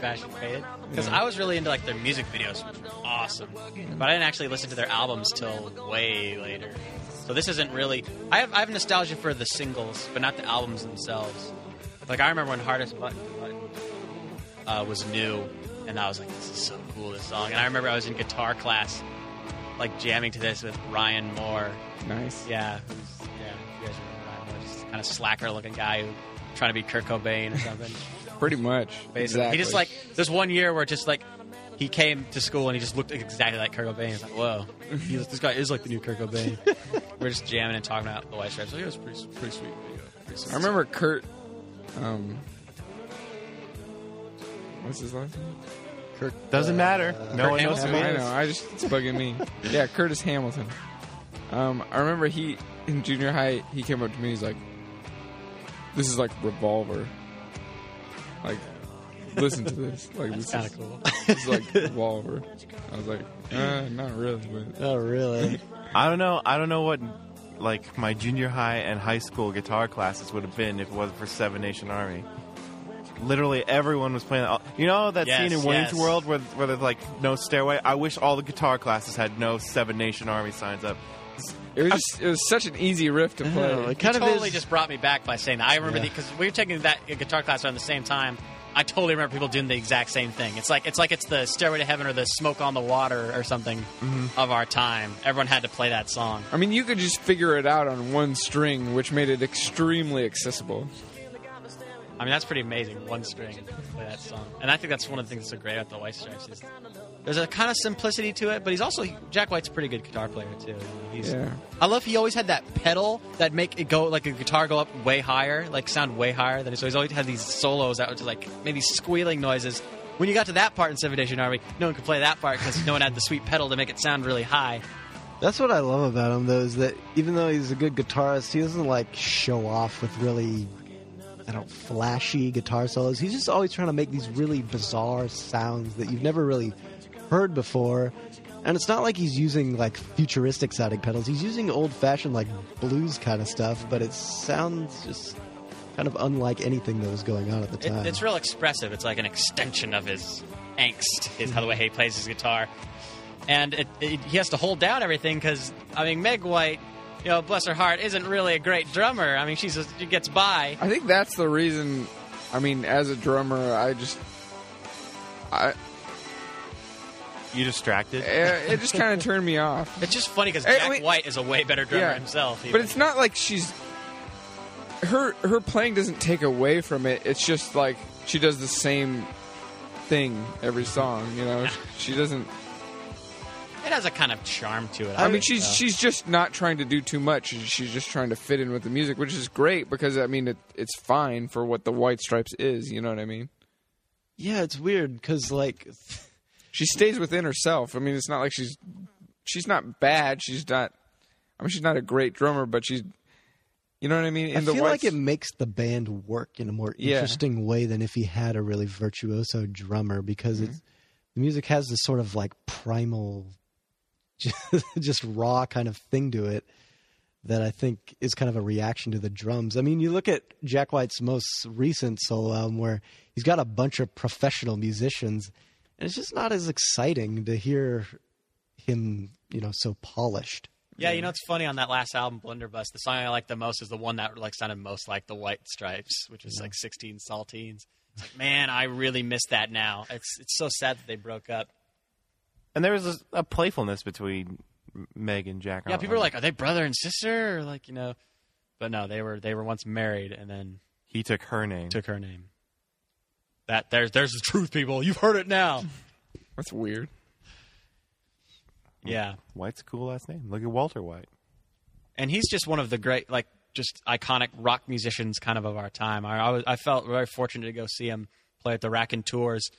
H: Fashion faded. Because I was really into like their music videos, which were awesome. But I didn't actually listen to their albums till way later. So this isn't really. I have I have nostalgia for the singles, but not the albums themselves. Like I remember when Hardest Button, Button uh, was new, and I was like, "This is so cool, this song." And I remember I was in guitar class, like jamming to this with Ryan Moore.
E: Nice.
H: Yeah, who's- yeah, you guys remember Ryan Moore, just kind of slacker looking guy who trying to be Kurt Cobain or something.
E: Pretty much.
H: Basically,
E: Exactly.
H: he just like this one year where just like he came to school and he just looked exactly like Kurt Cobain. It's like, whoa, He's- this guy is like the new Kurt Cobain. We're just jamming and talking about the White Stripes. Like, it was pretty, pretty sweet video. Pretty sweet.
E: I remember Kurt. Um, what's his last name?
C: Kirk
B: Doesn't matter. no
H: Kirk
B: one knows
H: Hamilton.
B: who
E: I
B: it is.
E: know. I just it's bugging me. Yeah, Curtis Hamilton. Um, I remember he in junior high he came up to me. He's like, "This is like Revolver. Like, listen to this. Like, this
H: Kind
E: is,
H: of cool.
E: this is like Revolver." I was like, uh, "Not really, but
C: Oh, really?
B: I don't know. I don't know what like my junior high and high school guitar classes would have been if it wasn't for Seven Nation Army. Literally everyone was playing. all- You know that
H: Yes,
B: scene in Wayne's
H: yes.
B: World where where there's like no stairway. I wish all the guitar classes had no Seven Nation Army signs up.
E: it was just, it was such an easy riff to play."
C: Oh, it
H: You
C: kind of
H: totally
C: is.
H: just brought me back by saying that. I remember
C: Yeah.
H: because we were taking that guitar class around the same time. I totally remember people doing the exact same thing. It's like it's like it's the Stairway to Heaven or the Smoke on the Water or something of our time. Everyone had to play that song.
E: I mean, you could just figure it out on one string, which made it extremely accessible.
H: I mean, that's pretty amazing. One string for that song, and I think that's one of the things that's so great about the White Stripes. Is there's a kind of simplicity to it, but he's also Jack White's a pretty good guitar player too. He's,
E: Yeah.
H: I love he always had that pedal that make it go like a guitar go up way higher, like sound way higher than it. So he's always had these solos that were just like maybe squealing noises. When you got to that part in Seven Nation Army, no one could play that part because no one had the sweet pedal to make it sound really high.
C: That's what I love about him, though, is that even though he's a good guitarist, he doesn't like show off with really, I don't, flashy guitar solos. He's just always trying to make these really bizarre sounds that you've never really heard before. And it's not like he's using like futuristic sounding pedals. He's using old fashioned like blues kind of stuff, but it sounds just kind of unlike anything that was going on at the
H: It,
C: time.
H: it's real expressive. It's like an extension of his angst, is how the way he plays his guitar. And it, it, he has to hold down everything because, I mean, Meg White, you know, bless her heart, isn't really a great drummer. I mean, she's just, she gets by.
E: I think that's the reason. I mean, as a drummer, I just, I eh,
B: You distracted.
E: it it just kind of turned me off.
H: It's just funny because
E: Hey,
H: Jack
E: wait.
H: White is a way better drummer
E: Yeah.
H: himself.
E: But
H: even.
E: it's not like she's her her playing doesn't take away from it. It's just like she does the same thing every song. You know, she doesn't.
H: it has a kind of charm to it.
E: I mean, she's she's just not trying to do too much. She's just trying to fit in with the music, which is great because I mean, it, it's fine for what the White Stripes is. You know what I mean?
C: yeah, it's weird because like
E: She stays within herself. I mean, it's not like she's she's not bad. She's not. I mean, she's not a great drummer, but she's. You know what I mean? In
C: I
E: the
C: feel
E: White
C: like it makes the band work in a more
E: Yeah.
C: interesting way than if he had a really virtuoso drummer because
E: Mm-hmm.
C: it's, the music has this sort of like primal, just, just raw kind of thing to it that I think is kind of a reaction to the drums. I mean, you look at Jack White's most recent solo album where he's got a bunch of professional musicians, and it's just not as exciting to hear him, you know, so polished.
H: Yeah, you know it's funny on that last album, Blunderbuss. The song I like the most is the one that like sounded most like the White Stripes, which is like 16 saltines. It's like, man, I really miss that now. It's it's so sad that they broke up.
B: And there was a, a playfulness between Meg and Jack.
H: Yeah, people are like, are they brother and sister? Or like you know, but no, they were they were once married and then
B: he took her name.
H: took her name. That there's there's the truth, people. You've heard it now.
E: That's weird.
H: yeah,
B: White's a cool last name. Look at Walter White.
H: and he's just one of the great like just iconic rock musicians kind of of our time i i, was, I felt very fortunate to go see him play at the rack and tours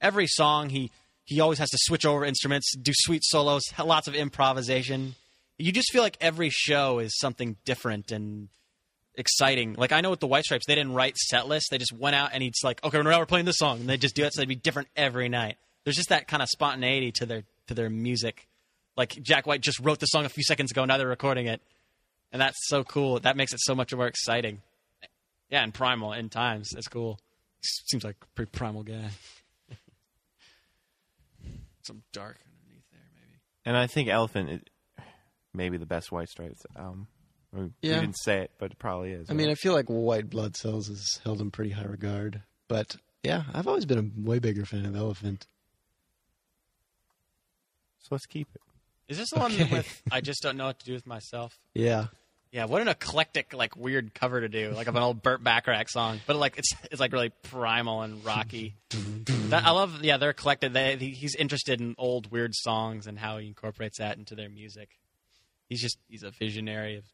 H: every song he he always has to switch over instruments do sweet solos lots of improvisation you just feel like every show is something different and exciting like i know with the white stripes they didn't write set lists they just went out and he's like okay now we're playing this song and they just do it so they'd be different every night there's just that kind of spontaneity to their to their music like jack white just wrote the song a few seconds ago now they're recording it and that's so cool. That makes it so much more exciting. Yeah, and primal in times. That's cool. S- Seems like a pretty primal guy. Some dark underneath there, maybe.
B: And I think Elephant is maybe the best White Stripes album. I mean,
C: Yeah.
B: We didn't say it, but it probably is.
C: I mean,
B: right?
C: I feel like White Blood Cells is held in pretty high regard, but yeah, I've always been a way bigger fan of Elephant.
B: so let's keep it.
H: Is this the one
C: Okay.
H: with I just don't know what to do with myself?
C: Yeah,
H: Yeah, what an eclectic, like weird cover to do, like of an old Burt Bacharach song, but like it's it's like really primal and rocky. that, I love. Yeah, they're collected. They, he's interested in old weird songs and how he incorporates that into their music. He's just he's a visionary. Of,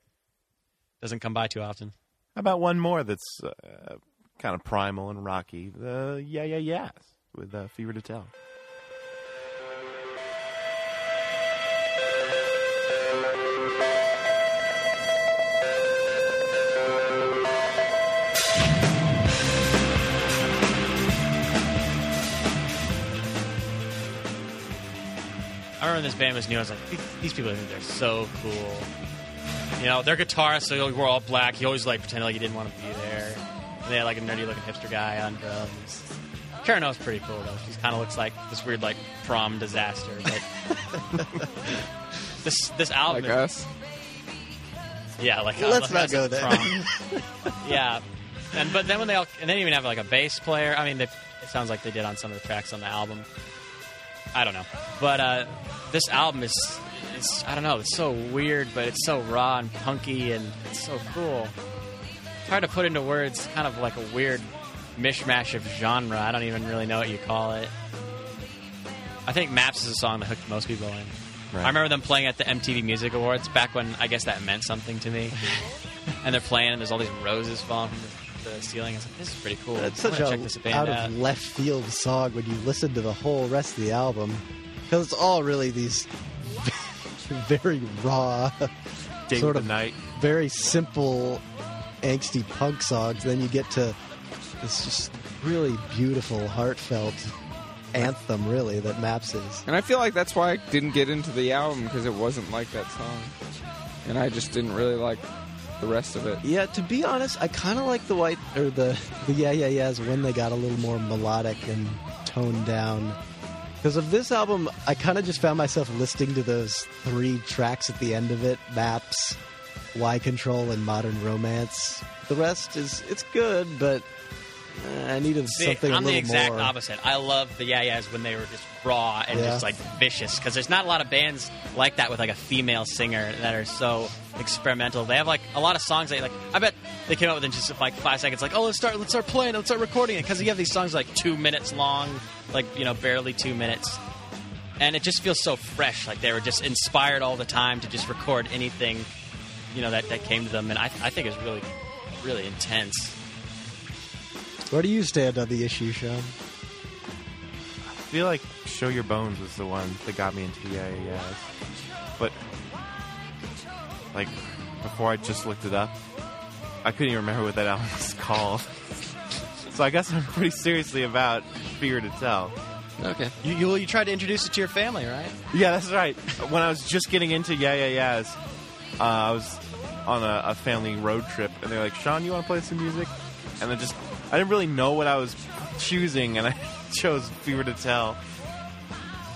H: doesn't come by too often.
B: How about one more that's uh, kind of primal and rocky? The Yeah Yeah Yeahs with uh, Fever to Tell.
H: I remember when this band was new. I was like, "These- these people think they're so cool. You know, their guitarist, so like, we're all black. He always like pretended like he didn't want to be there. And they had like a nerdy looking hipster guy on drums. Karen O's pretty cool though. She kind of looks like this weird like prom disaster. But this this album,
E: Like us.
H: yeah, like uh,
C: Let's not
H: like
C: go
H: us
C: there.
H: at prom. yeah, and but then when they all and they didn't even have like a bass player. I mean, they, it sounds like they did on some of the tracks on the album. I don't know, but uh, this album is, is I don't know. It's so weird, but it's so raw and punky, and it's so cool. It's hard to put into words. Kind of like a weird mishmash of genre. I don't even really know what you call it. I think Maps is a song that hooked most people in. I remember them playing at the MTV Music Awards back when I guess that meant something to me. and they're playing, and there's all these roses falling from the, the ceiling. I was like, this is pretty cool.
C: that's
H: I'm
C: such a
H: gonna check this band
C: out
H: out.
C: of left field song when you listen to the whole rest of the album because it's all really these very raw,
B: Date
C: Sort
B: with
C: of.
B: the Night.
C: very simple, angsty punk songs. Then you get to this just really beautiful, heartfelt anthem, really that Maps is.
E: And I feel like that's why I didn't get into the album because it wasn't like that song, and I just didn't really like the rest of it.
C: Yeah, to be honest, I kind of like the white or the, the yeah yeah yeahs when they got a little more melodic and toned down. Because of this album, I kind of just found myself listening to those three tracks at the end of it: Maps, Y Control, and Modern Romance. The rest is it's good, but uh, I needed
H: See,
C: something
H: I'm
C: a little
H: the exact
C: more.
H: opposite. I love the Yeah Yeahs when they were just raw and
C: Yeah.
H: just like vicious because there's not a lot of bands like that with like a female singer that are so experimental. They have like a lot of songs that like I bet they came up with in just like five seconds. Like oh let's start let's start playing let's start recording it because you have these songs like two minutes long, like you know barely two minutes, and it just feels so fresh. Like they were just inspired all the time to just record anything, you know that that came to them. And I I think it's really really intense.
C: Where do you stand on the issue, Sean?
B: I feel like Show Your Bones was the one that got me into E Yeah Yeah Yeahs. But, like, before I just looked it up, I couldn't even remember what that album was called. so I guess I'm pretty seriously about Fear to Tell.
C: Okay,
H: You, you you tried to introduce it to your family right?
B: Yeah, that's right. When I was just getting into Yeah Yeah Yeahs, uh, I was on a, a family road trip, and they're like, "Sean, you want to play some music?" And I just, I didn't really know what I was choosing, and I chose "Fever to Tell."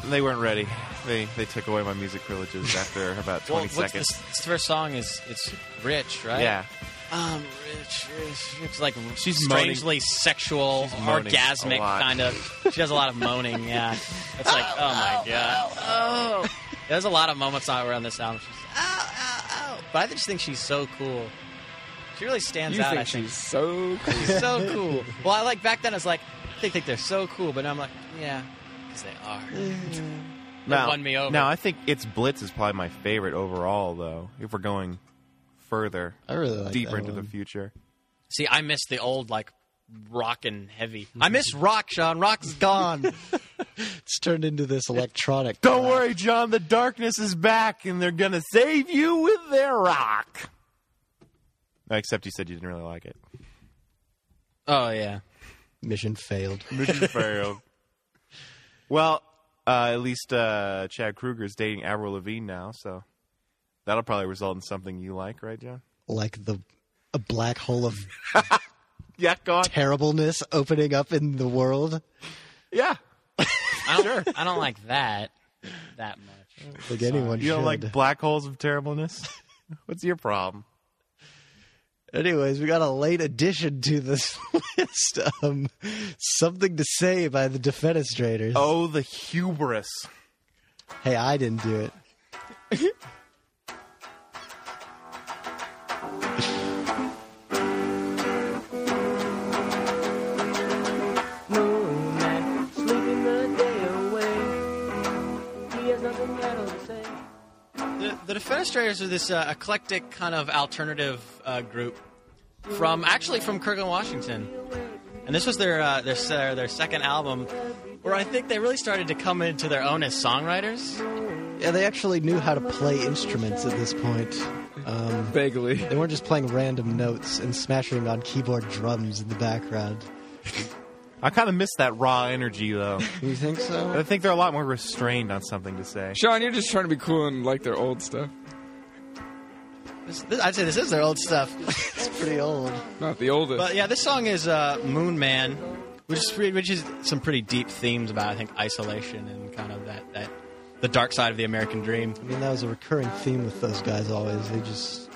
B: And they weren't ready. They they took away my music privileges after about
H: Well,
B: twenty
H: what's
B: seconds.
H: this, this first song is it's rich, right?
B: Yeah,
H: Um, rich, rich. It's like
B: She's
H: strangely
B: moaning.
H: sexual,
B: She's moaning
H: orgasmic
B: a lot.
H: kind of. She does a lot of moaning. Yeah, it's like oh my god. Oh, there's a lot of moments on around this album. She's oh, oh, oh. But I just think she's so cool. She really stands
E: You
H: out.
E: think
H: I think
E: she's so cool.
H: she's so cool. Well, I like back then. I was like, they think they're so cool, but now I'm like, yeah, 'cause they are.
B: now,
H: won me over.
B: Now I think "It's Blitz" is probably my favorite overall, though. If we're going further,
C: I really like
B: deeper
C: that
B: into
C: one.
B: the future.
H: See, I miss the old like rock and heavy. I
B: Mm-hmm.
H: miss rock, Sean. Rock's gone.
C: It's turned into this electronic.
B: Don't
C: crap.
B: worry, John. The darkness is back, and they're gonna save you with their rock. Except you said you didn't really like it.
H: oh yeah.
C: Mission failed.
B: Mission failed. Well, uh, at least uh, Chad Kruger's dating Avril Lavigne now, so that'll probably result in something you like, right, John?
C: Like the a black hole of
B: Yeah, go on.
C: terribleness opening up in the world.
B: Yeah.
H: I don't, I don't like that that much.
C: Like anyone
B: You don't
C: should.
B: like black holes of terribleness? What's your problem?
C: Anyways, we got a late addition to this list. Um, something to say by the defenestrators.
B: Oh, the hubris.
C: Hey, I didn't do it.
I: Moonlight, sleeping the day away. He has nothing better to say.
H: The, the Defenestrators are this uh, eclectic kind of alternative uh, group from actually from Kirkland, Washington, and this was their uh, their se- their second album, where I think they really started to come into their own as songwriters.
C: Yeah, they actually knew how to play instruments at this point. Um,
E: Vaguely.
C: they weren't just playing random notes and smashing on keyboard drums in the background.
B: I kind of miss that raw energy, though.
C: You think so?
B: I think they're a lot more restrained on something to say.
E: Sean, you're just trying to be cool and like their old stuff.
H: This, this, I'd say this is their old stuff.
C: It's pretty old.
E: Not the oldest.
H: But yeah, this song is uh, Moon Man, which is pretty, which is some pretty deep themes about I think isolation and kind of that that the dark side of the American dream.
C: I mean, that was a recurring theme with those guys always. They just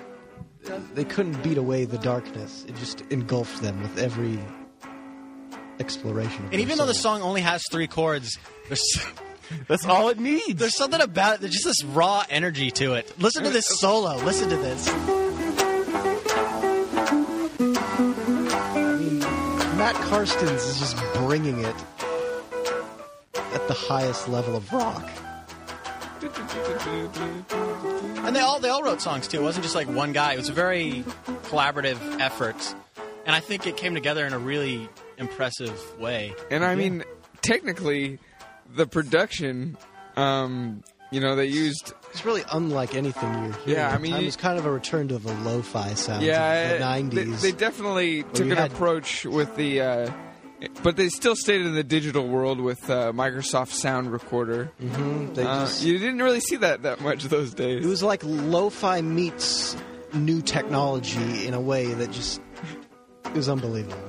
C: they couldn't beat away the darkness. It just engulfed them with every exploration. Of
H: And even though the
C: the
H: song only has three chords, there's
B: That's all it needs.
H: there's something about it. There's just this raw energy to it. Listen to this solo. Listen to this.
C: I mean, Matt Karstens is just bringing it at the highest level of rock.
H: And they all they all wrote songs too. It wasn't just like one guy. It was a very collaborative effort, and I think it came together in a really impressive way.
E: And I mean, technically, the production, um, you know, they used.
C: It's really unlike anything you're hearing.
E: Yeah, I
C: at the
E: mean,
C: time.
E: you-
C: it's kind of a return to the lo-fi sound
E: Yeah,
C: of the
E: I- they,
C: '90s.
E: they definitely took
C: you
E: an
C: had-
E: approach with the. Uh, but they still stayed in the digital world with uh, Microsoft Sound Recorder.
C: They
E: Uh,
C: just-
E: you didn't really see that that much those days.
C: Hmm. It was like lo-fi meets new technology in a way that just it was unbelievable.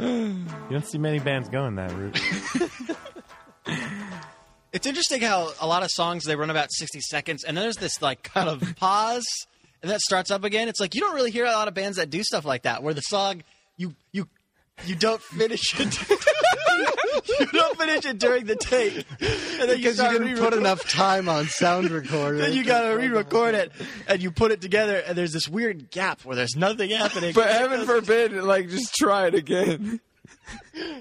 B: You don't see many bands going that route.
H: It's interesting how a lot of songs they run about 60 seconds, and then there's this like kind of pause, and that starts up again. It's like you don't really hear a lot of bands that do stuff like that, where the song you you you don't finish it. you don't finish it during the take, and then you,
C: Because you
H: start
C: didn't
H: re-record-
C: put enough time on sound recorder.
H: Then you gotta re-record it, and you put it together, and there's this weird gap where there's nothing happening.
E: But heaven forbid, like just try it again.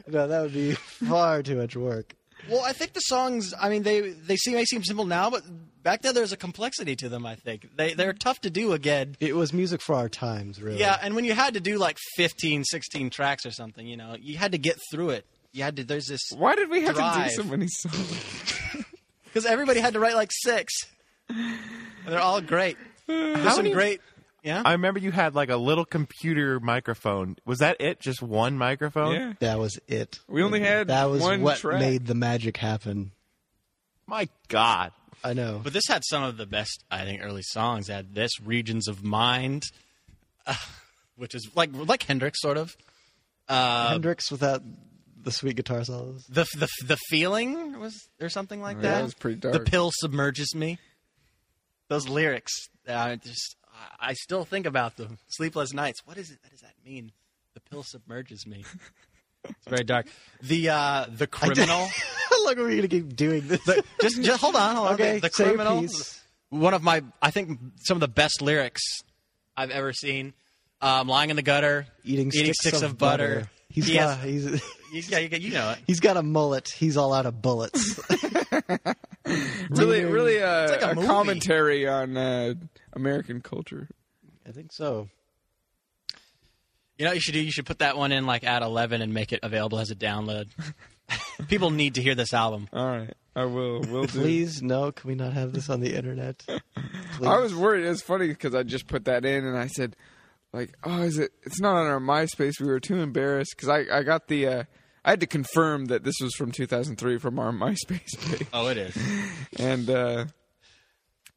C: No, that would be far too much work.
H: Well, I think the songs. I mean, they they seem may seem simple now, but back then there's a complexity to them. I think they they're tough to do again.
C: It was music for our times, really.
H: Yeah, and when you had to do like 15, 16 tracks or something, you know, you had to get through it. You had to. There's this
E: Why did we have
H: Drive.
E: to do so many songs?
H: because everybody had to write like six, and they're all great. There's some great. Yeah.
B: I remember you had like a little computer microphone. Was that it? Just one microphone?
E: Yeah,
C: that was it.
E: we only had
C: That was
E: one
C: what
E: track.
C: made the magic happen.
B: My God.
C: I know.
H: But this had some of the best, I think, early songs. It had this "Regions of Mind," uh, which is like like Hendrix, sort of. Uh,
C: Hendrix without the sweet guitar solos.
H: the the the feeling was or something like
E: Yeah,
H: that.
E: that was pretty dark.
H: The pill submerges me. Those lyrics, uh, just I- I still think about them. Sleepless nights. What is it? What does that mean? The pill submerges me. It's very dark. The uh, the criminal.
C: How long are we gonna keep doing this?
H: just, just hold on, hold on.
C: okay,
H: The- the
C: say your
H: criminal.
C: piece.
H: One of my, I think, some of the best lyrics I've ever seen. Um, lying in the gutter,
C: Eating,
H: sticks, of, butter.
C: He's
H: He
C: got
H: has-
C: he's
H: yeah, you, you know it.
C: he's got a mullet. He's all out of bullets.
E: Really, really uh,
H: like a
E: a,
H: movie.
E: commentary on uh, American culture.
C: I think so.
H: You know what you should do? You should put that one in like at 11 and make it available as a download. People need to hear this album.
E: All right, I will. Will do.
C: Please, no. Can we not have this on the internet? Please.
E: I was worried. It was funny because I just put that in and I said, like, oh, is it? It's not on our MySpace. We were too embarrassed because I, I got the. Uh, I had to confirm that this was from 2003 from our MySpace page,
H: Oh, it is.
E: and uh,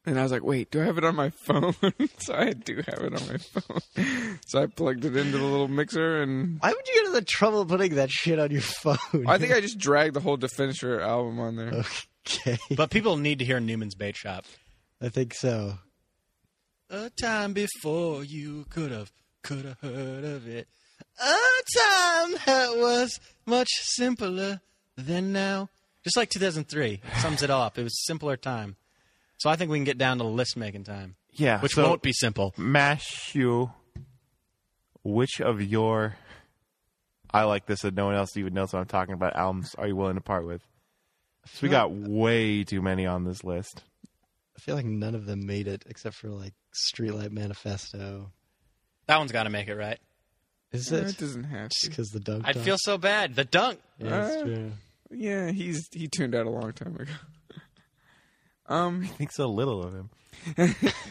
E: and I was like, wait, do I have it on my phone? so I do have it on my phone. so I plugged it into the little mixer, and
C: Why would you go to the trouble of putting that shit on your phone?
E: I think I just dragged the whole Definitor album on there.
C: okay.
H: But people need to hear Newman's Bait Shop.
C: I think so.
H: A time before you could have, could have heard of it. A time that was much simpler than now. Just like 2003. It sums it all up. It was a simpler time. So I think we can get down to list making time,
B: Yeah,
H: which
B: so-
H: won't be simple.
B: Mash you. Which of your I like this and no one else even knows what I'm talking about albums are you willing to part with? So we got way too many on this list.
C: I feel like none of them made it except for like Streetlight Manifesto.
H: That one's got to make it, right?
C: Is
E: No,
C: it?
E: it doesn't have
C: Just
E: to.
C: because the dog.
H: I'd feel so bad. The dunk.
C: Yeah, that's
E: Uh,
C: true.
E: Yeah, he's he tuned out a long time ago. um,
B: I think so little of him.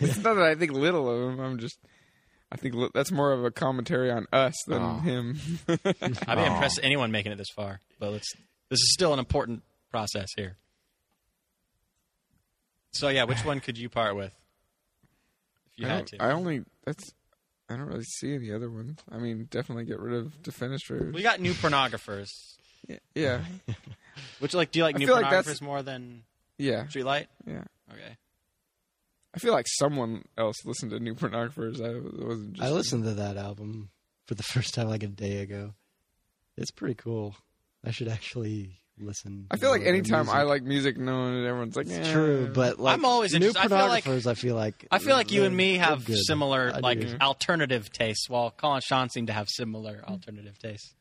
E: It's not that I think little of him. I'm just, I think li- that's more of a commentary on us than
B: Oh.
E: him.
H: I'd be
B: Aw.
H: impressed at anyone making it this far. But it's, this is still an important process here. So yeah, which one could you part with? If you
E: I,
H: had
E: don't,
H: to.
E: I only that's. I don't really see any other ones. I mean, definitely get rid of Defenestrate.
H: we got new pornographers.
E: Yeah, yeah,
H: Which like do you like
E: I
H: new
E: feel
H: pornographers
E: like that's-
H: more than
E: yeah,
H: Streetlight?
E: yeah.
H: Okay.
E: I feel like someone else listened to New Pornographers. I it wasn't.
H: uh,
E: Just
C: I listened to that album for the first time like a day ago. It's pretty cool. I should actually listen.
E: I feel like
C: more to their
E: anytime I
C: music.
E: like music, no one everyone's like,
C: It's
E: "Eh."
C: true, but like
H: I'm always
C: new
H: interested- I feel like-
C: pornographers. I feel like
H: I feel like you and me
C: they're-
H: have
C: they're good.
H: similar
C: I
H: like
C: do.
H: alternative tastes, while Colin Sean seemed to have similar alternative tastes.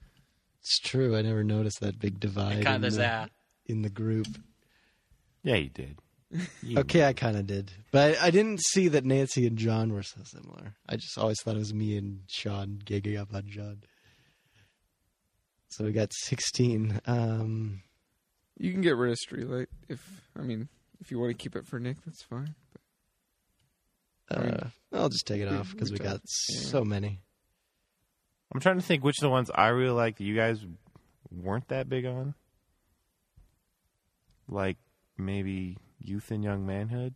C: It's true. I never noticed that big
H: It
C: divide
H: kind of
C: in,
H: there's
C: the,
H: that.
C: in the group.
B: Yeah, you did. You-
C: Okay, I kind of did, but I didn't see that Nancy and John were so similar. I just always thought it was me and Sean gigging up on John. So we got sixteen. Um,
E: You can get rid of Streetlight if I mean if you want to keep it for Nick, that's fine.
C: uh, I'll just take it off because we
E: we
C: got
E: talked,
C: so many.
B: I'm trying to think which of the ones I really like that you guys weren't that big on. Like maybe Youth and Young Manhood.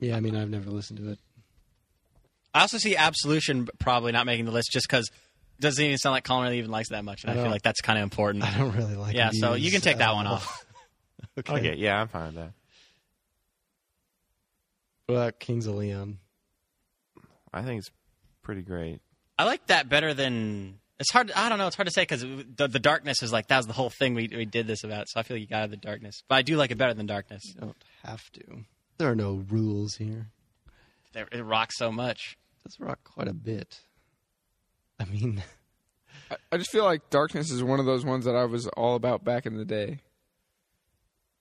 C: Yeah, I mean, I've never listened to it.
H: I also see Absolution probably not making the list just because it doesn't even sound like Colin really even likes it that much, and I, feel
C: don't-
H: like that's kind of important.
C: I don't really like.
H: Yeah, so
C: these
H: you can take that
C: at
H: one
C: all.
H: off.
C: okay.
B: Okay, yeah, I'm fine with that.
C: What about Kings of Leon?
B: I think it's pretty great.
H: I like that better than. It's hard. I don't know. It's hard to say because the, the darkness is like that was the whole thing we, we did this about. So I feel like you got out of the darkness, but I do like it better than darkness.
C: You don't have to. There are no rules here.
H: There- It rocks so much.
C: That's rock quite a bit. I mean,
E: I- I just feel like Darkness is one of those ones that I was all about back in the day.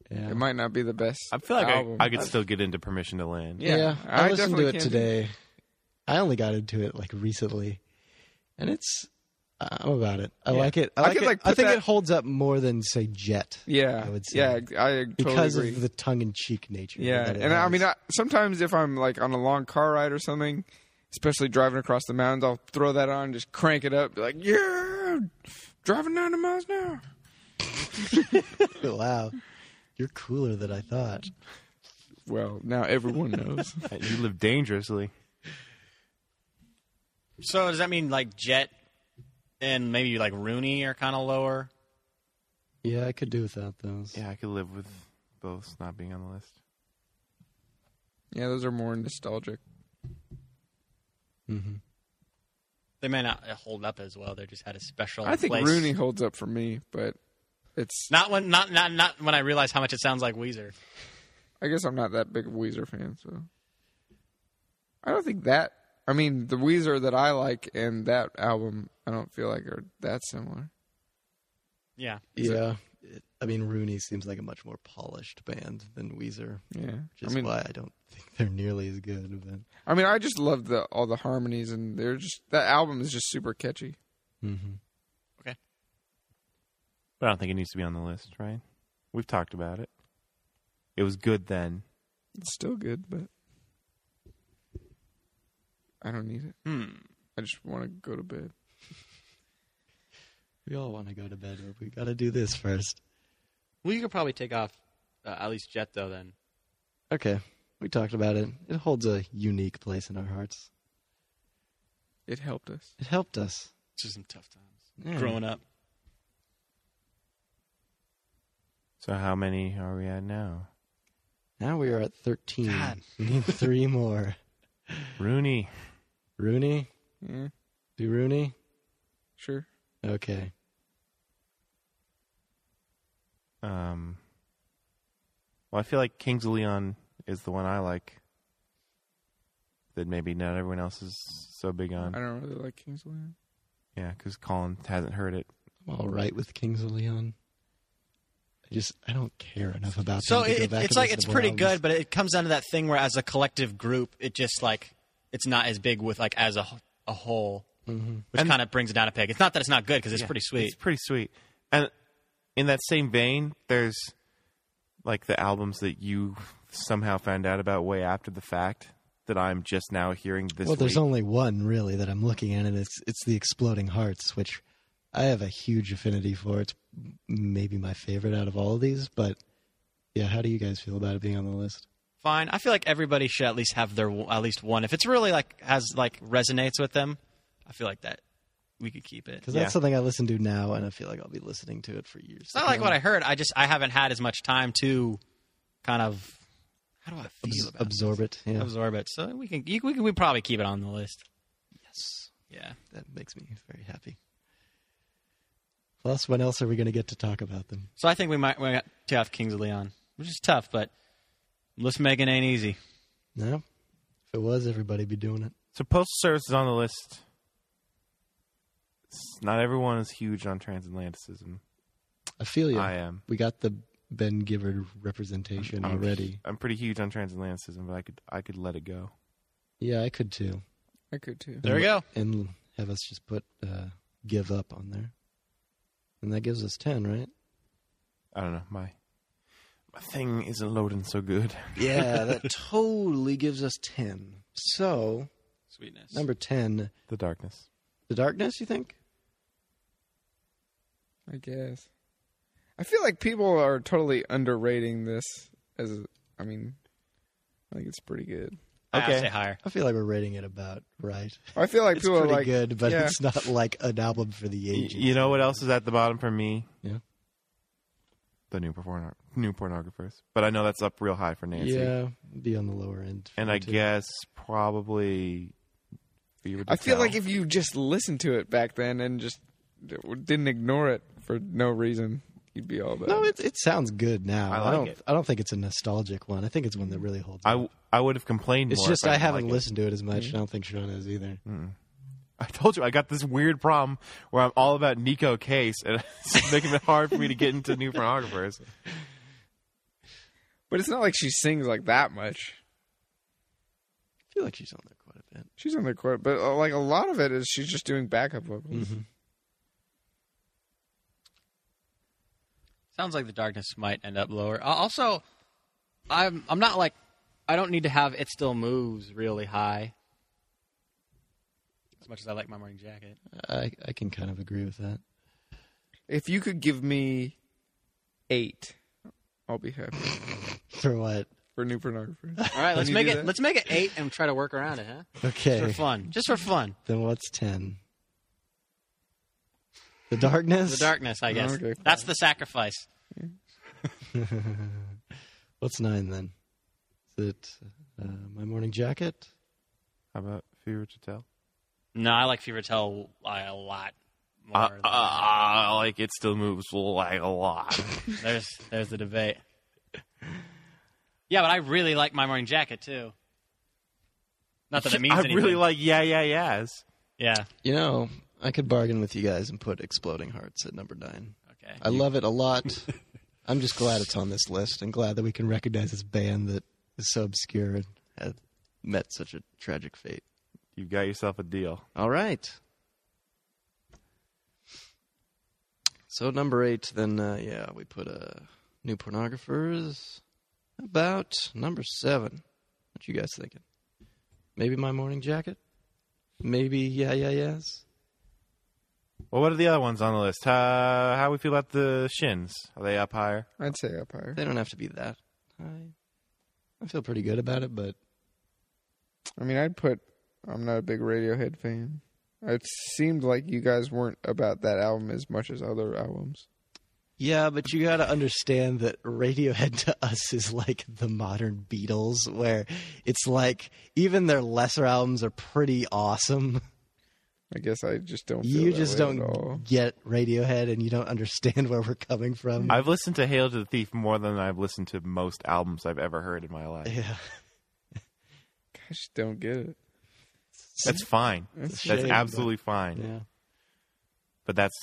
C: yeah.
E: It might not be the best.
B: I feel like
E: album.
B: I, I could still get into Permission to Land.
E: Yeah,
C: I, listened to
E: definitely
C: it
E: can't do-
C: today. I only got into it like recently, and it's I'm about it. I like it. I,
E: I
C: like
E: could,
C: it.
E: like,
C: I
E: put
C: think
E: that-
C: it holds up more than say Jet.
E: Yeah,
C: I would say.
E: yeah, I totally
C: because
E: agree.
C: of the tongue-in-cheek nature.
E: yeah,
C: that it
E: and I I
C: has.
E: mean, I, sometimes if I'm like on a long car ride or something, especially driving across the mountains, I'll throw that on, just crank it up, be like yeah, driving 90 miles an hour.
C: wow, you're cooler than I thought.
E: Well, now everyone knows.
B: You live dangerously.
H: So does that mean like Jet and maybe like Rooney are kind of lower?
C: Yeah, I could do without those.
B: Yeah, I could live with both not being on the list.
E: yeah, those are more nostalgic.
H: They may not hold up as well. They just had a special.
E: I think
H: place.
E: Rooney holds up for me, but it's.
H: Not when not not not when I realize how much it sounds like Weezer.
E: I guess I'm not that big of a Weezer fan, so I don't think that. I mean, the Weezer that I like and that album, I don't feel like are that similar.
H: Yeah.
C: Yeah. It- I mean, Rooney seems like a much more polished band than Weezer,
E: Yeah,
C: which is
E: I mean,
C: why I don't think they're nearly as good. But
E: I mean, I just love the all the harmonies and they're just that album is just super catchy.
C: mm-hmm.
B: But I don't think it needs to be on the list, right? We've talked about it. It was good then.
E: It's still good, but I don't need it. I just want to go to bed.
C: we all want to go to bed, but we got to do this first.
H: Well, you could probably take off uh, at least Jet though. Then
C: Okay, we talked about it. It holds a unique place in our hearts.
E: It helped us.
C: It helped us.
H: it's just some tough times
C: Yeah.
H: growing up.
C: Hmm.
B: So how many are we at now?
C: Now we are at 13.
H: God.
C: We need three more.
B: Rooney.
C: Rooney?
E: Yeah,
C: Do Rooney?
E: sure.
C: Okay.
B: Um, well, I feel like Kings of Leon is the one I like. That maybe not everyone else is so big
E: I
B: on.
E: don't really like Kings of Leon.
B: Yeah, because Colin hasn't heard it.
C: I'm all right with Kings of Leon. I just, I don't care enough about
H: So
C: them to go
H: it,
C: back and
H: it's like
C: listen
H: it's
C: to more
H: pretty
C: albums.
H: good, but it comes down to that thing where as a collective group, it just like it's not as big with like as a a whole, which
C: Mm-hmm.
B: And-
H: kind of brings it down a peg. It's not that it's not good because it's pretty sweet.
B: It's pretty sweet. And in that same vein, there's like the albums that you somehow found out about way after the fact that I'm just now hearing this
C: Well, there's
B: week.
C: only one really that I'm looking at, and it's it's the Exploding Hearts, which I have a huge affinity for. It's maybe my favorite out of all of these, but yeah, how do you guys feel about it being on the list?
H: Fine. I feel like everybody should at least have their at least one. If it's really like has like resonates with them, I feel like that we could keep it.
C: Because
B: Yeah.
C: that's something I listen to now, and I feel like I'll be listening to it for years.
H: It's not like what I heard. I just I haven't had as much time to kind of how do I feel about
C: absorb it. Yeah,
H: it? absorb it. So we can you, we can we probably keep it on the list. Yes. Yeah.
C: that makes me very happy. Plus, when else are we going to get to talk about them?
H: So I think we might we got to have Kings of Leon, which is tough, but list making ain't easy.
C: No, if it was, everybody be doing it.
B: So postal service is on the list. It's- Not everyone is huge on transatlanticism.
C: I uh, feel you.
B: I am.
C: We got the Ben Gibbard representation
B: I'm-
C: already.
B: I'm pretty huge on transatlanticism, but I could I could let it go.
C: Yeah, I could too.
E: I could too.
H: There we go.
C: and have us just put uh, give up on there. And that gives us 10, right?
B: I don't know. My my thing isn't loading so good.
C: Yeah, that totally gives us 10. So,
H: Sweetness.
C: number 10,
B: The darkness.
C: The Darkness, you think?
E: I guess. I feel like people are totally underrating this. As a, I mean, I think it's pretty good.
H: I'll
B: Okay.
H: say higher.
C: I feel like we're rating it about right.
E: I feel like
C: It's
E: people are
C: pretty
E: like,
C: good, but
E: yeah,
C: it's not like an album for the
B: Y-
C: ages.
B: you know what else is at the bottom for me?
C: Yeah.
B: The new porn new pornographers. But I know that's up real high for Nancy.
C: Yeah, be on the lower end. for
B: And
C: me
B: I
C: too.
B: guess probably Fever to
E: I feel
B: Tell.
E: like if you just listened to it back then and just didn't ignore it for no reason, you'd be all about.
C: No,
E: it.
C: it, it sounds good now.
B: I
C: I,
B: like
C: don't.
B: it.
C: I don't think it's a nostalgic one. I think it's one that really holds.
B: I,
C: up.
B: w- I would have complained
C: it's
B: more
C: just
B: if
C: I,
B: didn't
C: haven't
B: like it. Mm.
C: listened to it as much. and I don't think Sean has either.
B: I told you I got this weird problem where I'm all about Nico Case and it's making it hard for me to get into new pornographers.
E: But it's not like she sings like that much.
C: I feel like she's on there quite a bit.
E: She's on the court, but uh, like a lot of it is she's just doing backup vocals.
C: Mm-hmm.
H: Sounds like the darkness might end up lower. Uh, also, I'm I'm not like I don't need to have it still moves really high. As much as I like my morning jacket,
C: I, I can kind of agree with that.
E: If you could give me eight, I'll be happy.
C: For what?
E: for new pornography.
H: All right, let's
E: you
H: make
E: do
H: it.
E: that?
H: Let's make it eight and try to work around it, huh? Just
C: Okay.
H: For fun, just for fun.
C: Then what's 10? The darkness?
H: The darkness, I guess.
E: Okay, fine.
H: That's the sacrifice.
C: What's 9 then? Is it uh, my morning jacket?
B: How about Fever to Tell?
H: No, I like Fever Tell I- a lot more.
B: Uh,
H: than-
B: uh, like it still moves like a lot.
H: there's there's the debate. Yeah, but I really like My Morning Jacket too. Not that it means
B: I
H: anything.
B: really like yeah yeah yeahs.
H: Yeah.
C: You know, I could bargain with you guys and put Exploding Hearts at number 9.
H: Okay.
C: I love it a lot. I'm just glad it's on this list and glad that we can recognize this band that is so obscure and had met such a tragic fate.
B: You got yourself a deal.
C: All right. So number eight, then uh, yeah, we put uh, new pornographers. How About number seven, what you guys thinking? Maybe my morning jacket. Maybe yeah, yeah, yes.
B: Well, what are the other ones on the list? Uh, how we feel about the Shins? Are they up higher?
E: I'd say up higher.
C: They don't have to be that high. I feel pretty good about it, but
E: I mean, I'd put. I'm not a big Radiohead fan. It seemed like you guys weren't about that album as much as other albums.
C: Yeah, but you got to understand that Radiohead to us is like the modern Beatles, where it's like even their lesser albums are pretty awesome.
E: I guess I just don't. Feel
C: You
E: that
C: just
E: way at all.
C: don't get Radiohead and you don't understand where we're coming from.
E: Mm.
B: I've listened to Hail to the Thief more than I've listened to most albums I've ever heard in my life.
C: yeah.
E: I just don't get it.
B: That's fine.
E: That's
B: That's,
C: shame, but-
B: absolutely fine.
C: Yeah.
B: But that's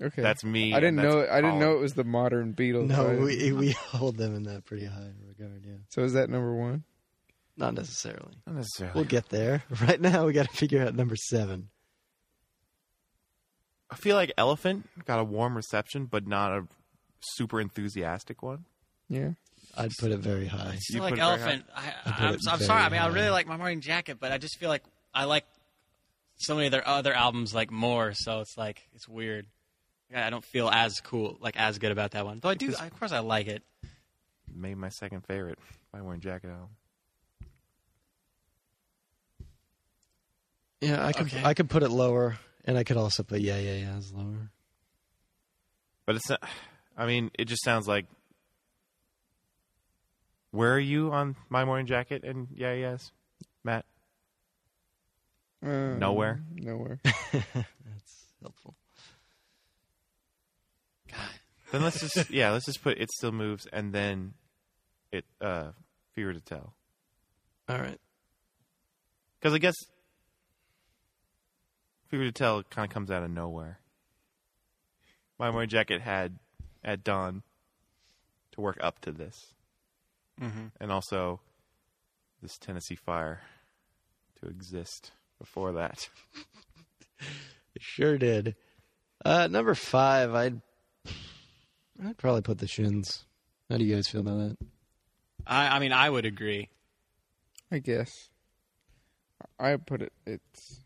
E: Okay,
B: that's me.
E: I didn't
B: and that's
E: know. I didn't
B: Colin.
E: know it was the modern Beatles.
C: No,
E: I-
C: we, we hold them in that pretty high regard, yeah.
E: so is that number one?
C: Not necessarily.
B: Not necessarily.
C: We'll get there. Right now, we got to figure out number seven.
B: I feel like Elephant got a warm reception, but not a super enthusiastic one.
E: Yeah.
C: I'd put it very high.
B: You
H: Still like
B: put it very
H: Elephant. I,
C: I put
H: I, am
C: it
H: I'm
C: very
H: sorry. I mean, I
C: high.
H: really like My Morning Jacket, but I just feel like I like so many of their other albums like more. So it's like it's weird. I I don't feel as cool, like as good about that one. Though I do, of course, I like it.
B: Maybe my second favorite. My wearing jacket album.
C: Yeah, I could
H: Okay.
C: I could put it lower, and I could also put yeah, yeah, yeah as lower.
B: But it's not, I mean, it just sounds like Where are you on My Morning Jacket and Yeah Yes, Matt?
E: Uh,
B: Nowhere.
E: Nowhere.
C: That's helpful.
B: Then let's just yeah, let's just put It Still Moves and then it uh Fear to Tell.
C: All right.
B: Cuz I guess Fear to Tell kind of comes out of nowhere. My Morning Jacket had at dawn to work up to this. And also this Tennessee Fire to exist before that.
C: It sure did. Uh, number five, I'd I'd probably put the shins. How do you guys feel about that?
H: I, I mean, I would agree.
E: I guess. I put it. It's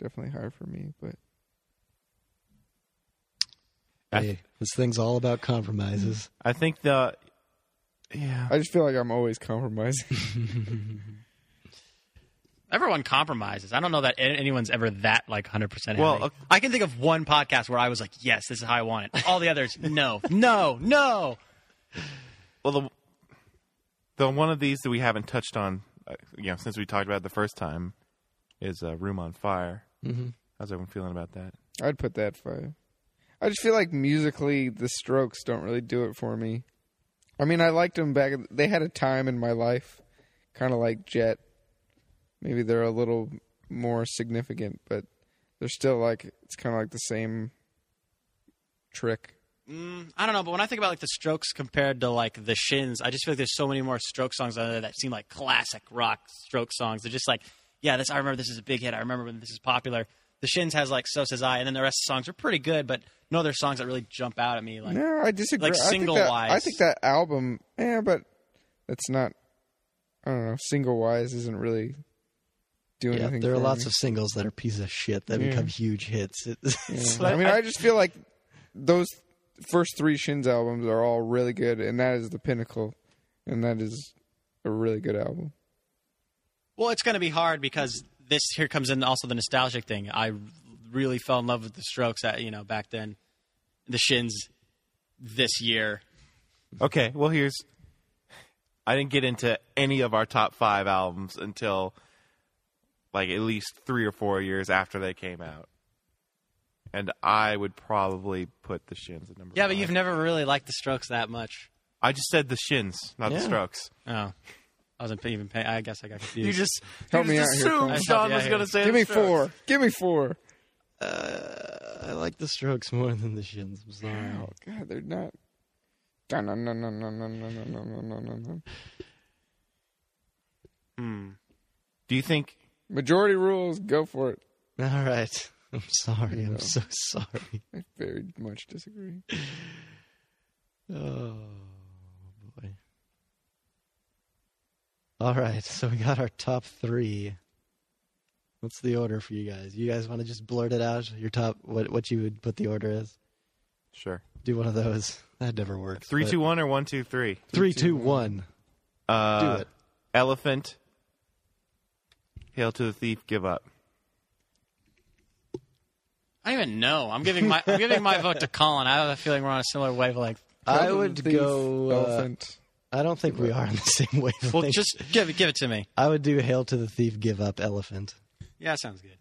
E: definitely higher for me, but
C: Hey, this thing's all about compromises.
B: I think the yeah.
E: I just feel like I'm always compromising.
H: Everyone compromises. I don't know that a- anyone's ever that like 100 percent.
B: Well, uh,
H: Well,
B: okay.
H: I can think of one podcast where I was like, "Yes, this is how I want it." All the others, no, no, no.
B: Well, the the one of these that we haven't touched on, uh, you know, since we talked about it the first time, is uh, "Room on Fire." Mm-hmm. How's everyone feeling about that?
E: I'd put that five. I just feel like musically, the Strokes don't really do it for me. I mean, I liked them back. They had a time in my life, kind of like Jet. Maybe they're a little more significant, but they're still like it's kind of like the same trick.
H: I don't know, but when I think about like the Strokes compared to like the Shins, I just feel like there's so many more Stroke songs out there that seem like classic rock Stroke songs. They're just like, yeah, this I remember this is a big hit. I remember when this is popular. The Shins has like So Says I, and then the rest of the songs are pretty good, but no other songs that really jump out at me. Like,
E: No, I disagree.
H: like,
E: I think that- I
H: single-wise.
E: think that album, yeah, but that's not. I don't know. Single wise isn't really doing
C: Yeah,
E: anything.
C: there are
E: for
C: lots
E: me.
C: of singles that are pieces of shit that
E: Yeah.
C: become huge hits. It- it's
E: I
C: like-
E: mean, I, just feel like those first three Shins albums are all really good, and that is the pinnacle, and that is a really good album.
H: Well, it's going to be hard because this here comes in also the nostalgic thing. I really fell in love with the Strokes, at, you know, back then. The Shins this year.
B: Okay, well here's I didn't get into any of our top 5 albums until like at least 3 or 4 years after they came out. And I would probably put the Shins at number
H: Yeah, but
B: five.
H: you've never really liked the Strokes that much.
B: I just said the Shins, not the
C: Yeah.
B: Strokes.
H: Oh, I wasn't even paying. I guess I got confused.
B: You just
E: Help
B: you
E: me
B: just
E: out here,
B: assumed
E: Colin.
B: Sean
H: Yeah,
B: was
H: yeah.
B: going to say
E: Give
B: the
E: me
B: Strokes.
E: four. Give me four.
C: I like the Strokes more than the Shins. I'm sorry.
E: Oh God, they're not. No, no, no, no, no, no, no, no, no, no, no, no, no.
B: Do you think
E: Majority rules. Go for it.
C: All right. I'm sorry. I'm so sorry.
E: I very much disagree.
C: Oh boy. All right, so we got our top three. What's the order for you guys? You guys want to just blurt it out? Your top, what what you would put the order as?
B: Sure.
C: Do one of those. That never works.
B: Three,
C: but-
B: two, one, or one, two, three.
C: three, two, one.
B: Uh,
C: Do it.
B: Elephant. Hail to the thief. Give up.
H: I don't even know. I'm giving my I'm giving my vote to Colin. I have a feeling we're on a similar wavelength.
C: I
E: Golden
C: would
E: Thief,
C: go. Uh,
E: elephant.
C: I don't think we are on the same wavelength.
H: Well, just give it give it to me.
C: I would do "Hail to the Thief, Give Up, Elephant."
H: Yeah, that sounds good.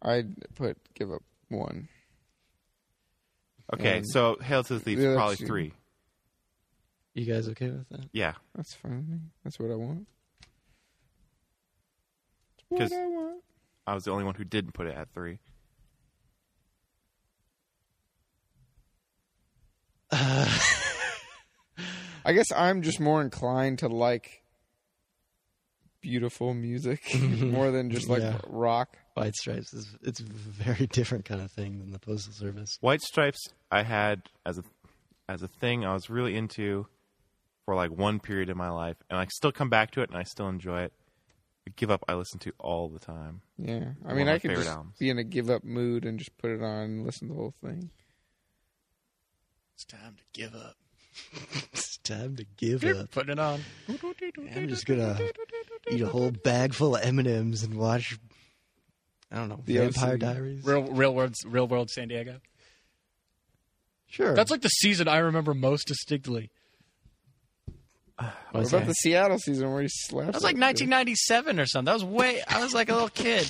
E: I'd put give up one.
B: Okay,
E: Um,
B: so hail to the thief.
E: yeah,
B: probably
E: that's-
B: three.
C: You guys okay with that?
B: Yeah.
E: That's fine. with me. That's what I want. That's
B: 'Cause-
E: what I want.
B: I was the only one who didn't put it at three.
E: I guess I'm just more inclined to like beautiful music more than just like
C: Yeah.
E: rock.
C: White Stripes is it's a very different kind of thing than the Postal Service.
B: White stripes. I had as a as a thing I was really into for like one period in my life, and I still come back to it, and I still enjoy it. But give up. I listen to all the time.
E: Yeah, I
B: of
E: mean,
B: my
E: I could
B: favorite
E: just
B: albums.
E: be in a give up mood and just put it on and listen to the whole thing.
H: It's time to give up.
C: It's time to give up.
H: Putting it on.
C: I'm just gonna eat a whole bag full of M and M's and watch. I don't know
E: The
C: Vampire
E: OC.
C: Diaries.
L: Real, real world, real world San Diego.
C: Sure,
L: That's like the season I remember most distinctly.
E: What about the Seattle season where he slaps?
H: That was like 1997 or something. That was way. I was like a little kid.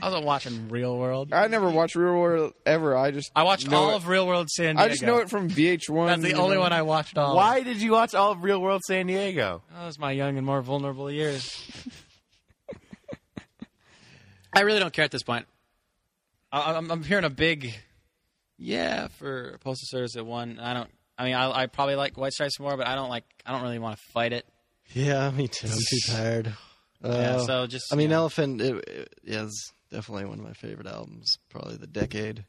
H: I wasn't watching Real World.
E: I never watched Real World ever. I just
L: I watched
E: know
L: all
E: it.
L: of Real World San Diego.
E: I just know it from VH1.
L: That's the
E: you
L: only
E: know?
L: one I watched
H: Um,
L: all. of.
B: Why did you watch all of Real World San Diego?
H: That was my young and more vulnerable years. I really don't care at this point. I, I'm, I'm hearing a big yeah for Postal Service at one. I don't. I mean, I, I probably like White Stripes more, but I don't like. I don't really want to fight it.
C: yeah, me too. I'm too tired.
H: Yeah,
C: Oh.
H: so just.
C: I mean,
H: yeah.
C: Elephant it, it, yeah, is definitely one of my favorite albums. Probably the decade.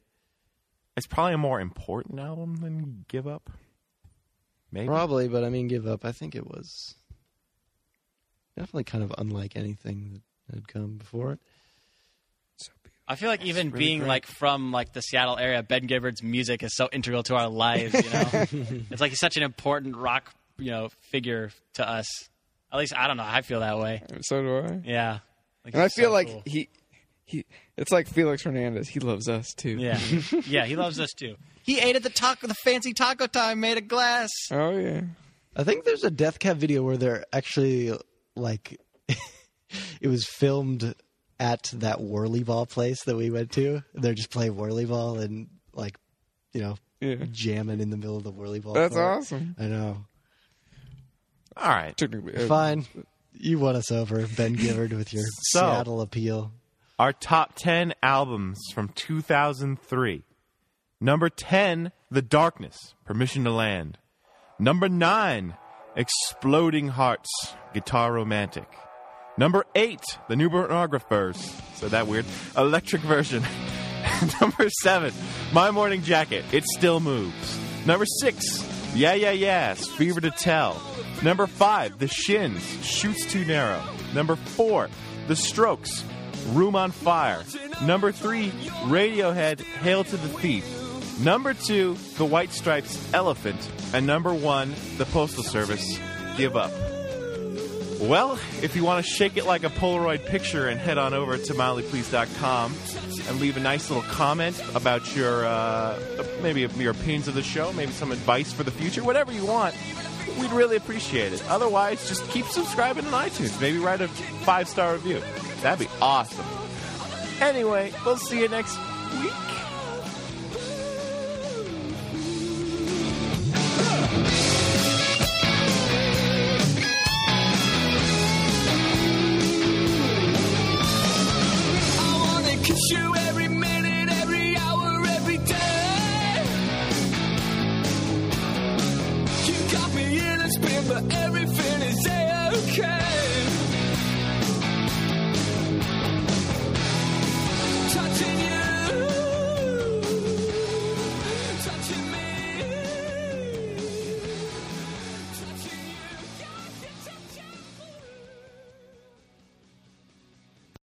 B: It's probably a more important album than Give Up. Maybe.
C: Probably, but I mean, give up. I think it was definitely kind of unlike anything that had come before it.
H: I feel like even being like from like the Seattle area, Ben Gibbard's music is so integral to our lives. You know, it's like he's such an important rock, you know, figure to us. At least I don't know. I feel that way.
E: So do I.
H: Yeah, Like,
E: And I
H: he's
E: feel
H: so
E: like
H: cool.
E: he, he, it's like Felix Hernandez. He loves us too.
H: yeah, yeah, he loves us too. He ate at the taco, the fancy taco time made of glass.
E: Oh yeah.
C: I think there's a Death Cab video where they're actually like it was filmed at that whirly ball place that we went to. They're just playing whirly ball and like you know
E: Yeah.
C: jamming in the middle of the whirly ball.
E: That's
C: court.
E: awesome.
C: I know.
B: All right.
E: Technically, uh,
C: Fine. You won us over, Ben Gibbard, with your
B: So-
C: Seattle appeal.
B: Our top 10 albums from 2003. Number 10, The Darkness, Permission to Land. Number 9, Exploding Hearts, Guitar Romantic. Number 8, The New Pornographers. So that weird. Electric version. Number 7, My Morning Jacket, It Still Moves. Number 6, Yeah Yeah Yeahs, Fever to Tell. Number 5, The Shins, Shoots Too Narrow. Number 4, The Strokes, Room on Fire. Number 3, Radiohead, Hail to the Thief. Number 2, The White Stripes, Elephant. And number 1, The Postal Service, give up. Well, if you want to shake it like a Polaroid picture and head on over to mildlyplease.com and leave a nice little comment about your uh, maybe your opinions of the show, maybe some advice for the future, whatever you want, we'd really appreciate it. Otherwise, just keep subscribing on iTunes. Maybe write a five star review. That'd be awesome. Anyway, we'll see you next week.
A: I wanna kiss you every minute, every hour, every day. You got me in a spin, but everything is a okay.